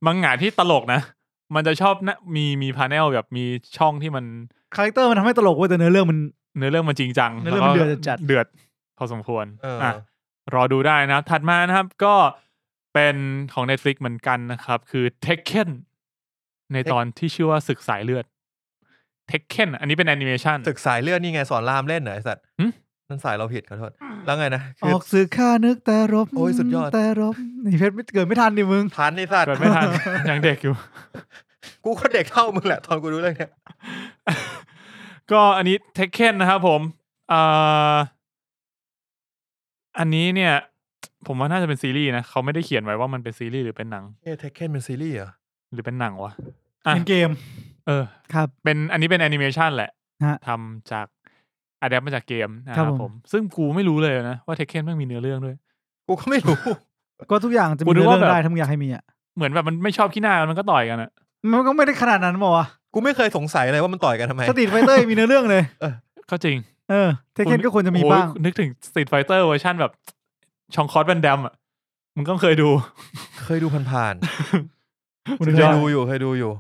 มังงะที่ตลกนะ มันจะชอบนะมีมีพาเนลแบบมีช่องที่มัน คาแรคเตอร์มันทำให้ตลกเว้ยแต่เนื้อเรื่องมัน เนื้อเรื่องมันจริงจัง เนื้อเรื่องมัน แล้ว เดื ก็ อดจัด เดือดพอสมควร เอออ่ ะรอดูได้นะครับ ถัดมานะครับก็เป็นของ Netflix เหมือนกันนะครับ คือ Tekken ในตอนที่ชื่อว่าศึกสายเลือด Tekken อันนี้เป็นแอนิเมชัน ศึกสายเลือดนี่ไงสอนรามเล่นเหรอไอสัตว์ หึ นั่นสายเราผิดขอโทษแล้วไงนะ อ คือ อกสื่อค่านึกแต่รบ โอ้ยสุดยอด แต่รบนี่เพชรไม่เกิดไม่ทันดิมึง ทันไอสัตว์ เกิดไม่ทัน [LAUGHS] ยังเด็กอยู่ กูก็เด็กเท่ามึงแหละตอนกูดูเรื่องเนี้ย ก็อันนี้ Tekken นะครับผมเอ่ออันนี้เนี่ย ผมว่าน่าจะเป็นซีรีส์นะเขาไม่ได้เขียนไว้ว่ามันเป็นซีรีส์หรือเป็นหนัง เทคเคนเป็นซีรีส์เหรอ หรือเป็นหนังวะ อ่ะ เป็นเกม เออ ครับ เป็นอันนี้เป็นแอนิเมชันแหละ ฮะ ทำจากอะแดปมาจากเกมนะค ครั รั บบ ผม ผม ซึ่งกูไม่รู้เลยนะว่า Tekken มันมีเนื้อเรื่องด้วย กูก็ไม่รู้ [LAUGHS] ก็ทุกอย่างจะ กู มี นึก เนื้อ ว่า เรื่แบองบ ได้ทั้งอย่างให้มีอ่ะ เหมือนแบบมันไม่ชอบขี้หน้ากันมันก็ต่อยกันอะ มันก็ไม่ได้ขนาดนั้นหมอวะ กูไม่เคยสงสัยเลยว่ามันต่อยกันทำไม สตรีทไฟเตอร์มีเนื้อเรื่องเลย ก็จริง เออเทคเคนก็ควรจะมี โอ้ย บ้าง นึกถึง Street Fighter เวอร์ชันแบบชองคอสแบนแดมอะมึงก็เคยดู [LAUGHS] เคยดูผ่าน คุณ ๆ ย เค อย ด ดูอยู่เคยดูอยู่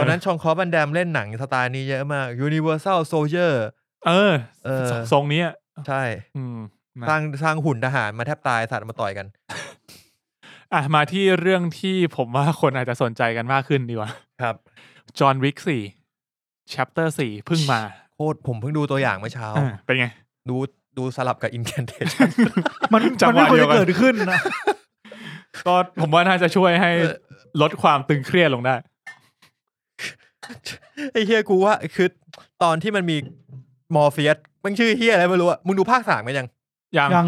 ตอนนั้นชองคอบันแดมเล่นหนังสไตล์นี้เยอะมาก Universal Soldier เออ เออ ทรงนี้อะ ใช่ อืมนะ สร้างสร้างหุ่นทหารมาแทบตายสัตว์มาต่อยกัน อ่ะมาที่เรื่องที่ผมว่าคนอาจจะสนใจกันมากขึ้นดีกว่า ครับ จอห์นวิกสี่ chapter สี่เพิ่งมา โคตรผมเพิ่งดูตัวอย่างเมื่อเช้า อ่ะเป็นไง ดูดูสลับกับ Incantation [LAUGHS] มัน จัง มัน หวะไม่ควร เดียวจะกัน เกิดขึ้นนะ ก็ผมว่าน่าจะช่วยให้ลดความตึงเครียดลงได้ ไอ้เฮียกูว่าคือตอนที่มันมีมอร์เฟียสมันชื่อเฮียอะไรไม่รู้อะมึงดูภาคสามกันยัง [LAUGHS] อย่าง ยัง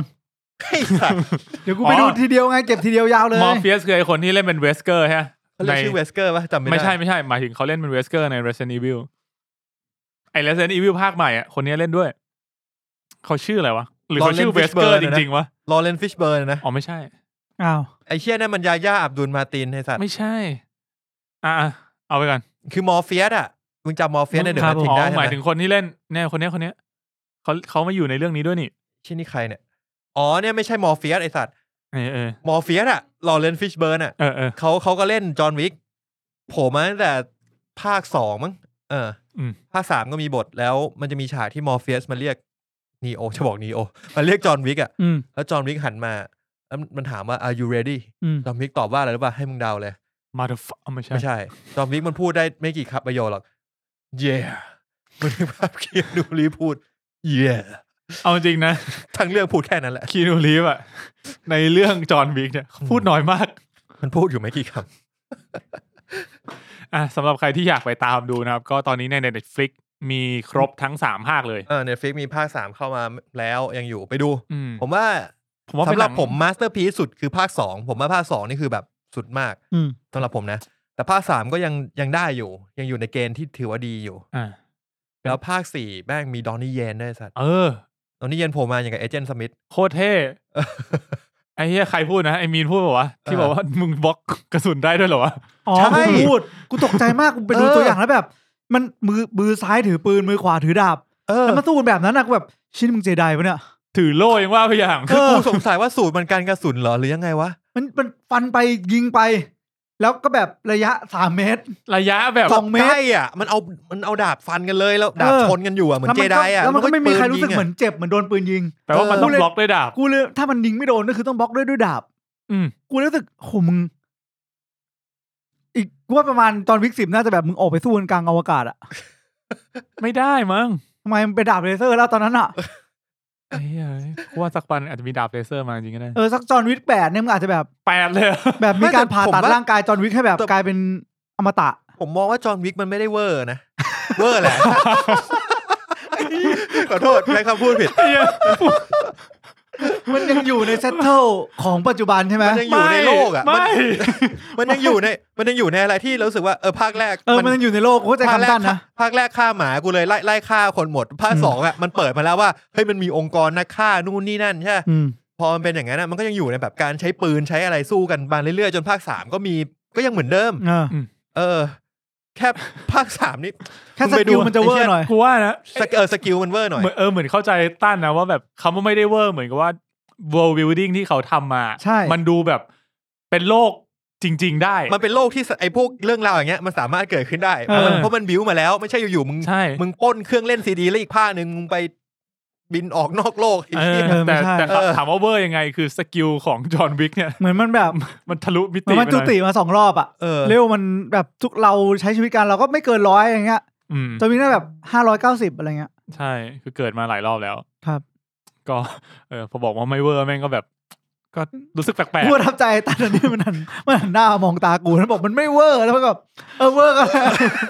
ไอ้สัต [LAUGHS] ว์ เดี๋ยวกู อ๋อ ไปดูทีเดียวไงเก็บทีเดียวยาวเลย มอร์เฟียสคือไอคนที่เล่นเป็นเวสเกอร์ฮะ เขาเรียกชื่อเวสเกอร์ปะจำไม่ได้ ไม่ใช่ไม่ใช่ หมายถึงเขาเล่นเป็นเวสเกอร์ใน Resident Evil ไอ Resident Evil ภาคใหม่อ่ะคนนี้เล่นด้วย เขาชื่ออะไรวะ หรือเขาชื่อเวสเกอร์จริง ๆ วะ ลอเรนฟิชเบิร์นนะ อ๋อไม่ใช่ อ้าว ไอ้เฮียนั่นมันยาย่าอับดุลมาตินไอ้สัตว์ ไม่ใช่ อ่ะอ่ะเอาไปก่อน คือมอร์เฟียสอะมึงจำมอร์เฟียสในเดอะ ค แม รับ ทริกได้ อ๋อ ใช่ ห ไห มาย ม ถึงคนที่เล่นเนี่ยคนเนี้ยคนเนี้ยเขาเขามาอยู่ในเรื่องนี้ด้วยนี่ ชื่อนี่ใครเนี่ยอ๋อเนี่ยไม่ใช่มอร์เฟียสไอ้สัตว์ เออเออ มอร์เฟียสอะลอเรนฟิชเบิร์นอะ เออเออ เขาเขาก็เล่นจอห์นวิกโผล่มาตั้งแต่ภาคสองมั้งเออ อืม ภาคสามก็มีบทแล้วมันจะมีฉากที่มอร์เฟียสมาเรียกนีโอจะบอกนีโอมาเรียกจอห์นวิกอะ อืม แล้วจอห์นวิกหันมาแล้วมันถามว่า are you ready อืม จอห์นวิกตอบว่าอะไรรู้ป่ะ ให้มึงเดาเลย มาเดฟไม่ใช่ ไม่ใช่ จอห์นวิกมันพูดได้ไม่กี่คำประโยคหรอก yeah มันเป็นภาพเคียนูรีฟพูด yeah เอาจริงนะ [LAUGHS] ทั้งเรื่องพูดแค่นั้นแหละ คีนูรีฟอะในเรื่องจอห์นวิกเนี่ยพูดน้อยมาก มันพูดอยู่ไม่กี่ค อ่ะสำหรับใครที่อยากไปตามดูนะครับ ก็ตอนนี้ใน Netflix มีครบทั้งสามภาคเลย ำเออเน็ตฟิกมีภาคสามเข้ามาแล้วยังอยู่ไปดู อืม ผมว่า ผมว่าเป็ สำ น ห ห รับ นัง ผมมาสเตอร์พีสุดคือภาคสองผมว่าภาคสองนี่คือแบบสุดมาก อืม สำหรับผมนะ แต่ภาคสามก็ยังยังได้อยู่ ยังอยู่ในเกณฑ์ที่ถือว่าดีอยู่ อ่ะ แล้วภาคสี่แม่งมีดอนนี่เยนด้วยสัตว์ เออ ดอนนี่เยนโผล่มาอย่างกับเอเจนต์สมิธ โคตรเท่ไอ้เหี้ยใครพูดนะไอ้มีนพูดบอกว่าวะที่บอกว่ามึงบล็อกกระสุนได้ด้วยเหรอวะ อ๋อ ใช่ กูพูดกูตกใจมากกูไปดู เออ ตัวอย่างแล้วแบบ มันมือมือซ้ายถือปืนมือขวาถือดาบ เออ แล้วมันสู้กันแบบนั้นนะกูแบบชินมึงเจไดปะเนี่ย ถือโล่ยังว่าพยายาม คือ เออ กูสงสัยว่าสูตรมันการกระสุนเหรอหรือยังไงวะ มันมันฟันไปยิงไป แล้วก็แบบระยะสามเมตร ระยะแบบ สองเมตร ใช่อ่ะ มันเอา มันเอาดาบฟันกันเลยแล้วดาบ เออ ชนกันอยู่อ่ะเหมือน แล้ว เจ มัน ได ก็ อ่ะ แล้วมันก็ไม่มีใครรู้สึก ปืยิงะ เหมือนเจ็บเหมือนโดนปืนยิง แปลว่ามันต้อง เออ บล็อกด้วยดาบ กูเลยถ้ามันยิงไม่โดนก็คือต้องบล็อกด้วยด้วยดาบ อืม กูเลยรู้สึกโหมึง อีกกูว่าประมาณตอนวิกสิบน่าจะแบบมึงออกไปสู้กันกลางอวกาศอะ ไม่ได้มั้ง ทำไมมันไปนดาบเลเซอร์แล้วตอนนั้นอะ ไอ้เหี้ยกูว่าสักวันอาจจะมีดาบเลเซอร์มาจริงก็ได้ เออสักจอห์นวิกแปดเนี่ยมึงอาจจะแบบ แปดเลย แบบมีการผ่าตัด ไม่แต่ผมว่ ร่างกายจอห์นวิกให้แบบ แต่ กลายเป็นอมตะ ผมมองว่าจอห์นวิกมันไม่ได้เวอร์นะ เวอร์แหละ [LAUGHS] ขอโทษใช้คำพูดผิด มันยังอยู่ในเซตเทิล [LAUGHS] ของปัจจุบันใช่ไหม มันยังอยู่ในโลกอ่ะ ไม่ มัน [LAUGHS] มันยังอยู่ใน มันยังอยู่ในอะไรที่เรารู้สึกว่าเออภาคแรก เออมันยังอยู่ในโลกกูเข้าใจ ภาคแร คำ ก ตั้นนะ ภาคแรกฆ่าหมากูเลยไล่ไล่ฆ่าคนหมด ภาคสองอ่ะมันเปิดมาแล้วว่าเฮ้ยมันมีองค์กรนักฆ่านู่นนี่นั่นใช่ปะ อืม พอมันเป็นอย่างนั้นอะมันก็ยังอยู่ในแบบการใช้ปืนใช้อะไรสู้กันมาเรื่อยๆ จนภาคสามก็มี ก็ยังเหมือนเดิม เออ เออ แค่ภาคสามนี่ แค่ มึ ส งไปดู กิลมันจะเวอร์หน่อย กูว่านะ สเกเออสกิลมันเวอร์หน่อย เหมือนเออเหมือนเข้าใจตั้นนะว่าแบบคำว่าไม่ได้เวอร์เหมือนกับว่า world building ที่เขาทำมา ใช่ มันดูแบบเป็นโลกจริง ๆ ได้ มันเป็นโลกที่สไอ้พวกเรื่องราวอย่างเงี้ยมันสามารถเกิดขึ้นได้ เออ มันเพราะมันบิวมาแล้วไม่ใช่อยู่ๆมึง ใช่ มึงปล้นเครื่องเล่นซีดีแล้วอีกภาคหนึ่งมึงไปบินออกนอกโลกไอ้ เออ เหี้ย เออไม่ แต่ ใช่ แต่ เออ ถามว่าเวอร์ยังไงคือสกิลของจอห์นวิกเนี่ย [LAUGHS] เหมือนมันแบบ มันทะลุมิ เหมือ ติ นมัน ไป จุ หน่อย ติมาสองรอบอะ เออ เร็วมันแบบทุกเราใช้ชีวิตกันเราก็ไม่เกินร้อยอย่างเงี้ย อืม จนมีได้แบบห้าร้อยเก้าสิบอะไรเงี้ย ใช่คือเกิดมาหลายรอบแล้ว ครับ ก็ เออพอบอกว่าไม่เวอร์แม่งก็แบบ ก็รู้สึกแปลก พูดทับใจตอน [LAUGHS] นี้มันหันมันหันหน้ามองตากูแล้วบอกมันไม่เวอร์แล้วมันก็แบบเออเวอร์ก็ [LAUGHS] แล้ว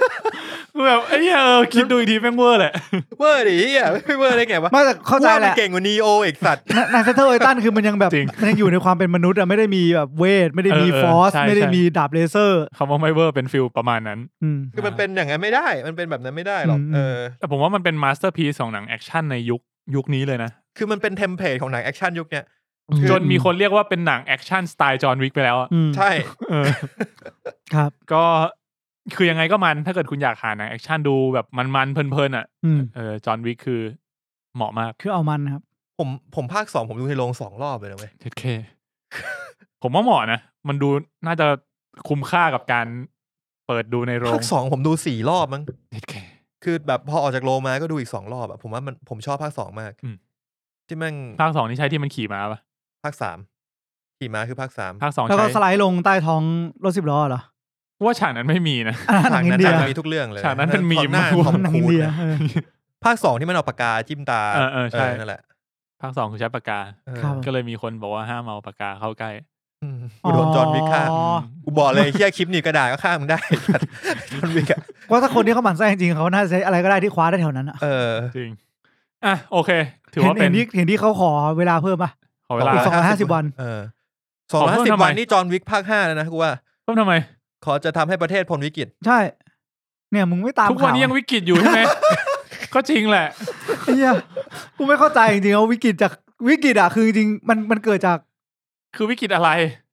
ๆแบบไอ้เหี้ยเออคิดดูอีกทีแม่งเวอร์แหละ เวอร์ดิเหี้ยไม่เวอร์ได้ไงวะ ไม่แต่เข้าใจแห ว่มั ละ นเก่งกว่านีโออีกสัตว์ ในในเซนเตอร์ไอตันคือมันยังแบบ จริง มันยังอยู่ในความเป็นมนุษย์อะไม่ได้มีแบบเวท ไม่ได้มี เออเออ ฟอส ใช่ ไม่ได้ ใช่ มีดาบเลเซอร์ คำว่าไม่เวอร์เป็นฟิลประมาณนั้น อืม คือมันเป็นอย่างนั้นไม่ได้ มันเป็นแบบนั้นไม่ได้หรอก อืม เออ แต่ผมว่ามันเป็นมาสเตอร์พี e ของหนังแอคชั่นในยุคยุคนี้เลยนะ คือมันเป็นเทมเพลตของหนังแอคชั่นยุคเนี้ย จนมีคนเรียกว่าเป็นหนังแอคชั่นสไตล์จอห์นวิกไปแล้วอะ อืม ใช่ เออ ครับ ก็คือยังไงก็มันถ้าเกิดคุณอยากหาหนังแอคชั่นดูแบบมันๆเพลินๆอ่ะ อืม เออจอห์นวิกคือเหมาะมาก คือเอามันครับ ผมผมภาคสองผมดูในโรงสองรอบเลยนะเว้ย เจ็ดเค [LAUGHS] ผมว่าเหมาะนะ มันดูน่าจะคุ้มค่ากับการเปิดดูในโรง ภาคสองผมดูสี่รอบมั้ง เจ็ดเค คือแบบพอออกจากโรงมาก็ดูอีกสองรอบอะผมว่ามันผมชอบภาคสองมาก อืม ที่แม่ง ภาคสองนี่ใช้ที่มันขี่ม้าปะ ภาคสามขี่ม้าคือภาคสาม ภาคสอง แล้วก็ ใช้ สไลด์ลงใต้ท้องรถสิบล้อเหรอ ว่าฉากนั้นไม่มีนะ อันนั้นหนังอินเดีย ฉากมีทุกเรื่องเลย ฉากนั้นเป็นมีม หน้า โอ้โ ทอม หนัง ครู อิน ซ เดีย นะ เออ ภาคสองที่มันเอาปากกาจิ้มตา เออเออใช่ นั่นแหละ ภาคสองคือใช้ปากกา เออ ครับ ก็เลยมีคนบอกว่าห้ามเอาปากกาเข้าใกล้ อืมกูโดนจอห์นวิกฆ่า อ๋อ กูบอกเลยเฮียคลิปหนี้กระดาษก็ฆ่ามึงได้ [LAUGHS] จอห์นวิกอะ เพราะถ้าคนที่เขาหมั่นไส้จริงๆเขาน่าจะใช้อะไรก็ได้ที่คว้าได้แถวนั้นอะ เออ จริง อ่ะโอเค ถือ เห็น ว่าเป็นเห็นที่เห็นที่เขาขอเวลาเพิ่มปะ ขอเวลา อีก 250วัน เออ ข สอง อ ร้อย เพิ่ ห้าม สิ ทำ บ ไม วันนี่จอห์นวิกภาคห้าแล้วนะกูว่า เพิ่มทำไม ขอจะทำให้ประเทศพ้นวิกฤต ใช่ เนี่ยมึงไม่ตาม ทุกวันนี้ยัง ข่า วิกฤตอยู่ใช่ไหม [LAUGHS] ก็จริงแหละ ไอ้เหี้ยกูไม่เข้าใจจริงๆว่าวิกฤตจากวิกฤตอะคือจริงๆมันมันเกิดจาก คือวิกฤตอะไร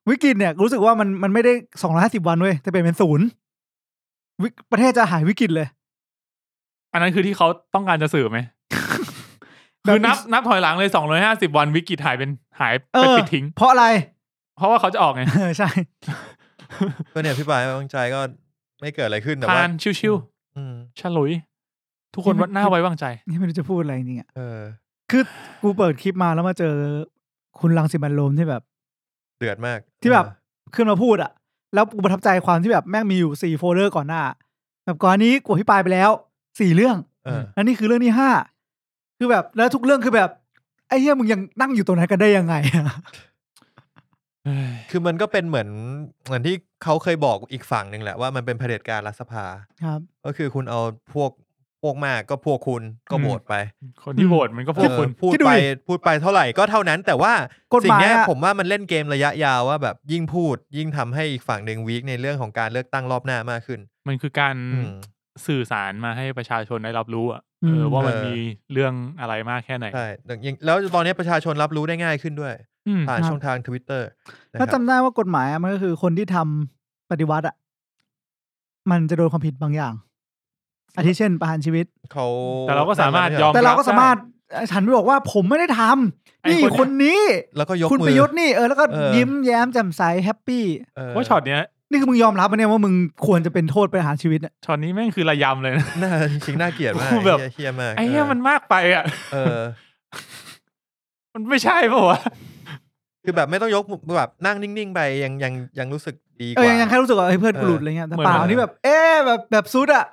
วิกฤตเนี่ยรู้สึกว่ามันมันไม่ได้สองร้อยห้าสิบวันเว้ยแต่เป็นเป็นศูนย์วิกประเทศจะหายวิกฤตเลย อันนั้นคือที่เขาต้องการจะสื่อไหม คือนับนับถอยหลังเลยสองร้อยห้าสิบวันวิกฤตหายเป็นหาย เอ เป็น อ ปิดทิ้ง เพราะ [LAUGHS] อะไร เพราะว่าเขาจะออกไง เออใช่ ก็เนี่ยพี่บายไม่วางใจก็ไม่เกิดอะไรขึ้นแต่ ผ่า ว่าน ชิว อืม ๆฉลุย ทุกคน นี่มั ว่าน หน้าไว้วางใจ นี่ไม่รู้จะพูดอะไรจริงๆอะ เออ คือกูเปิดคลิปมาแล้วมาเจอคุณรังสิมันโรมที่แบบ เดือดมาก ที่แบบ เออ ขึ้นมาพูดอะแล้วกูประทับใจความที่แบบแม่งมีอยู่สี่โฟลเดอร์ก่อนหน้า แบบก่อนนี้กูอภิปรายไปแล้วสี่เรื่อง เออ แล้วนี่คือเรื่องที่ห้าคือแบบแล้วทุกเรื่องคือแบบไอ้เหี้ยมึงยังนั่งอยู่ตรงนั้นกันได้ยังไงอะ คือมันก็เป็นเหมือนเหมือนที่เขาเคยบอกอีกฝั่งหนึ่งแหละว่ามันเป็นเผด็จการรัฐสภา ครับ ก็คือคุณเอาพวกพวกมากก็พวกคุณก็ อืม โหวตไป คนที่โหวตมันก็พวก เออ คุณ พูด คิดดู ไป ดิ พูดไปเท่าไหร่ก็เท่านั้น แต่ว่าก ฎหมาย สิ่งเนี้ย อะ ผมว่ามันเล่นเกมระยะยาวว่าแบบยิ่งพูด ยิ่งทำให้อีกฝั่งหนึ่งวีคในเรื่องของการเลือกตั้งรอบหน้ามากขึ้น มันคือการ อืม สื่อสารมาให้ประชาชนได้รับรู้อะ อื เอ ม อว่ามัน เออ มีเรื่องอะไรมากแค่ไหน ใช่แล้วยิ่งแล้วตอนเนี้ยประชาชนรับรู้ได้ง่ายขึ้นด้วย อืม ผ่าน ครับ ช่องทางทวิตเตอร์ ถ้าจำได้ว่ากฎหมายอะมันก็คือคนที่ทำปฏิวัติอะมันจะโดนความผิดบางอย่าง อาทิเช่นประหารชีวิต เขา แต่เราก็สามารถยอม แต่เรา บ ก็สามารถ ได้ ฉันไปบอกว่าผมไม่ได้ทำ ไอ้ นี่ คนเนี่ย คนนี้ แล้วก็ยก คุณ มือ ประยุทธ์นี่เออแล้วก็ เออ ยิ้มแย้มแจ่มใสแฮปปี้ เออ ว่าช็อตเนี้ย นี่คือมึงยอมรับปะเนี่ยว่ามึงควรจะเป็นโทษประหารชีวิตเนี่ย ช็อตนี้แม่งคือระยำเลยนะ น่า [LAUGHS] จริงๆน่าเกลียดมาก กูแบบ เหี้ยเฮียมาก ไอ้เนี้ย เออ มันมากไปอ่ะ [LAUGHS] เออ มันไม่ใช่ป่าวะ คือแบบไม่ต้องยกมือแบบนั่งนิ่งๆไปยังยังยังรู้สึกดีก เออ ว่า ยังยังแค่รู้สึกว่าเฮ้ยเพื่อนกูหลุดอะไรเงี้ยแต่เปล่า เหมือน นี่แบบ เอ๊ะแบบแบบซุดอะ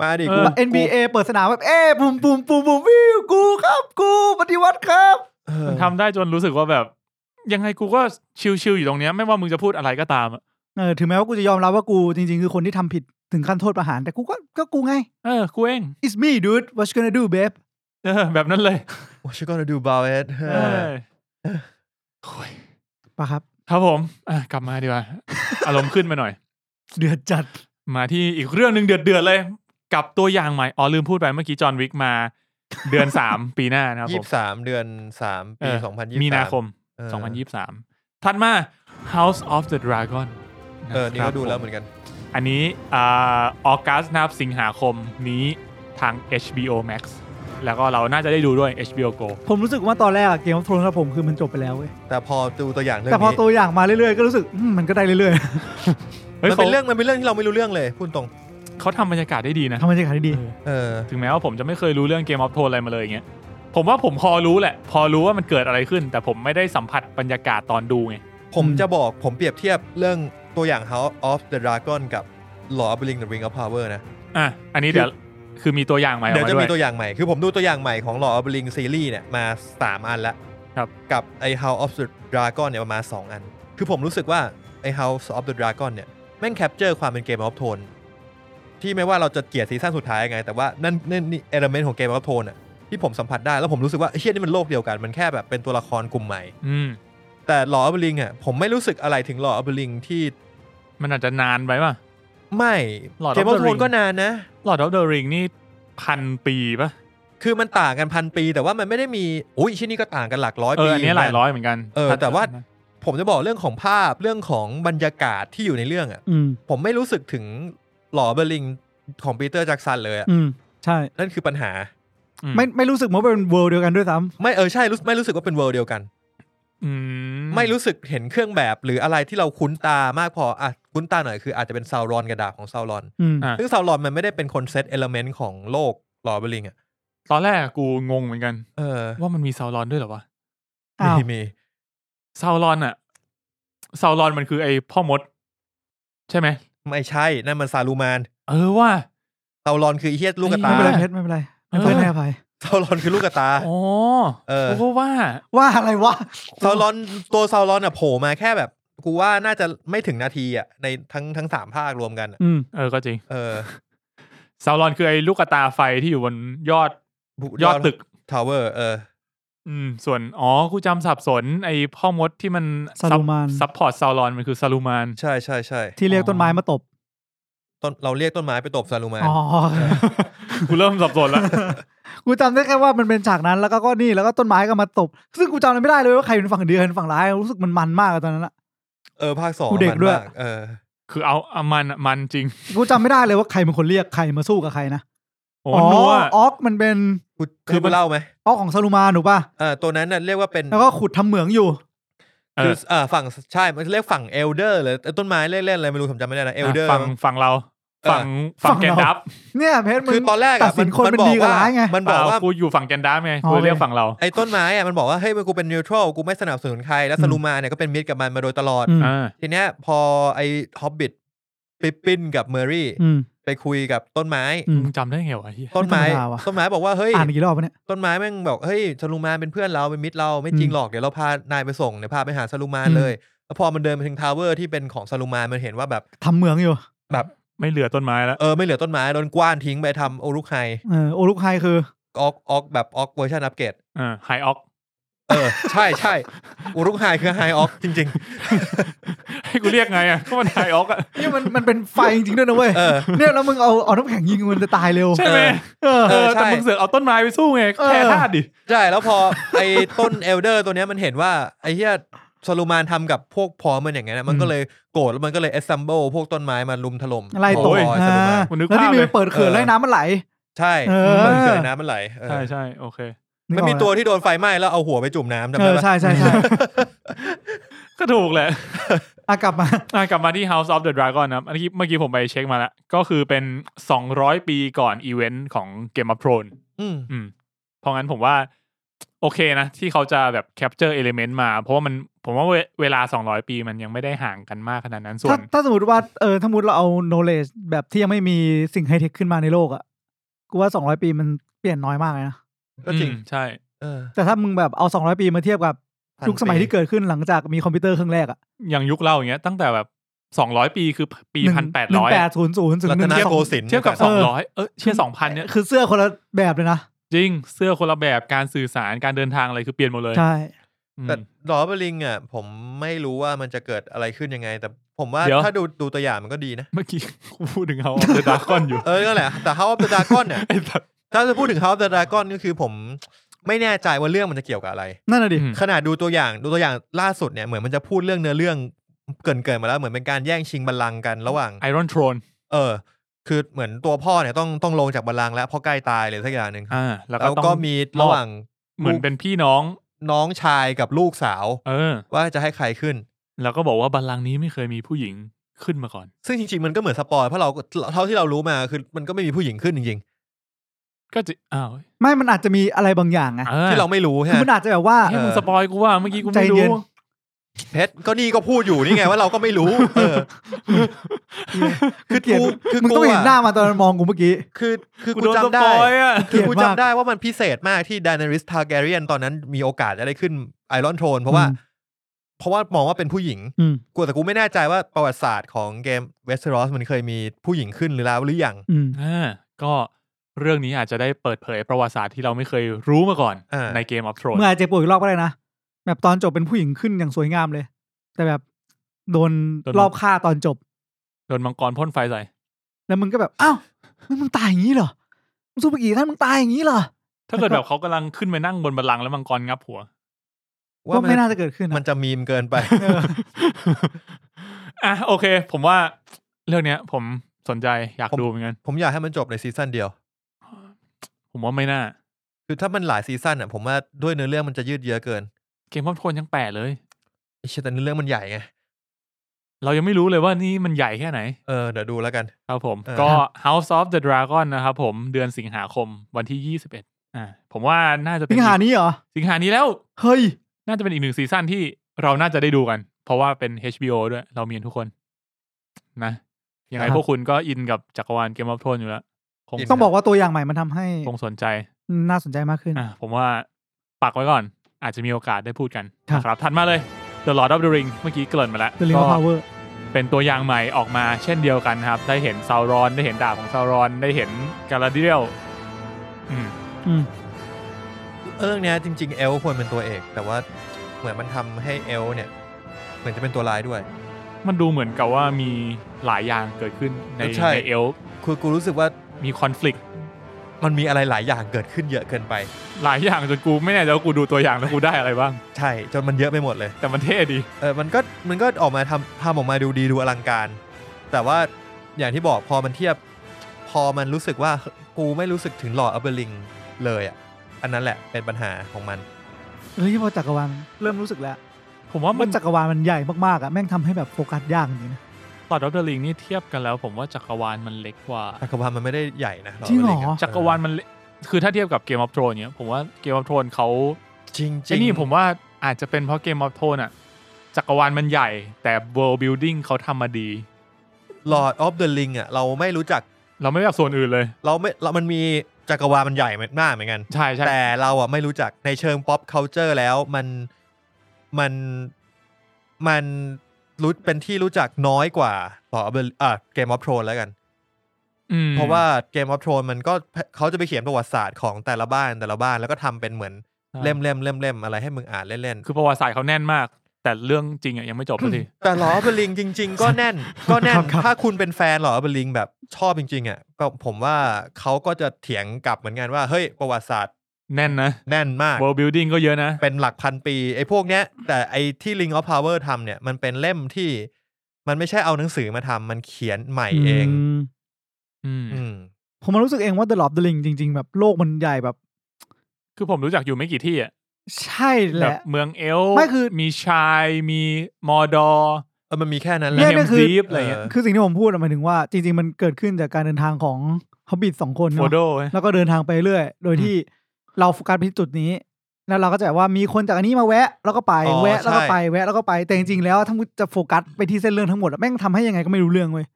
มาดิ แบบ NBA เปิดสนามแบบเอ๊ะปุ่มปุ่มปุ่มปุ่มวิวกูครับกูปฏิวัติครับ เออ มันทำได้จนรู้สึกว่าแบบ ยังไงกูก็ชิวๆอยู่ตรงเนี้ยไม่ว่ามึงจะพูดอะไรก็ตามอะ เออถึงแม้ว่ากูจะยอมรับว่ากูจริง ๆ คือคนที่ทำผิดถึงขั้นโทษประหาร แต่กูก็ก็กูไง เออกูเอง it's me dude what you gonna do babe เออแบบนั้นเลย What you gonna do about it เออโอ้ย ปะครับ ครับผมอ่ะกลับมาดีกว่า อารมณ์ขึ้น [LAUGHS] มาหน่อย เดือดจัด มาที่อีกเรื่องหนึ่งเดือดเดือดๆเลย กับตัวอย่างใหม่อ๋อลืมพูดไปเมื่อกี้จอห์นวิกมา เดือนสาม [LAUGHS] ปีหน้านะครับ ยี่ ผม สิบสามเดือนสาม เอ ปี อ สองพันยี่สิบ มีนาคม เออ สองพันยี่สิบสามถัดมา House of the Dragon เออนี่ ครั ก็ บ ดูแล้ว ผ เหมือนกัน อันนี้อ่าออกัสนะครับสิงหาคมนี้ทาง HBO Max แล้วก็เราน่าจะได้ดูด้วย HBO Go ผมรู้สึกว่าตอนแรกเกมโทรนครับผมคือมันจบไปแล้วเว้ย แต่พอดูตัวอย่างเรื่อง แต่พอ นี้ ตัวอย่างมาเรื่อยๆก็รู้สึกอืมมันก็ได้เรื่อย เฮ้ย มัน เขา เป็นเรื่องมันเป็นเรื่องที่เราไม่รู้เรื่องเลยพูดตรง เขาทำบรรยากาศได้ดีนะ ๆทำ [LAUGHS] มันจะขายได้ดี เออ ถึงแม้ว่าผมจะไม่เคยรู้เรื่องเกมออฟโทนอะไรมาเลยอย่างเงี้ยผมว่าผมพอรู้แหละ พอรู้ว่ามันเกิดอะไรขึ้น แต่ผมไม่ได้สัมผัสบรรยากาศตอนดูไง ผม อืม จะบอกผมเปรียบเทียบเรื่องตัวอย่าง House of the Dragon กับ Lord of the Ring the Ring of Power นะ อ่ะ อันนี้เดี๋ยว คือมีตัวอย่างใหม่ออ เดี๋ย ก ว มา จะ ด้ว มี ย ตัวอย่างใหม่ คือผมดูตัวอย่างใหม่ของ Lord of the Ring ซีรีส์เนี่ยมา 3 อันแล้ว ครับ กับไอ้ House of the Dragon เนี่ยประมาณ 2 อัน คือผมรู้สึกว่าไอ้ House of the Dragon เนี่ยแม่งแคปเจอร์ความเป็นเกมออฟโทนที่ไม่ว่าเราจะเกลียดซีซั่นสุดท้ายยังไง แต่ว่านั่นนั่นนี่เอลเมนต์ของเกมออฟโทนอะที่ผมสัมผัสได้แล้วผมรู้สึกว่าไอ้เชี่ยนี่มันโลกเดียวกันมันแค่แบบเป็นตัวละครกลุ่มใหม่ อืม แต่หลออับลิงอ่ะผมไม่รู้สึกอะไรถึงหลออับลิงที่ มันอาจจะนานไปป่ะ ไม่ Lord of เกมออฟ the โทน Ring ก็นานนะ หลอดออฟเดอะริงนี่พันปีป่ะ คือมันต่างกันพันปี แต่ว่ามันไม่ได้มีอุ้ยชิ้นนี้ก็ต่างกันหลักร้อย เอ ปี อ อันนี้หลายร้อยเหมือนกัน เออแต่ว่า นะ ผมจะบอกเรื่องของภาพเรื่องของบรรยากาศที่อยู่ในเรื่องอ่ะ อืม ผมไม่รู้สึกถึงหลอเบอร์ลิงของปีเตอร์แจ็กสันเลยอะ อืมใช่ นั่นคือปัญหา อื ไม่ไม่รู้สึกเหมันเป็นเวิลด์เดียวกันด้วยซ้ ไม่เออใช่รู้สึกไม่รู้สึกว่าเป็นเวิร์เดียวกัน อืม ไม่รู้สึกเห็นเครื่องแบบหรืออะไรที่เราคุ้นตามากพออ่ะคุ้นตาหน่อยคืออาจจะเป็นซาวรอนกระดาษของซาวรอน ำอืม อ่ะ ซึ่งซาวรอนมันไม่ได้เป็นคนเซตเอลเมนต์ของโลกหลอเบอร์ลิงอ่ะ ตอนแรกกูงงเหมือนกัน เออ [LAUGHS] ว่ามันมีซาวรอนด้วยเหรอวะ อ้าว มีมี ซาวรอนอะซาวรอนมันคือไอ้พ่อมด ใช่ไหม ไม่ใช่นั่นมันซาลูมาน เออว่า ซาวรอนคือไอ้เฮียลูกกระ ไม่ ตา เป็นไรเพชรไม่เป็นไรไม่เป็นไรให้อภัย ซาวรอนคือลูกกระตา อ๋อ เออ กูก็ว่า ว่าอะไรวะ ซาวรอนตัวซาวรอนอ่ะโผล่มาแค่แบบ กูว่าน่าจะไม่ถึงนาทีอ่ะในทั้งทั้งสามภาครวมกันอะ อืม เออ ก็จริง เออ ซาวรอนคือไอ้ลูกกระตาไฟที่อยู่บนยอด ยอดตึก ทาวเวอร์เออ อืม ส่วน อ๋อ กูจำสับสน ไอ้พ่อมดที่มัน ซาลูมาน ซัพพอร์ตซาวรอนมันคือซาลูมาน ใช่ใช่ใช่ ที่เรียกต้นไม้มาตบ ต้นเราเรียกต้นไม้ไปตบซาลูมาน อ๋อ กูเริ่มสับสน [LAUGHS] แล้ว กูจำได้แค่ว่ามันเป็นฉากนั้นแล้วก็ก็นี่แล้วก็ต้นไม้ก็มาตบ ซึ่งกูจำอะไรไม่ได้เลยว่าใครเป็นฝั่งดีใครเป็นฝั่งร้ายรู้สึกมันมันมากอะตอนนั้นอะ เออภาคสอง กูเด็ก มัน ด้วย มากเออ คือเอาเอามันอะมันจริง กูจำไม่ได้เลยว่าใครเป็นคนเรียกใครมาสู้กับใครนะ โอ้ อ๋อ นัว ออกมันเป็น กูคือเล่าไหม ออกของซาลูมานถูกป่ะ เออตัวนั้นน่ะเรียกว่าเป็น แล้วก็ขุดทำเหมืองอยู่ เอ คือ อเออฝั่งใช่มันเรียกฝั่งเอลเดอร์เลยต้นไม้เล่นๆอะไรไม่รู้ผมจำไม่ได้นะเอลเดอร์ ฝั่งฝั่งเรา เออ ฝั่ง ฝั่ ฝั่ง ง แกน เรา ดับ เนี่ยเพชรมึง คือตอนแรก ตัด อ่ะ สินคนเป็นดีกับร้ายไง มัน เป บอก ล่า ว่า กูอยู่ฝั่งแกนดับไง อ๋อ กูเรียกฝั่งเรา ไอ้ต้นไม้อ่ะมันบอกว่าเฮ้ยมันกูเป็นนิวทรัลกูไม่สนับสนุนใคร แล้ว อืม สลูมาเนี่ยก็เป็นมิตรกับมันมาโดยตลอด อืม อ่า ทีเนี้ยพอไอ้ฮอบบิทปิปปินกับเมอรี่ อืม ไปคุยกับต้นไม้ อืม มึงจำได้ไงวะเฮีย ต้นไม้ ไม่ธรรมดาว่ะ ต้นไม้บอกว่าเฮ้ย อ่านกี่รอบวะเนี่ย ต้นไม้แม่งบอกเฮ้ยสลูมานเป็นเพื่อนเราเป็นมิตรเราไม่จริง อืม หรอกเดี๋ยวเราพานายไปส่งเดี๋ยวพาไปหาสลูมาน อืม เลยแล้วพอมันเดินไปถึงทาวเวอร์ที่เป็นของสลูมานมันเห็นว่าแบบ ทำเหมืองอยู่ ไม่เหลือต้นไม้แล้ว เออไม่เหลือต้นไม้โดนกว้านทิ้งไปทำโอรุคไฮ เออโอลุกไฮคือ ออกออกแบบออกเวอร์ชันอัปเกรด เออไฮออก เออใช่ใช่โอรุคไฮคือไฮออกจริง ๆ ให้กูเรียกไงอ่ะ [LAUGHS] ก็มันไฮออกอ่ะ เนี่ยมันมันเป็นไฟจริงๆด้วยนะเว้ย เออ เนี่ยแล้วมึงเอาเอาน้ำแข็งยิงมันจะตายเร็ว ใช่ไหม เออ เอ เอ อ อ แต่ ใช่ มึงเสือกเอาต้นไม้ไปสู้ไง เออ แพ้ธาตุดิ ใช่แล้วพอ ไอ้ต้นเอลเดอร์ตัวเนี้ยมันเห็นว่า ไอ้เหี้ยสลูมานทำกับพวกพอมันอย่างเงี้ยนะมันก็เลยโกรธแล้วมันก็เลย assemble พวกต้นไม้มาลุมถล่ม ไล่ต พอบอส่าลูมาน กูนึก แล้วที่ ภาพ มี เลย ไปเปิดเขื่อน เออ ไล่น้ำมันไหล ใช่ เออ มันเกิดน้ำมันไหลเออ ใช่ใช่โอเค มันมีตัวที่โดนไฟไหม้แล้วเอาหัวไปจุ่มน้ำจำ เอ ได้ อ ปะ ใช่ใช่ใช่ ก็ถูกแหละ อ่ะกลับมา อ่ะกลับมาที่ House of the Dragon นะครับอันนี้เมื่อกี้ผมไปเช็คมาแล้ว ก็คือเป็น 200 ปีก่อนอีเวนต์ของ Game of Thrones อืม อืมเพราะงั้นผมว่า โอเคนะ ที่เขาจะแบบแคปเจอร์เอลิเมนต์มา เพราะว่ามันผมว่าเวเวลา 200 ปีมันยังไม่ได้ห่างกันมากขนาดนั้นส่ว ถ้าน ถ้าสมมติว่าเออถ้าสมมติเราเอา knowledge แบบที่ยังไม่มีสิ่งไฮเทคขึ้นมาในโลกอะกูว่า 200 ปีมันเปลี่ยนน้อยมากเลยนะ ก็จริง อืมใช่ เออ แต่ถ้ามึงแบบเอา 200 ปีมาเทียบกับยุคสมัยที่เกิดขึ้นหลังจากมีคอมพิวเตอร์เครื่องแรกอะ อย่างยุคเราอย่างเงี้ย ตั้งแต่แบบ 200 ปีคือปี แปด 1800 ศูนย์ศูนย์ถึง รั ห ต นึ่ง น สอ โก ง สินทร์ เทียบกับ เออ 200 เออเทียบ2,000เนี่ย คือเสื้อคนละแบบเลยนะ จริงเสื้อคนละแบบการสื่อสารการเดินทางอะไรคือเปลี่ยนหมดเลย ใช่ อืม แต่ดอเบลิงอ่ะผมไม่รู้ว่ามันจะเกิดอะไรขึ้นยังไง แต่ผมว่า เดี๋ยว ถ้าดูดูตัวอย่างมันก็ดีนะ เมื่อกี้กูพูดถึง House of the Dragon [LAUGHS] อยู่ เออนั่นแหละแต่ House of the Dragon เนี่ย ไอ้สัส ถ้าจะพูดถึง House of the Dragon ก็คือผมไม่แน่ใจว่าเรื่องมันจะเกี่ยวกับอะไร นั่นน่ะดิ อืม ขนาดดูตัวอย่างดูตัวอย่างล่าสุดเนี่ยเหมือนมันจะพูดเรื่องเนื้อเรื่อง เกรินเกินมาแล้วเหมือนเป็นการแย่งชิงบัลลังก์กันระหว่าง ไอรอนโทรน เออ คือเหมือนตัวพ่อเนี่ยต้องต้องลงจากบัลลังก์แล้วเพราะใกล้ตายเลยสักอย่างหนึ่ง อ่าแล้ว แล้ว ต้อง ก็มีระหว่าง เหมือนเป็นพี่น้อง น้องชายกับลูกสาว เออ ว่าจะให้ใครขึ้น แล้วก็บอกว่าบัลลังก์นี้ไม่เคยมีผู้หญิงขึ้นมาก่อน ซึ่งจริงๆมันก็เหมือนสปอยเพราะเราเท่าที่เรารู้มาคือมันก็ไม่มีผู้หญิงขึ้นจริง ก็จะอ้าว ไม่มันอาจจะมีอะไรบางอย่างไง อ่ ๆ ที่เราไม่รู้ คื ฮะ อมันอาจจะแบบว่า เฮ้ยมึงสปอยกูว่าเมื่อกี้กูไม่ ใจเย็ รู้ น เพชรก็นี่ก็พูดอยู่นี่ไงว่าเราก็ไม่รู้ เออ คือ เกลียด กูคือ มึง กู ต้องเห็น อะ หน้ามาตอนมองกูเมื่อกี้ คือคือ กู กู โดน จำได้ สปอยอะ คือกู เกลียดมาก จำได้ว่ามันพิเศษมากที่ดานาริสทาแกเรียนตอนนั้นมีโอกาสจะได้ขึ้นไอรอนโทนเพราะว่า อืม เพราะว่ามองว่าเป็นผู้หญิง อืม กูแต่กูไม่แน่ใจว่าประวัติศาสตร์ของเกมเวสเทอรอสมันเคยมีผู้หญิงขึ้นหรือแล้วหรือยัง อืม อ่าก็เรื่องนี้อาจจะได้เปิดเผยประวัติศาสตร์ที่เราไม่เคยรู้มาก่อน อ่า ในเกมออฟทรอน เมื่ออาจจะป่วยอีกรอบก็ได้นะ แบบตอนจบเป็นผู้หญิงขึ้นอย่างสวยงามเลย แต่แบบโดนรอบฆ่าตอนจบ โดนมังกรพ่นไฟใส่ แล้วมึงก็แบบอ้าวแล้วมึงตายอย่างนี้เหรอมึงสู้ไปกี่ท่านมึงตายอย่างนี้เหรอ ถ้าเกิดแบบเขากำลังขึ้นไปนั่งบนบัลลังก์แล้วมังกรงับ [LAUGHS] หัว ว่าไม่น่าจะเกิดขึ้น มันจะมีมเกินไป อ่ะโอเค ผมว่าเรื่องเนี้ย ผมสนใจอยาก ผม ดูเหมือนกัน [LAUGHS] ผมอยากให้มันจบในซีซั่นเดียว ผมว่าไม่น่า คือถ้ามันหลายซีซั่นอ่ะผมว่าด้วยเนื้อเรื่องมันจะยืดเยื้อเกิน เกมพอบทวนยังแปดเลย ไอ้เชี่ยแต่เนื้อเรื่องมันใหญ่ไง เรายังไม่รู้เลยว่านี่มันใหญ่แค่ไหน เออเดี๋ยวดูแล้วกัน ครับผม เออ ก็ House of the Dragon นะครับผมเดือนสิงหาคมวันที่ 21อ่าผมว่าน่าจะเป็ สิ น งหานี้เหรอ สิงหานี้แล้ว เฮ้ย น่าจะเป็นอีกหนึ่งซีซั่นที่เราน่าจะได้ดูกัน เพราะว่าเป็น HBO ด้วย เรามีกันทุกคนนะยังไง ครับ พวกคุณก็อินกับจักรวาลเกมออฟทรอนอยู่แล้วคง อิน ต้องบอกว่าตัวอย่างใหม่มันทำให้ คงสนใจ น่าสนใจมากขึ้น อ่ะผมว่าปักไว้ก่อน อาจจะมีโอกาสได้พูดกัน ครับ นะครับถัดมาเลย The Lord of the Ring เมื่อกี้เกริ่นมาแล้ว The Ring of ก็ Power เป็นตัวอย่างใหม่ออกมาเช่นเดียวกันครับ ได้เห็นซาวรอนได้เห็นดาบของซาวรอนได้เห็นกาลาเดียลอืม อืม เรื่องเนี้ยจริง ๆ เอลควรเป็นตัวเอก แต่ว่าเหมือนมันทำให้เอลเนี่ย เหมือนจะเป็นตัวร้ายด้วย มันดูเหมือนกับว่ามีหลายอย่างเกิดขึ้นใน ใช่ ในเอลฟ์ คือกูรู้สึกว่า มีคอน FLICT มันมีอะไรหลายอย่างเกิดขึ้นเยอะเกินไป หลายอย่างจนกูไม่แน่ใจว่ากูดูตัวอย่างแล้วกูได้อะไรบ้าง ใช่จนมันเยอะไปหมดเลย แต่มันเท่ดี เออมันก็มันก็ออกมาทำทำออกมาดูดีดูอลังการ แต่ว่าอย่างที่บอกพอมันเทียบ พอมันรู้สึกว่ากูไม่รู้สึกถึงหลอดอัเบลิงเลยอ่ะอันนั้นแหละเป็นปัญหาของมัน เฮ้ยพอจักรวาลเริ่มรู้สึกแล้ว ผมว่ามั ว่าน จักรวาลมันใหญ่มากๆอ่ะแม่งทำให้แบบโฟกัสยากจริงๆนะ ตอดรับเดลิงนี่เทียบกันแล้ว ผมว่าจักรวาลมันเล็กกว่า จักรวาลมันไม่ได้ใหญ่นะ Lord จริงเหรอ Aberling อะ จักรวาลมันเล็กคือถ้าเทียบกับเกมออฟทรอนเนี่ยผมว่าเกมออฟทรอนเขา จริงจริ ไอ้ ง นี่ผมว่าอาจจะเป็นเพราะเกมออฟโทนอะจักรวาลมันใหญ่ แต่ world building เขาทำมาดี หลอดออฟเดอะลิงอ่ะเราไม่รู้จัก เราไม่แบบส่วนอื่นเลย เราไม่เรามันมีจักรวาลมันใหญ่มากเหมือนกัน ใช่ใช่ แต่เราอ่ะไม่รู้จักในเชิง pop culture แล้วมันมันมันรู้เป็นที่รู้จักน้อยกว่าต่ออ่าเกมออฟทรอนแล้วกัน อืม เพราะว่าเกมออฟทรอนมันก็เขาจะไปเขียนประวัติศาสตร์ของแต่ละบ้านแต่ละบ้านแล้วก็ทำเป็นเหมือนเล่มเล่มเล่มเล่มอะไรให้มึงอ่านเล่น คือประวัติศาสตร์เขาแน่นมาก แต่เรื่องจริงอะยังไม่จบเลย ๆแต่ [LAUGHS] หลอเบลิงจริง ๆ ก็แน่น ก็แน่น ครับครับ ถ้าคุณเป็นแฟนหลอเบลิงแบบชอบจริงๆอ่ะก็ผมว่าเขาก็จะเถียงกลับเหมือนกันว่าเฮ้ยประวัติศาสตร์ แน่นนะ แน่นมาก world building ก็เยอะนะ เป็นหลักพันปีไอ้พวกเนี้ย แต่ไอ้ที่ Ring of Power ทำเนี่ยมันเป็นเล่มที่มันไม่ใช่เอาหนังสือมาทำมันเขียนใหม่เอง ม อืม อืม ผมมารู้สึกเองว่า The Lord of the Ring จริง ๆ แบบโลกมันใหญ่แบบ คือผมรู้จักอยู่ไม่กี่ที่อะ ใช่แห แบบ ละ เมืองเอล ไม่คือ มีชายมีมอร์ดอร์ เออมันมีแค่นั้นแห เรี ละ ยกได้ Helm's คือ Deep อะไรเงี้ย คือสิ่งที่ผมพูดอะหมายถึงว่าจริง ๆ มันเกิดขึ้นจากการเดินทางของฮอบบิทสองคน โฟ เนาะ โด แล้วก็เดินทางไปเรื่อย โดยที่เราโฟกัสไปที่จุดนี้ แล้วเราก็จะแบบว่ามีคนจากอันนี้มาแวะ แล้วก็ไป อ๋อ แวะ แล้วก็ ใช่ ไป แวะ แล้วก็ไป แต่จริงๆ แล้วถ้ามึงจะโฟกัสไปที่เส้นเรื่องทั้งหมดอะแม่งทำให้ยังไงก็ไม่รู้เรื่องเว้ย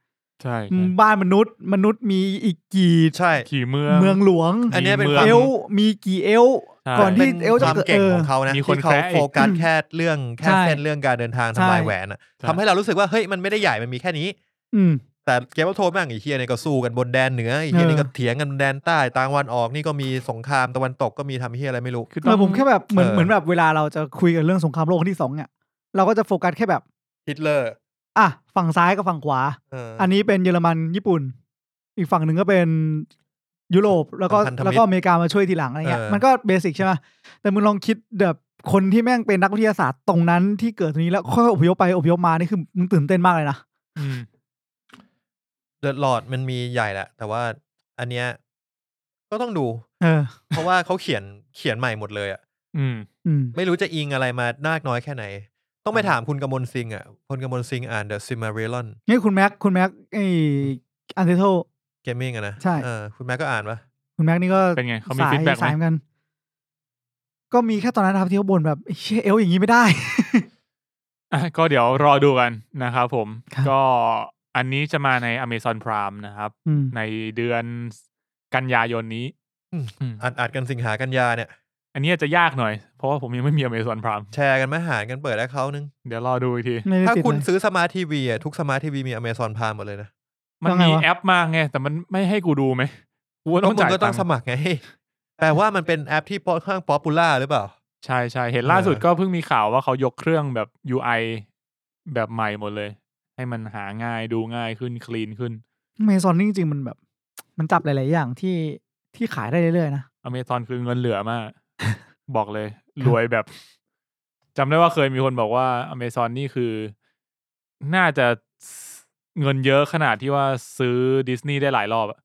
ใช่ อืมบ้านมนุษย์ มนุษย์มีอีกกี่ ใช่ ขี่เมือง เมืองหลวง อันเนี้ยเป็น มีมื ความ เอลฟ์มีกี่เอลฟ์ ใช่ ก่อนที่ ป็ เอลฟ์ ค จะ วาม เกิด เก่ง เออ ของเขานะ มีคน ที่เขา แคร์อีก โฟกัส [COUGHS] แค่เรื่องแค่ ใช่ เส้นเรื่องการเดินทางทำลาย ใช่ แหวนอะ ใช่ ทำให้เรารู้สึกว่าเฮ้ยมันไม่ได้ใหญ่มันมีแค่นี้ อืม แต่เกมว่าโทษแม่งไอีเฮียเนี่ยก็สู้กันบนแดนเหนือไอีเฮีย เออ นี่ก็เถียงกันบนแดนใต้ตางวันออกนี่ก็มีสงครามตะวันตกก็มีทำเฮียอะไรไม่รู้ คือ เอ ต้อ อง ผมแค่แบบเหมือน เออ เหมือนแบบเวลาเราจะคุยกันเรื่องสงครามโลกครั้งที่สองเนี่ยเราก็จะโฟกัสแค่แบบ ฮิตเลอร์ อ่ะฝั่งซ้ายกับฝั่งขวา เ อันนี้เป็นเยอรมันญี่ปุ่น อีกฝั่งหนึ่งก็เป็นยุโรปแล้วก็ พันธมิตร แล้วก็อเมริกามาช่วยทีหลังอะไรเงี้ย เออ มันก็เบสิกใช่ไหมแต่มึงลองคิดแบบ คนที่แม่งเป็นนักวิทยาศาสตร์ตรงนั้นที่เกิดตรงนี้แล้วค่อยอพยพไปอพยพมานี่คือมึงตื่นเต้นมากเลยนะ อืม เดอะลอดมันมีใหญ่แหละ แต่ว่าอันเนี้ยก็ต้องดู เออ เพราะว่าเขาเขียน [LAUGHS] เขียนใหม่หมดเลยอ่ะ อืม อืม ไม่รู้จะอิงอะไรมามากน้อยแค่ไหน ต้องไปถามคุณกมลซิงอ่ะคุณกมลซิงอ่าน The Silmarillion นี่คุณแม็ก คุณแม็กไออันเทโท Gaming อะนะ ใช่ เออคุณแม่ก็อ่านปะ คุณแม็กนี่ก็ เป็นไงเขามี สย feedback ไหม สายเหมือนกัน ก็มีแค่ตอนนั้นนะครับที่เขาบ่นแบบเชี่ยเอลอย่างนี้ไม่ได้ อ่ะก็เดี๋ยวรอดูกันนะครับผม ครับ ก็อันนี้จะมาใน Amazon Prime นะครับ อืม ในเดือนกันยายนนี้อืม อ่านอ่านกันสิงหากันยาเนี่ย อันนี้อาจจะยากหน่อย เพราะว่าผมยังไม่มี Amazon Prime แชร์กันไหมหารกันเปิดแอคเคาท์นึง เดี๋ยวรอดูอีกที ไม่ได้ ถ้า ติด คุณ เลย ซื้อสมาร์ททีวีอ่ะทุกสมาร์ททีวีมี Amazon Prime หมดเลยนะ มัน ว่าไง มี วะ แอปมาไง แต่มันไม่ให้กูดูไหมกูก็ก็ต้อง คุณ จ่าย ก็ต้ ตั อง ง ค์ สมัครไง [LAUGHS] แต่ว่ามันเป็นแอปที่ค่อนข้างป๊อปปูล่าหรือเปล่า ใช่ใช่เห็นล่าสุด เออ ก็เพิ่งมีข่าวว่าเขายกเครื่องแบบ UI แบบใหม่หมดเลย ให้มันหาง่ายดูง่ายขึ้นคลีนขึ้น เมซอนนี่จริงๆมันแบบ มันจับหลาย ๆ อย่างที่ที่ขายได้เรื่อย ๆ นะ Amazon คือเงินเหลือ [LAUGHS] มาก บอกเลย รวยแบบจำได้ว่าเคยมีคนบอกว่า Amazon นี่คือน่าจะเงินเยอะขนาดที่ว่าซื้อดิสนีย์ได้หลายรอบอะ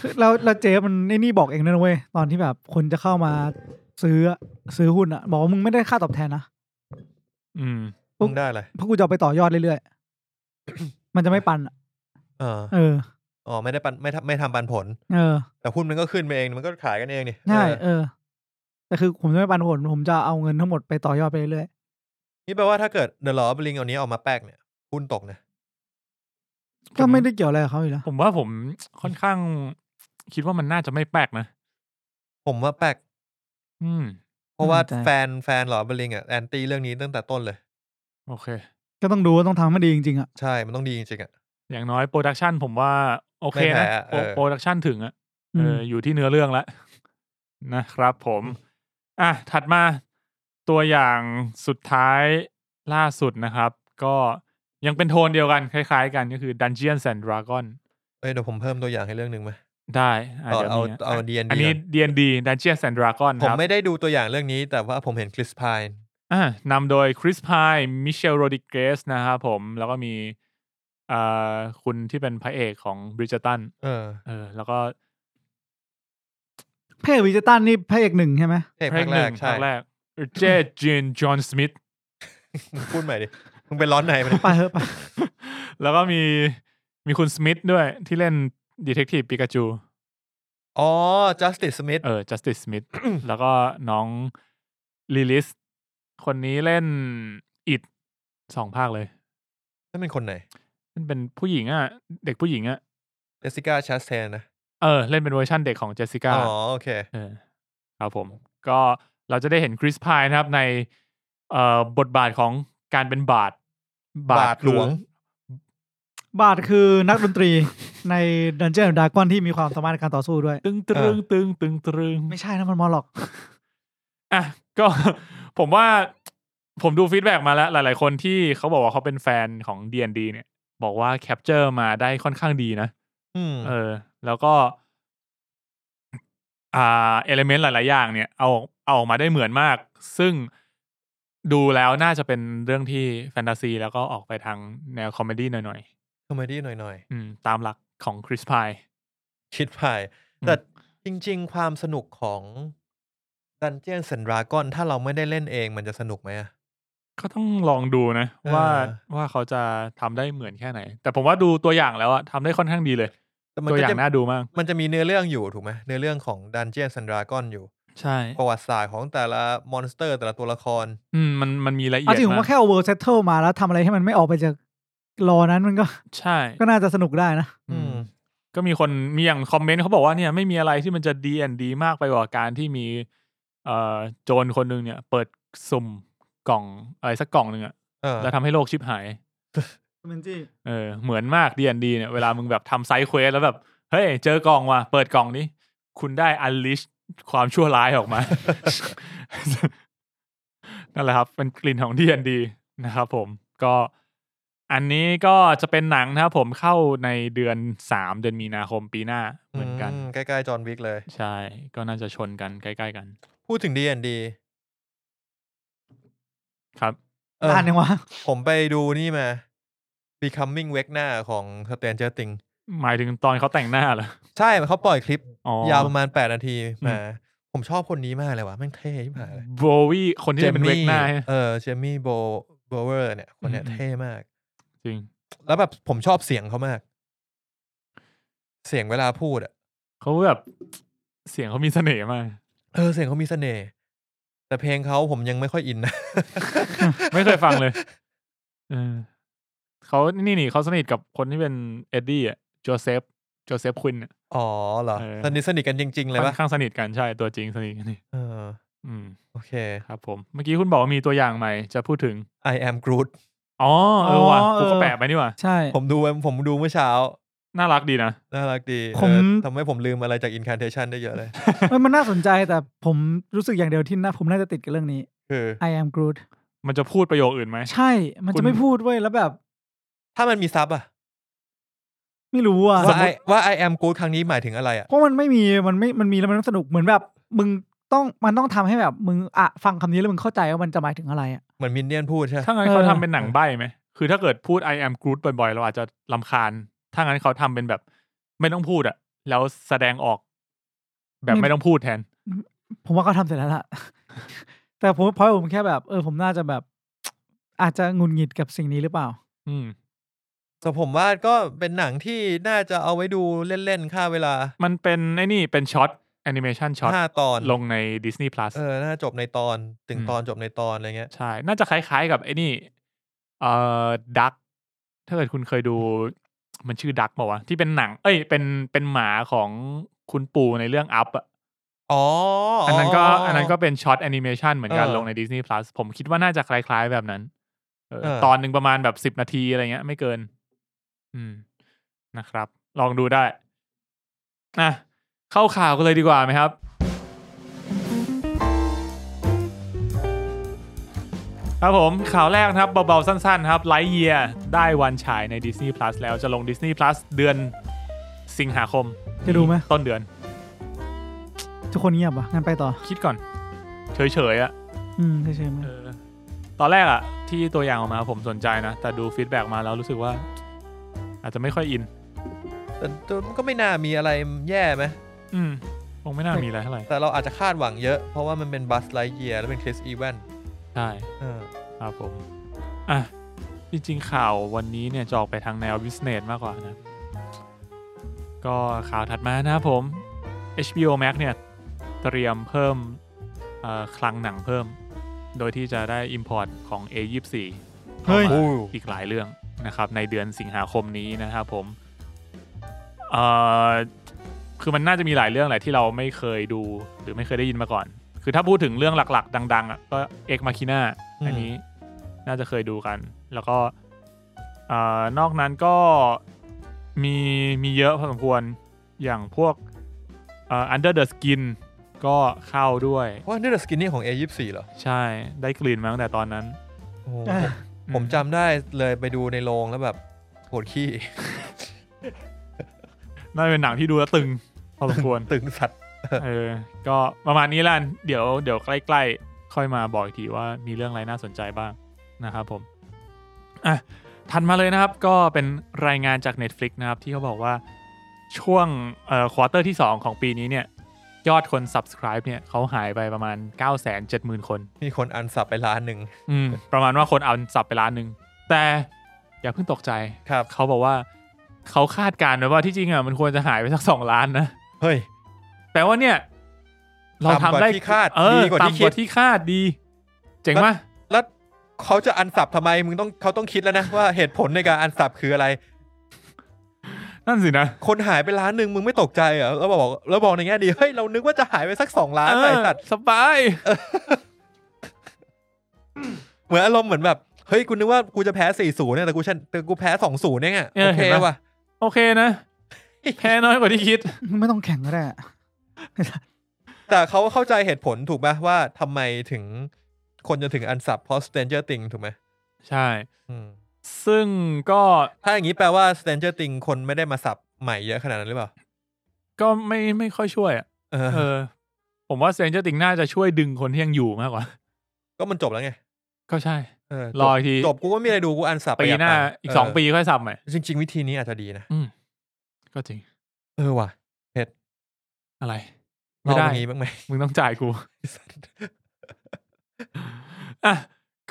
คือแล้วแล้วเจ๊มันไอ้นี่บอกเองนะเว้ยตอนที่แบบคนจะเข้ามาซื้อซื้อหุ้นอะบอกว่ามึงไม่ได้ค่าตอบแทนนะ อืม ปุ๊บ มึงได้เลย เพราะกูจะเอาไปต่อยอดเรื่อย ๆ [COUGHS] มันจะไม่ปันอะ เออ เออ อ๋อไม่ได้ปันไม่ทำไม่ทำปันผล เออ แต่หุ้นมันก็ขึ้นไปเองมันก็ขายกันเองนี่ ใช่ เออ เออ แต่คือผมจะไม่ปันผล ผมจะเอาเงินทั้งหมดไปต่อยอดไปเรื่อย นี่แปลว่าถ้าเกิดเดอะลอ i ลิงเอานี้ออกมาแป๊กเนี่ยหุ้นตกนะ ๆก็ไม่ได้เกี่ยวอะไรกับเขาอยู่แล้ว ผมว่าผมค่อนข้างคิดว่ามันน่าจะไม่แปลกนะ ผมว่าแป๊ก อืม เพราะว่าแฟนแฟนหลอบิลิงอ่ะแอนตี้เรื่องนี้ตั้งแต่ต้นเลย โอเค ก็ต้องดูว่าต้องทำให้มันดีจริง ๆ อ่ะ ใช่ มันต้องดีจริงๆอ่ะ อย่างน้อยโปรดักชันผมว่า โอเค ไม่ นะ แพ้อะเออ โปรดักชันถึงอะ อื เอ ม ออยู่ที่เนื้อเรื่องละ [LAUGHS] นะครับผม อ่ะ ถัดมาตัวอย่างสุดท้ายล่าสุดนะครับ ก็ยังเป็นโทนเดียวกันคล้ายๆกันก็คือ Dungeons and Dragon เอ้ยเดี๋ยวผมเพิ่มตัวอย่างให้เรื่องหนึ่งไหม ได้อ่ะ เอา เดี๋ยว เอา มีนะ เอา D&D อันนี้ ก่อน D&D Dungeons and Dragon ผม ครับ ไม่ได้ดูตัวอย่างเรื่องนี้ แต่ว่าผมเห็นคริสพาย อ่ะนำโดยคริสพายมิเชลโรดิเกสนะครับผมแล้วก็มีอ่าคุณที่เป็นพระเอกของบริจตัน เออ เออ แล้วก็ เพจวิจตันนี่พระเอกหนึ่งใช่ไหม เอก เพล ภาค ง แร หนึ่ ก ง ใช่ ภาคแรกเจจินจอห์นสมิธ มึงพูดใหม่ดิ มึงเป็นร้อนในมันย [LAUGHS] ไปเถอะไป [LAUGHS] แล้วก็มีมีคุณสมิธด้วยที่เล่นดีเทคทีฟปิกาจู อ๋อ justice smith เออจัสติสส [COUGHS] มิธ แล้วก็น้องลิลิส คนนี้เล่นอิดสองภาคเลย นั่นเป็นคนไหน มันเป็นผู้หญิงอ่ะ เด็กผู้หญิงอ่ะ เจสสิก้าชาสเทนนะ เออ เล่นเป็นเวอร์ชั่นเด็กของเจสสิก้า อ๋อ โอเค เออครับผม ก็เราจะได้เห็นคริสพายนะครับในเอ่อบทบาทของการเป็นบาท บาทหลวง บาทคือนักดนตรีในดันเจี n นดากอนที่มีความสามารถในการต่อสู้ด้วย ตึงตรึงตึงตึงตรึง ไม่ใช่นะมันมอหรอก อ่ะก็ [LAUGHS] ผมว่าผมดูฟีดแบ็กมาแล้ว หลาย ๆ คนที่เขาบอกว่าเขาเป็นแฟนของ D&D เนี่ย บอกว่าแคปเจอร์มาได้ค่อนข้างดีนะ อืม เออ แล้วก็ อ่าเอลเมนต์หลาย ๆ อย่างเนี่ย เอาเอาออกมาได้เหมือนมาก ซึ่งดูแล้วน่าจะเป็นเรื่องที่แฟนตาซี แล้วก็ออกไปทางแนวคอมเมดี้หน่อย คอมเมดี้หน่อย ๆ อืม ตามหลักของคริสพาย ๆคริสพาย แต่จริง ๆ ความสนุกของ Dungeons and Dragons ถ้าเราไม่ได้เล่นเองมันจะสนุกไหมอะ ก็ต้องลองดูนะ ว่า เออ ว่าเขาจะทำได้เหมือนแค่ไหน แต่ผมว่าดูตัวอย่างแล้วอะทำได้ค่อนข้างดีเลย แต่มัน ตัว ก็ อย่า จะ งน่าดูมาก มันจะมีเนื้อเรื่องอยู่ถูกไหมเนื้อเรื่องของ Dungeons and Dragons อยู่ ใช่ ประวัติศาสตร์ของแต่ละมอนสเตอร์ แต่ละตัวละคร อืมมันมันมีรายละเอีย เอา ด จริงผม มา ว่าแค่เอาเวิร์เซตเทิลมาแล้วทำอะไรให้มันไม่ออกไปจากรอนั้นมันก็ ใช่ ก็น่าจะสนุกได้นะ อื อื ม ม ก็มีคนมีอย่างคอมเมนต์เขาบอกว่าเนี่ยไม่มีอะไรที่มันจะดีอันดีมากไปกว่าการที่มีเอ่อโจรคนหนึ่งเนี่ย เปิดสุ่มกล่องอะไรสักกล่องหนึ่งอะ เออ แล้วทำให้โลกชิบหาย เออเหมือนมากดีอันดีเนี่ยเวลามึงแบบทำไซด์เควสแล้วแบบ เฮ้ย เจอกล่องว่ะเปิดกล่องนี้ คุณได้อันลิชความชั่วร้ายออกมา นั่นแหละครับ เป็นกลิ่นของดีอันดีนะครับผมก็อันนี้ก็จะเป็นหนังนะครับผมเข้าในเดือนสามเดือนมีนาคมปีหน้าเหมือนกัน ใกล้ๆจอห์นวิกเลย ใช่ ก็น่าจะชนกันใกล้ ๆ กัน พูดถึง D&D ครับ เอออ อ่านยังวะ ผมไปดูนี่มา Becoming w e g n a ของ Stranger Things หมายถึงตอนเขาแต่งหน้าเหรอ ใช่เขาปล่อยคลิป อ๋อ ยาวประมาณ 8 นาที อืม มา ผมชอบคนนี้มากเลยว่ะแม่งเท่ที่ผ่านเลย โบวี่คนที่เป็นเวกหน้าใช่ไหม เออเจมี่โบโบเวอร์เนี่ย คนเนี้ย อืม เท่มาก จริง แล้วแบบผมชอบเสียงเขามาก เสียงเวลาพูดอะ เขาแบบเสียงเขามีเสน่ห์มาก เออเสียงเขามีเสน่ห์แต่เพลงเขาผมยังไม่ค่อยอินนะ [LAUGHS] ไม่เคยฟังเลย เออเขานี่นี่เขาสนิทกับคนที่เป็นเอ็ดดี้อ่ะโจเซฟโจเซฟควิน อ๋อเหรอ เออ สนิทสนิทกันจริง ๆ เลย ค่ ปะ อนข้างสนิทกันใช่ตัวจริงสนิทกันนี่ เออ อืม โอเค ครับผม เมื่อกี้คุณบอกว่ามีตัวอย่างใหม่จะพูดถึง I am Groot อ๋อเออว่ะกูก็แปะไปนี่ว่ะ ใช่ ผมดูไว้ผมดูเมื่อเช้า น่ารักดีนะ น่ารักดีเออ ผม ทำให้ผมลืมอะไรจาก Incantation ได้เยอะเลย มันมันน่าสนใจแต่ผมรู้สึกอย่างเดียวที่น่าผมน่าจะติดกับเรื่องนี้ คือ I am Groot มันจะพูดประโยคอื่นไหม ใช่ มัน คุ จะ ณ ไม่พูดเว้ยแล้วแบบ ถ้ามันมีซับอะ ไม่รู้อ่ะ ว่า I ว่า I am Groot ครั้งนี้หมายถึงอะไรอะ เพราะมันไม่มีมันไม่มันมีแล้วมันไม่สนุกเหมือนแบบ มึงต้องมันต้องทำให้แบบมึงอะฟังคำนี้แล้วมึงเข้าใจว่ามันจะหมายถึงอะไรอ่ะ เหมือนมินเนี่ยนพูดใช่ไหม ถ้างั้นเขา เออ ทำเป็นหนังใบไหม คือถ้าเกิดพูด I am Groot บ่อยๆ เราอาจจะลำคาญ ถ้างั้นเขาทำเป็นแบบ ไม่ต้องพูดอะแล้วแสดงออก แบบไม่ต้องพูดแทน ผมว่าเขาทำเสร็จแล้วล่ะ [LAUGHS] แต่ผมพอยผมแค่แบบ เออผมน่าจะแบบ อาจจะหงุนหงิดกับสิ่งนี้หรือเปล่า อืม แต่ผมว่าก็เป็นหนังที่น่าจะเอาไว้ดูเล่น ๆ ค่าเวลา มันเป็นไอ้นี่เป็นช็อตแอนิเมชันช็อต ห้าตอน ลงใน Disney Plus เออ น่าจบในตอนถึง อืม ตอนจบในตอนอะไรเงี้ย ใช่ น่าจะคล้ายๆกับไอ้นี่ เอ่อดัก ถ้าเกิดคุณเคยดู มันชื่อดักป่าวะ ที่เป็นหนัง เอ้ย เป็นเป็นหมาของคุณปู่ในเรื่องอัพอะ อ๋อ อั อั นนั้นก็อันนั้นก็เป็นช็อตแอนิเมชันเหมือนกัน เออ ลงใน Disney Plus ผมคิดว่าน่าจะคล้ายๆแบบนั้นเออ เออ ตอนหนึ่งประมาณแบบสิบ10 นาทีอะไรเงี้ย ไม่เกิน อืมนะครับ ลองดูได้นะเข้าข่าวกันเลยดีกว่าไหมครับ ครับผมข่าวแรกนะครับเบาๆ สั้นๆ ครับไลท์เยียได้วันฉายใน Disney Plus แล้วจะลง Disney Plus เดือนสิงหาคม จะดูไหม ต้นเดือน ทุกคนเงียบอ่ะงั้นไปต่อ คิดก่อน เฉยๆอะ อืมใช่ใช่ไหม เออตอนแรกอะที่ตัวอย่างออกมาผมสนใจนะ แต่ดูฟีดแบ็กมาแล้วรู้สึกว่า อาจจะไม่ค่อยอิน แต่แต่มันก็ไม่น่ามีอะไรแย่ไหม อืมคงไม่น่ามีอะไรเท่าไหร่ แต่เราอาจจะคาดหวังเยอะ เพราะว่ามันเป็นบัสไลเยียแล้วเป็นคริสอีแวน ใช่ เออ ครับผมอ่ะจริงๆข่าววันนี้เนี่ยจะออกไปทางแนวบิสเนสมากกว่านะ ก็ข่าวถัดมานะครับผม HBO Max เนี่ย เตรียมเพิ่มเอ่อคลังหนังเพิ่ม โดยที่จะได้ Import ของ A24 เฮ้ย อู้ อีกหลายเรื่องนะครับ ในเดือนสิงหาคมนี้นะครับผมเอ่อคือมันน่าจะมีหลายเรื่องแหละที่เราไม่เคยดู หรือไม่เคยได้ยินมาก่อน คือถ้าพูดถึงเรื่องหลักๆ ดัง ๆอ่ะก็เอ็กมาคิน่าอันนี้น่าจะเคยดูกัน แล้วก็เอ่อนอกนั้นก็มีมีเยอะพอสมควรอย่างพวกเอ่อ Under the Skin ก็เข้าด้วย ว่านี่เดอะสกินนี่ของ A24 เหรอ ใช่ได้กลิ่นมาตั้งแต่ตอนนั้น โอ้โห อ่ะ ผมจำได้เลยไปดูในโรงแล้วแบบปวดขี้ [LAUGHS] น่าจะเป็นหนังที่ดูแล้วตึงพอสมควร ตึงสัตว์ เออ ก็ประมาณนี้ละกันเดี๋ยวเดี๋ยวใกล้ ๆ ค่อยมาบอกอีกทีว่ามีเรื่องอะไรน่าสนใจบ้างนะครับผม อ่ะ ทันมาเลยนะครับ ก็เป็นรายงานจาก Netflix นะครับ ที่เขาบอกว่าช่วงเอ่อควอเตอร์ที่ 2 ของปีนี้เนี่ย ยอดคน subscribe เนี่ยเขาหายไปประมาณ 9 7 0 0 0 0 คน มีคนอันสับไปล้านหนึ่ง อืม ประมาณว่าคนเอาสับไปล้านหนึ่ง แต่อย่าเพิ่งตกใจ ครับ เขาบอกว่าเขาคาดการณ์ไว้ว่าที่จริงอ่ะมันควรจะหายไปสักสองล้านนะ เฮ้ย แปลว่าเนี่ย เราทำได้ ต่ำกว่าที่คาด เออ ดีกว่าที่ ต่ำก คิด ว่าที่คาดดี เจ๋งปะ แล้วเขาจะอันสับทำไมมึงต้องเขาต้องคิดแล้วนะว่าเหตุผลในการอันสับคืออะไร นั่นสินะ คนหายไปล้านหนึ่งมึงไม่ตกใจเหรอแล้วบอกแล้วบอกในแง่ดีเฮ้ยเรานึกว่าจะหายไปสักสองล้านไป เออ สัตว์ สบาย เหมือนอารมณ์เหมือนแบบเฮ้ยกูนึกว่ากูจะแพ้สี่ศูนย์เนี่ยแต่กูชนะแต่กูแพ้สองศูนย์เนี่ยไง เออ โอเค เห็นปะ ว่ะ โอเคนะ แพ้น้อยกว่าที่คิด ไม่ต้องแข่งก็ได้อะ แต่เขาเข้าใจเหตุผลถูกไหมว่าทำไมถึงคนจะถึงอันสับเพราะ Stranger Things ถูกไหม ใช่ อืม ซึ่งก็ ถ้าอย่างนี้แปลว่า Stranger Things คนไม่ได้มาสับใหม่เยอะขนาดนั้นหรือเปล่า ก็ไม่ไม่ค่อยช่วยอะ เออ เออ ผมว่าเซนเจอร์ติงน่าจะช่วยดึงคนที่ยังอยู่มากกว่า ก็มันจบแล้วไง ก็ใช่ เจบ รออีกที จบกูก็ไม่มีอะไรดูกูอันสับ ปี ไยัด หน้า ตัค์ อีกสอง เ ปีค่อยสับใหม่ จริง ๆ วิธีนี้อาจจะดีนะ อืมก็จริง เออว่ะ อะไร ไม่ เรา ได้ อย่างนี้บ้าง [LAUGHS] ไหม มึงต้องจ่ายกู อ่ะ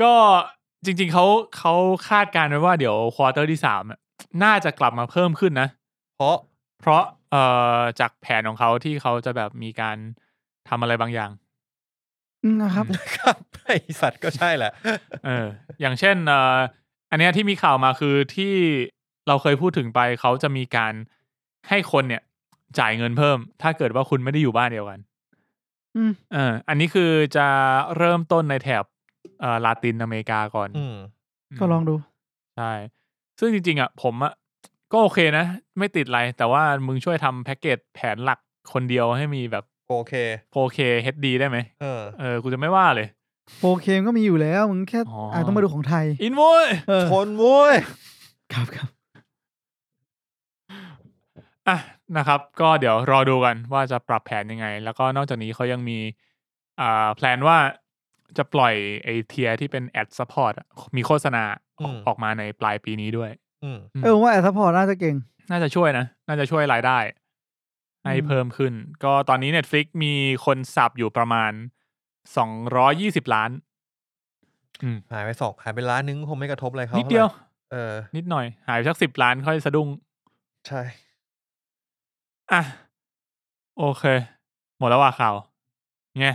ก็จริง ๆเขาเขาคาดการณ์ไว้ว่าเดี๋ยวควอเตอร์ที่สามอะน่าจะกลับมาเพิ่มขึ้นนะ เพราะ เพราะเอ่อจากแผนของเขาที่เขาจะแบบมีการทำอะไรบางอย่าง อืมนะครับ ครับ [LAUGHS] ไอสัตว์ก็ใช่แหละ เออ อย่างเช่นเอ่ออันเนี้ยที่มีข่าวมาคือที่เราเคยพูดถึงไปเขาจะมีการให้คนเนี่ย จ่ายเงินเพิ่ม ถ้าเกิดว่าคุณไม่ได้อยู่บ้านเดียวกัน อืม เออ อันนี้คือจะเริ่มต้นในแถบเอ่อลาตินอเมริกาก่อน อืม ก็ลองดู ใช่ ซึ่งจริงๆอ่ะผมอ่ะก็โอเคนะ ไม่ติดอะไร แต่ว่ามึงช่วยทำแพ็กเกจแผนหลักคนเดียวให้มีแบบ โอเค โ 4K HD ได้ไหม เออ เออ กูจะไม่ว่าเลย โปรเคมก็มีอยู่แล้ว มึงแค่ อ๋ออ อาจต้องมาดูของไทย อินโวย เออ คนมุ้ย ครับครับ อ่ะนะครับ ก็เดี๋ยวรอดูกันว่าจะปรับแผนยังไง แล้วก็นอกจากนี้เขายังมี อ่าแพลนว่าจะปล่อยไอเทียที่เป็นแอดซัพพอร์ตมีโฆษณาออกออกมาในปลายปีนี้ด้วย อืม อืม เออผมว่าแอดซัพพอร์ตน่าจะเก่ง น่าจะช่วยนะ น่าจะช่วยรายได้ ให้ อืม เพิ่มขึ้น ก็ตอนนี้ Netflix มีคนสับอยู่ประมาณ 220 ล้าน อืม หายไปสองหายไปล้านนึงคงไม่กระทบอะไรเขา นิดเดียว ท่าไหร่เออ นิดหน่อย หายไปสักสิบล้านค่อยสะดุ้ง ใช่ อ่ะ โอเค หมดแล้วว่าข่าวไง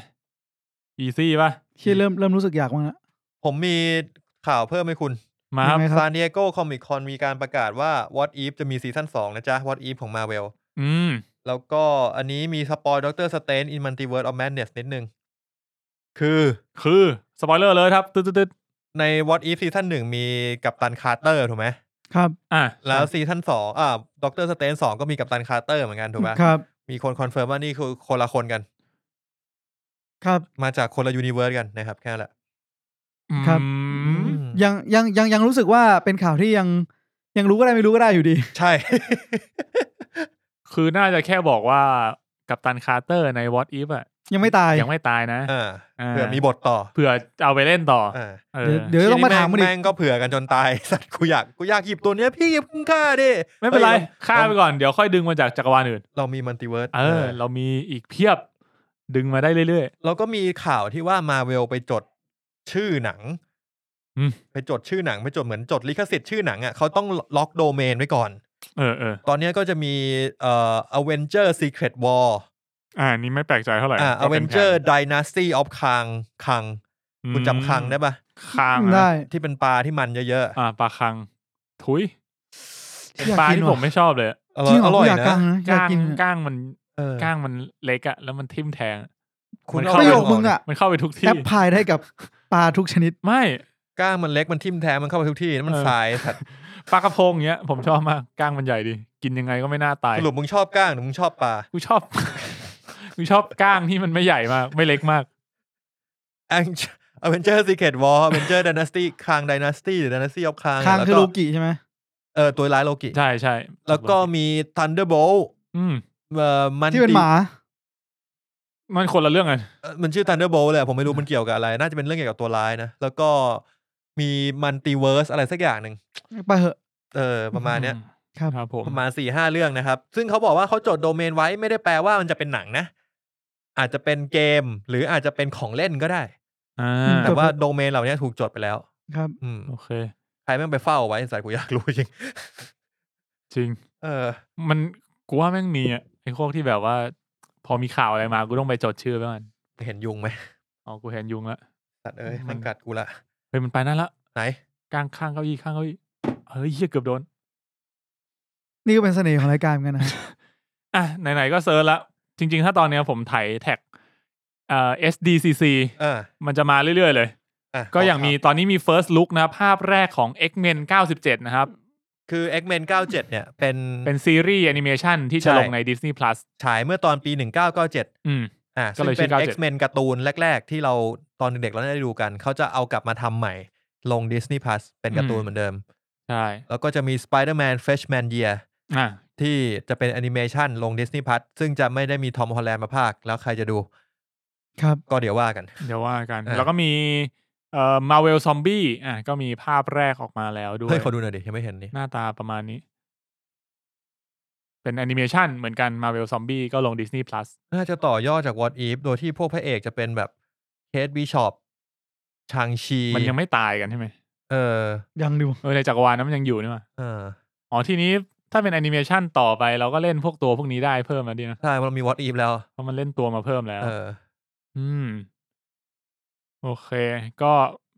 อีซี่ป่ะ ที่เริ่มเริ่มรู้สึกอยากมั้างละ ผมมีข่าวเพิ่มให้คุณ มาครับ ยังไง ครับ ซานดิเอโกคอมิคอนมีการประกาศว่า What If จะมีซีซั่น2นะจ๊ะ What If ของ Marvel อืม แล้วก็อันนี้มีสปอยด็อกเตอร์สเตนอินมัลติเวิร์ดออฟแมนเนสนิดนึง คือ คือ สปอยเลอร์เลยครับ ตึ๊ดตึ๊ด ใน What If ซีซั่นหนึ่งมีกัปตันคาร์เตอร์ถูกไหม ครับ อ่ะ แล้วซีซั่นสองอ่าด็อกเตอร์สเตนสองก็มีกัปตันคาร์เตอร์เหมือนกันถูกไหม ครับ มีคนคอนเฟิร์มว่านี่คือคนละคนกัน ครับ มาจากคนละยูนิเวิร์สกันนะครับแค่นั้นแหละ ครับ อืม ยังยังยังยังรู้สึกว่าเป็นข่าวที่ยังยังรู้ก็ได้ไม่รู้ก็ได้อยู่ดี ใช่ [LAUGHS] คือน่าจะแค่บอกว่ากัปตันคาร์เตอร์ใน What If อ่ะ ยังไม่ตาย ยังไม่ตายนะ อ่า อ่า เผื่อมีบทต่อ เผื่อเอาไปเล่นต่อ อ่า เออ เดี๋ยวเดี๋ยวต้องมาถาม ที มัน นี้แง อี แม่ ก งก็เผื่อกันจนตาย [LAUGHS] สัตว์กูอยากกูอยากหยิบตัวเนี้ยพี่หยิบคุณค่าดิ ไม่เป็นไร ฮ้ย ฆ่าไปก่อน เดี๋ยวค่อยดึงมาจากจักรวาลอื่น เรามีมัลติเวิร์ส เออ เรามีอีกเพียบ ดึงมาได้เรื่อย เราก็มีข่าวที่ว่ามาเวลไปจดชื่อหนัง อืม ไปจดชื่อหนังไปจดเหมือนจดลิขสิทธิ์ชื่อหนังอ่ะเขาต้องล็อกโดเมนไว้ก่อน ๆ เออเออ ตอนเนี้ยก็จะมีเอ่อ Avenger Secret War อ่า นี่ไม่แปลกใจเท่าไหร่ อ่า ก็ป็นแผน Avenger Dynasty of Kang คัง อืม คุณจำคังได้ปะ คาง ได้ นะ ที่เป็นปลาที่มันเยอะๆ อ่าปลาคัง ทุยเป็น อยาก ปลา กิน ที่ ว่ะ ผมไม่ชอบเลย อ จริงเหรอ ร่อย อยากกั นะ งนะอยาก ก้าง กิน ก้างมัน เออ ก้างมันเล็กอะแล้วมันทิ่มแทงอะ คุณ มัน เอา เข้า ประโยค ไป มึงอะ มันเข้าไปทุก แอ ที่ ปพลายได้กับปลาทุกชนิด ไม่ กล้างมันเล็กมันทิ่มแทงมันเข้าไปทุกที่นั่นมัน เออ สายสัตว์ ปลากระพงเงี้ย ผมชอบมากก้างมันใหญ่ดี กินยังไงก็ไม่น่าตาย สรุปมึงชอบกล้างหรือมึงชอบปลา กูชอบ [LAUGHS] กูชอบก้างที่มันไม่ใหญ่มาก ไม่เล็กมาก แองอเวนเจอร์ซีเคดวอลอเวนเจอร์ดานาสตี้คางดานาสตี้หรือดานาสตี้ออฟคาง คางคือโลกิใช่ไหม เออตัวร้ายโลกิ ใช่ใช่ แล้วก็มีทันเดอร์โบล อืม เอ่อมัน ที่เป็นหมา มันคนละเรื่องกัน เอ่อมันชื่อทันเดอร์โบลเลยผมไม่รู้มันเกี่ยวกับอะไร น่าจะเป็นเรื่องเกี่ยวกับตัวร้ายนะ แล้วก็มีมันติเวิร์สอะไรสักอย่างหนึ่ง ไปเหอะ เออประมาณเนี้ย ครับ ครับผม ประมาณสี่ห้าเรื่องนะครับ ซึ่งเขาบอกว่าเขาจดโดเมนไว้ไม่ได้แปลว่ามันจะเป็นหนังนะ อาจจะเป็นเกมหรืออาจจะเป็นของเล่นก็ได้ อ่า แต่ [LAUGHS] ว่าโดเมนเหล่านี้ถูกจดไปแล้ว ครับ อืม โอเค ใครแม่งไปเฝ้าไว้สายกู [LAUGHS] อยากรู้จริง จริง เออ มันกูว่าแม่งมีอ่ะไอ้พวกที่แบบว่า พอมีข่าวอะไรมากูต้องไปจดชื่อไว้มัน เห็นยุงไหม อ๋อกูเห็นยุงละ สัตว์เอ้ยมันกัดกูละ เฮ้ยมันไปนั่นละ ไหน กลางข้างเก้าอี้ข้างเก้าอี้เฮ้ยเหี้ยเกือบโดน นี่ก็เป็นเสน่ห์ของรายการเหมือนกันนะ อ่ะ ไหนๆก็เซิร์ชละ จริง ๆ ถ้าตอนเนี้ยผมไถแท็กเอ่อ SDCC เออ มันจะมาเรื่อย ๆ เลย อ่ะ ก็อย่างมี ขข่ว ตอนนี้มี first look นะครับภาพแรกของ X-Men 97 นะครับ คือ X-Men 97 เนี่ย เป็น เป็นซีรีส์แอนิเมชันที่จะ ใช่ ลงใน Disney Plus ฉายเมื่อตอนปี 1997 อืม อ่า ก็ ซึ่ง เลยชื่ เป็น อ97 X-Men การ์ตูนแรก ๆ ที่เราตอนเด็กๆเราได้ดูกัน เขาจะเอากลับมาทำใหม่ ลง Disney Plus เป็นการ์ตูนเหมือนเดิม ใช่ แล้วก็จะมี Spider-Man Freshman Year อ่ะ ที่จะเป็นแอนิเมชันลง Disney Plus ซึ่งจะไม่ได้มีทอมฮอลแลนด์มาภาค แล้วใครจะดู ครับ ก็เดี๋ยวว่ากัน เดี๋ยวว่ากัน อ่ะ แล้วก็มี เอ่อมาเวลซอมบี้อ่ะก็มีภาพแรกออกมาแล้วด้วย เฮ้ยขอดูหน่อยดิยังไม่เห็นนี่ หน้าตาประมาณนี้ เป็นแอนิเมชันเหมือนกันมาเวลซอมบี้ก็ลง Disney Plus น่าจะต่อยอดจาก What If โดยที่พวกพระเอกจะเป็นแบบเคสบิชอปชางชี มันยังไม่ตายกันใช่ไหม เออ ยังดู เออในจักรวาลนั้นมันยังอยู่นี่มา เออ อ๋อทีนี้ถ้าเป็นแอนิเมชันต่อไปเราก็เล่นพวกตัวพวกนี้ได้เพิ่มมาดีนะ ใช่มันมี What If แล้ว เพราะมันเล่นตัวมาเพิ่มแล้ว เออ อืม โอเค ก็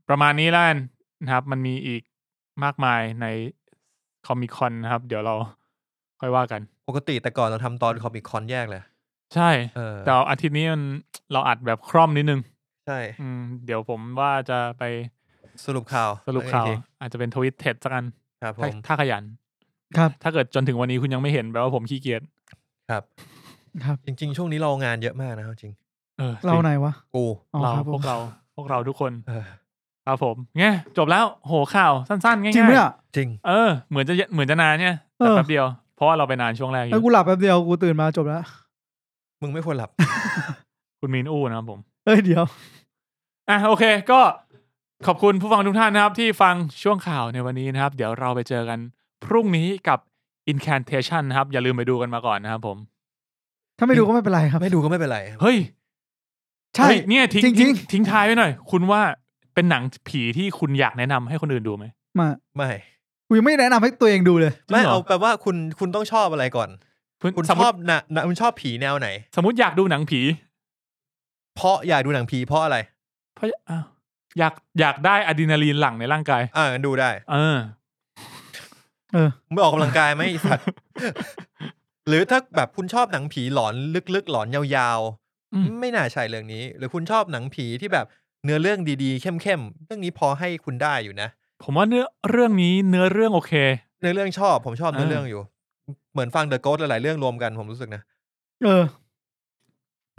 ประมาณนี้แล้วกันนะครับ มันมีอีกมากมายในคอมิคอนนะครับ เดี๋ยวเราค่อยว่ากัน ปกติแต่ก่อนเราทำตอนคอมิคอนแยกเลย ใช่ เออ แต่อาทิตย์นี้มันเราอัดแบบคร่อมนิดนึง ใช่ อืม เดี๋ยวผมว่าจะไป สรุปข่าว สรุปข่าว อีกที อาจจะเป็นทวิตเท็ดสักอัน ครับผ ถ้าม ถ้าขยัน ครับ ถ้าเกิดจนถึงวันนี้คุณยังไม่เห็นแปลว่าผมขี้เกียจ ครับ ครับ จริง ๆ ช่วงนี้เรางานเยอะมากนะครับจริง เออ เรา จง ไหนวะ กู อ๋อ เรา ครับผ พว ม กเรา พวกเราทุกคน เออ ครับผมไงจบแล้วโหข่าวสั้นๆง่ายๆ จริงไหมเนี่ย จริง เออเหมือนจะเหมือนจะนานเนี่ยแต่ เออ แป๊บเดียว เพราะว่าเราไปนานช่วงแรกอ แล้ว ยู่ กูหลับแป๊บเดียวกูตื่นมาจบแล้ว มึงไม่ควรหลับ คุณมีนอู้นะครับผม เอ้ยเดี๋ยว อ่ะโอเค ก็ขอบคุณผู้ฟังทุกท่านนะครับ ที่ฟังช่วงข่าวในวันนี้นะครับ เดี๋ยวเราไปเจอกันพรุ่งนี้กับ incantation นะครับ อย่าลืมไปดูกันมาก่อนนะครับผม ถ้าไม่ดูก็ไม่เป็นไรครับ ไม่ดูก็ไม่เป็นไรครับ เฮ้ย ใช่ เฮ้ยเนี่ยทิ้ง จริงๆ ทิ้งทิ้งท้ายไว้หน่อย คุณว่าเป็นหนังผีที่คุณอยากแนะนำให้คนอื่นดูไหม มา ไม่ กูยังไม่แนะนำให้ตัวเองดูเลย จริ ไม่ งเหรอ เอาแปลว่าคุณคุณต้องชอบอะไรก่อน คุณ คุณ สม ช ม อบ ติ นะนะคุณชอบผีแนวไหน สมมติอยากดูหนังผี เพราะอยากดูหนังผีเพราะอะไร เพราะอ้าวอยากอยากได้อะดรีนาลีนหลั่งในร่างกาย อ่างั้นดูได้ เออ เออ ไม่ออกกำลังกายไหมไอ้ [LAUGHS] สัตว์ หรือถ้าแบบคุณชอบหนังผีหลอนลึกๆ หลอนยาว อืม ๆ ไม่น่าใช่เรื่องนี้ หรือคุณชอบหนังผีที่แบบเนื้อเรื่องดีๆ เข้มๆ เรื่องนี้พอให้คุณได้อยู่นะ ผมว่าเนื้อเรื่องนี้เนื้อเรื่องโอเค เนื้อเรื่องชอบ ผมชอบเนื้อ เออ เรื่องอยู่ เหมือนฟังเดอะโกสหลายๆเรื่องรวมกันผมรู้สึกนะ เออ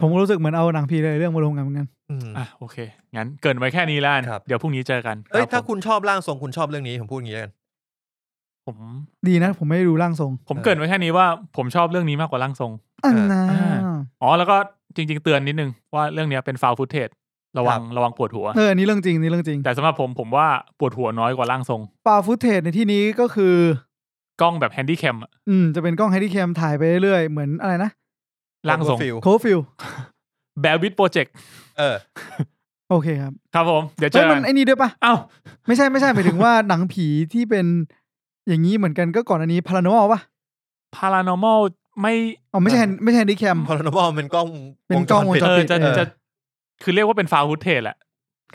ผมก็รู้สึกเหมือนเอาหนังผีเลยเรื่องมาลงกันเหมือนกัน อืม อ่ะโอเค งั้นเกรินไว้แค่นี้แล้วกัน ครับ เดี๋ยวพรุ่งนี้เจอกัน เอ้ย รั ถ้า บผม คุณชอบร่างทรงคุณชอบเรื่องนี้ผมพูดอย่างนี้แล้วกัน ผม ดีนะ ผมไม่ได้ดูร่างทรง ผมเกรินไว้แค่นี้ว่าผมชอบเรื่องนี้มากกว่าร่างทรง อันนะ อ่า อ๋อแล้วก็จริง ๆ เตือนนิดนึงว่าเรื่องเนี้ยเป็นฟาวฟุตเทจระวังระวังปวดหัว เอออันนี้เรื่องจริงอันนี่เรื่องจริง แต่สำหรับผมผมว่าปวดหัวน้อยกว่าร่างทรง ปาฟุตเทจในที่นี้ก็คือ กล้องแบบแฮนดี้แคมอะ อืม จะเป็นกล้องไฮดี้แคมถ่ายไปเรื่อยๆเหมือนอะไรนะ ร่างทรง ฟิล โคฟิล แบลวิดโปรเจกต์ เออ โอเคครับ ครับผม เดี๋ยวเจ เฮ้ย อ มันไอ้นี่ด้วยปะ เอ้าว ไม่ใช่ไม่ใช่หมายถึงว่า หนังผีที่เป็นอย่างนี้เหมือนกันก็ก่อนอันนี้พารานอลปะ พารานอมอลไม่ อ๋อไม่ใช่ไม่ใช่แฮนดี้แคม พอร์นบอลเป็นกล้อง เป็นกล้องวงจรปิด เออจะ เออ จะคือเรียกว่าเป็นฟาวฟุตเทจแหละ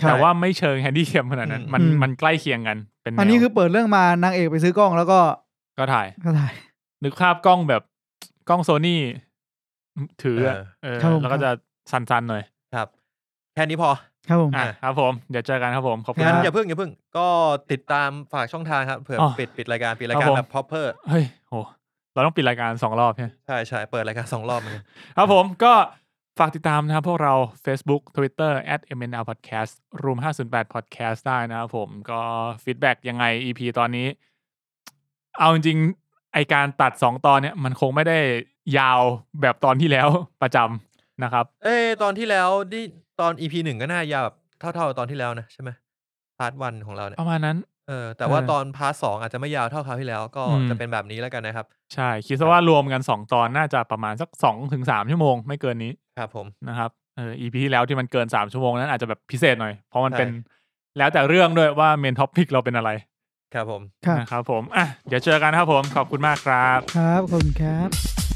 ครับ แต่ว่าไม่เชิงแฮนดี้แคมขนาดนั้น มัน อืม มันใกล้เคียงกันเป็นแนว อันนี้คือเปิดเรื่องมานางเอกไปซื้อกล้องแล้วก็ ก็ถ่าย ก็ถ่าย นึกภาพกล้องแบบกล้องโซนี่ถืออะเออ ครับผม แล้วก็จะสั่นๆหน่อย ครับ แค่นี้พอ ครับผม อ่ะ อ่ะ ครับผม เดี๋ยวเจอกันครับผม ขอบคุณ งั้นอครับ ย่าเพิ่งอย่าเพิ่งก็ติดตามฝากช่องทางครับเผื่ออ อ ปิดปิดรายการปิดรายการ ครับผม แบบ proper เฮ้ยโหเราต้องปิดรายการสองรอบใช่ไหม ใช่ใช่เปิดราย [LAUGHS] การสองรอบเหมือนกัน ครับผมก็ฝากติดตามนะครับพวกเรา Facebook Twitter @mnr podcast room 508 podcast ได้นะครับผมก็ฟีดแบ็กยังไง EP ตอนนี้ เอาจริงๆไอการตัด 2 ตอนเนี้ยมันคงไม่ได้ยาวแบบตอนที่แล้ว [LAUGHS] ประจำนะครับ เอ้ยตอนที่แล้วนี่ตอน EP หนึ่งก็น่ายาวแบบเท่าๆกับตอนที่แล้วนะใช่ไหมพาร์ทวันของเราเนี่ย ประมาณนั้น เออแต่ว่า เออ ตอนพาร์ทสองอาจจะไม่ยาวเท่าคราวที่แล้ว ก็ อืม จะเป็นแบบนี้แล้วกันนะครับ ใช่ คิดซะว่ารวมกัน 2 ตอนน่าจะประมาณสัก2ถึง3ชั่วโมงไม่เกินนี้ ครับผม นะครับเออ EP ที่แล้วที่มันเกิน 3 ชั่วโมงนั้นอาจจะแบบพิเศษหน่อย เพราะมัน ใช่ เป็นแล้วแต่เรื่องด้วยว่าเมนท็อปิกเราเป็นอะไร ครับผม ครับ นะครับผมอ่ะเดี๋ยวเจอกันครับผม ขอบคุณมากครับ ครับขอบคุณครับ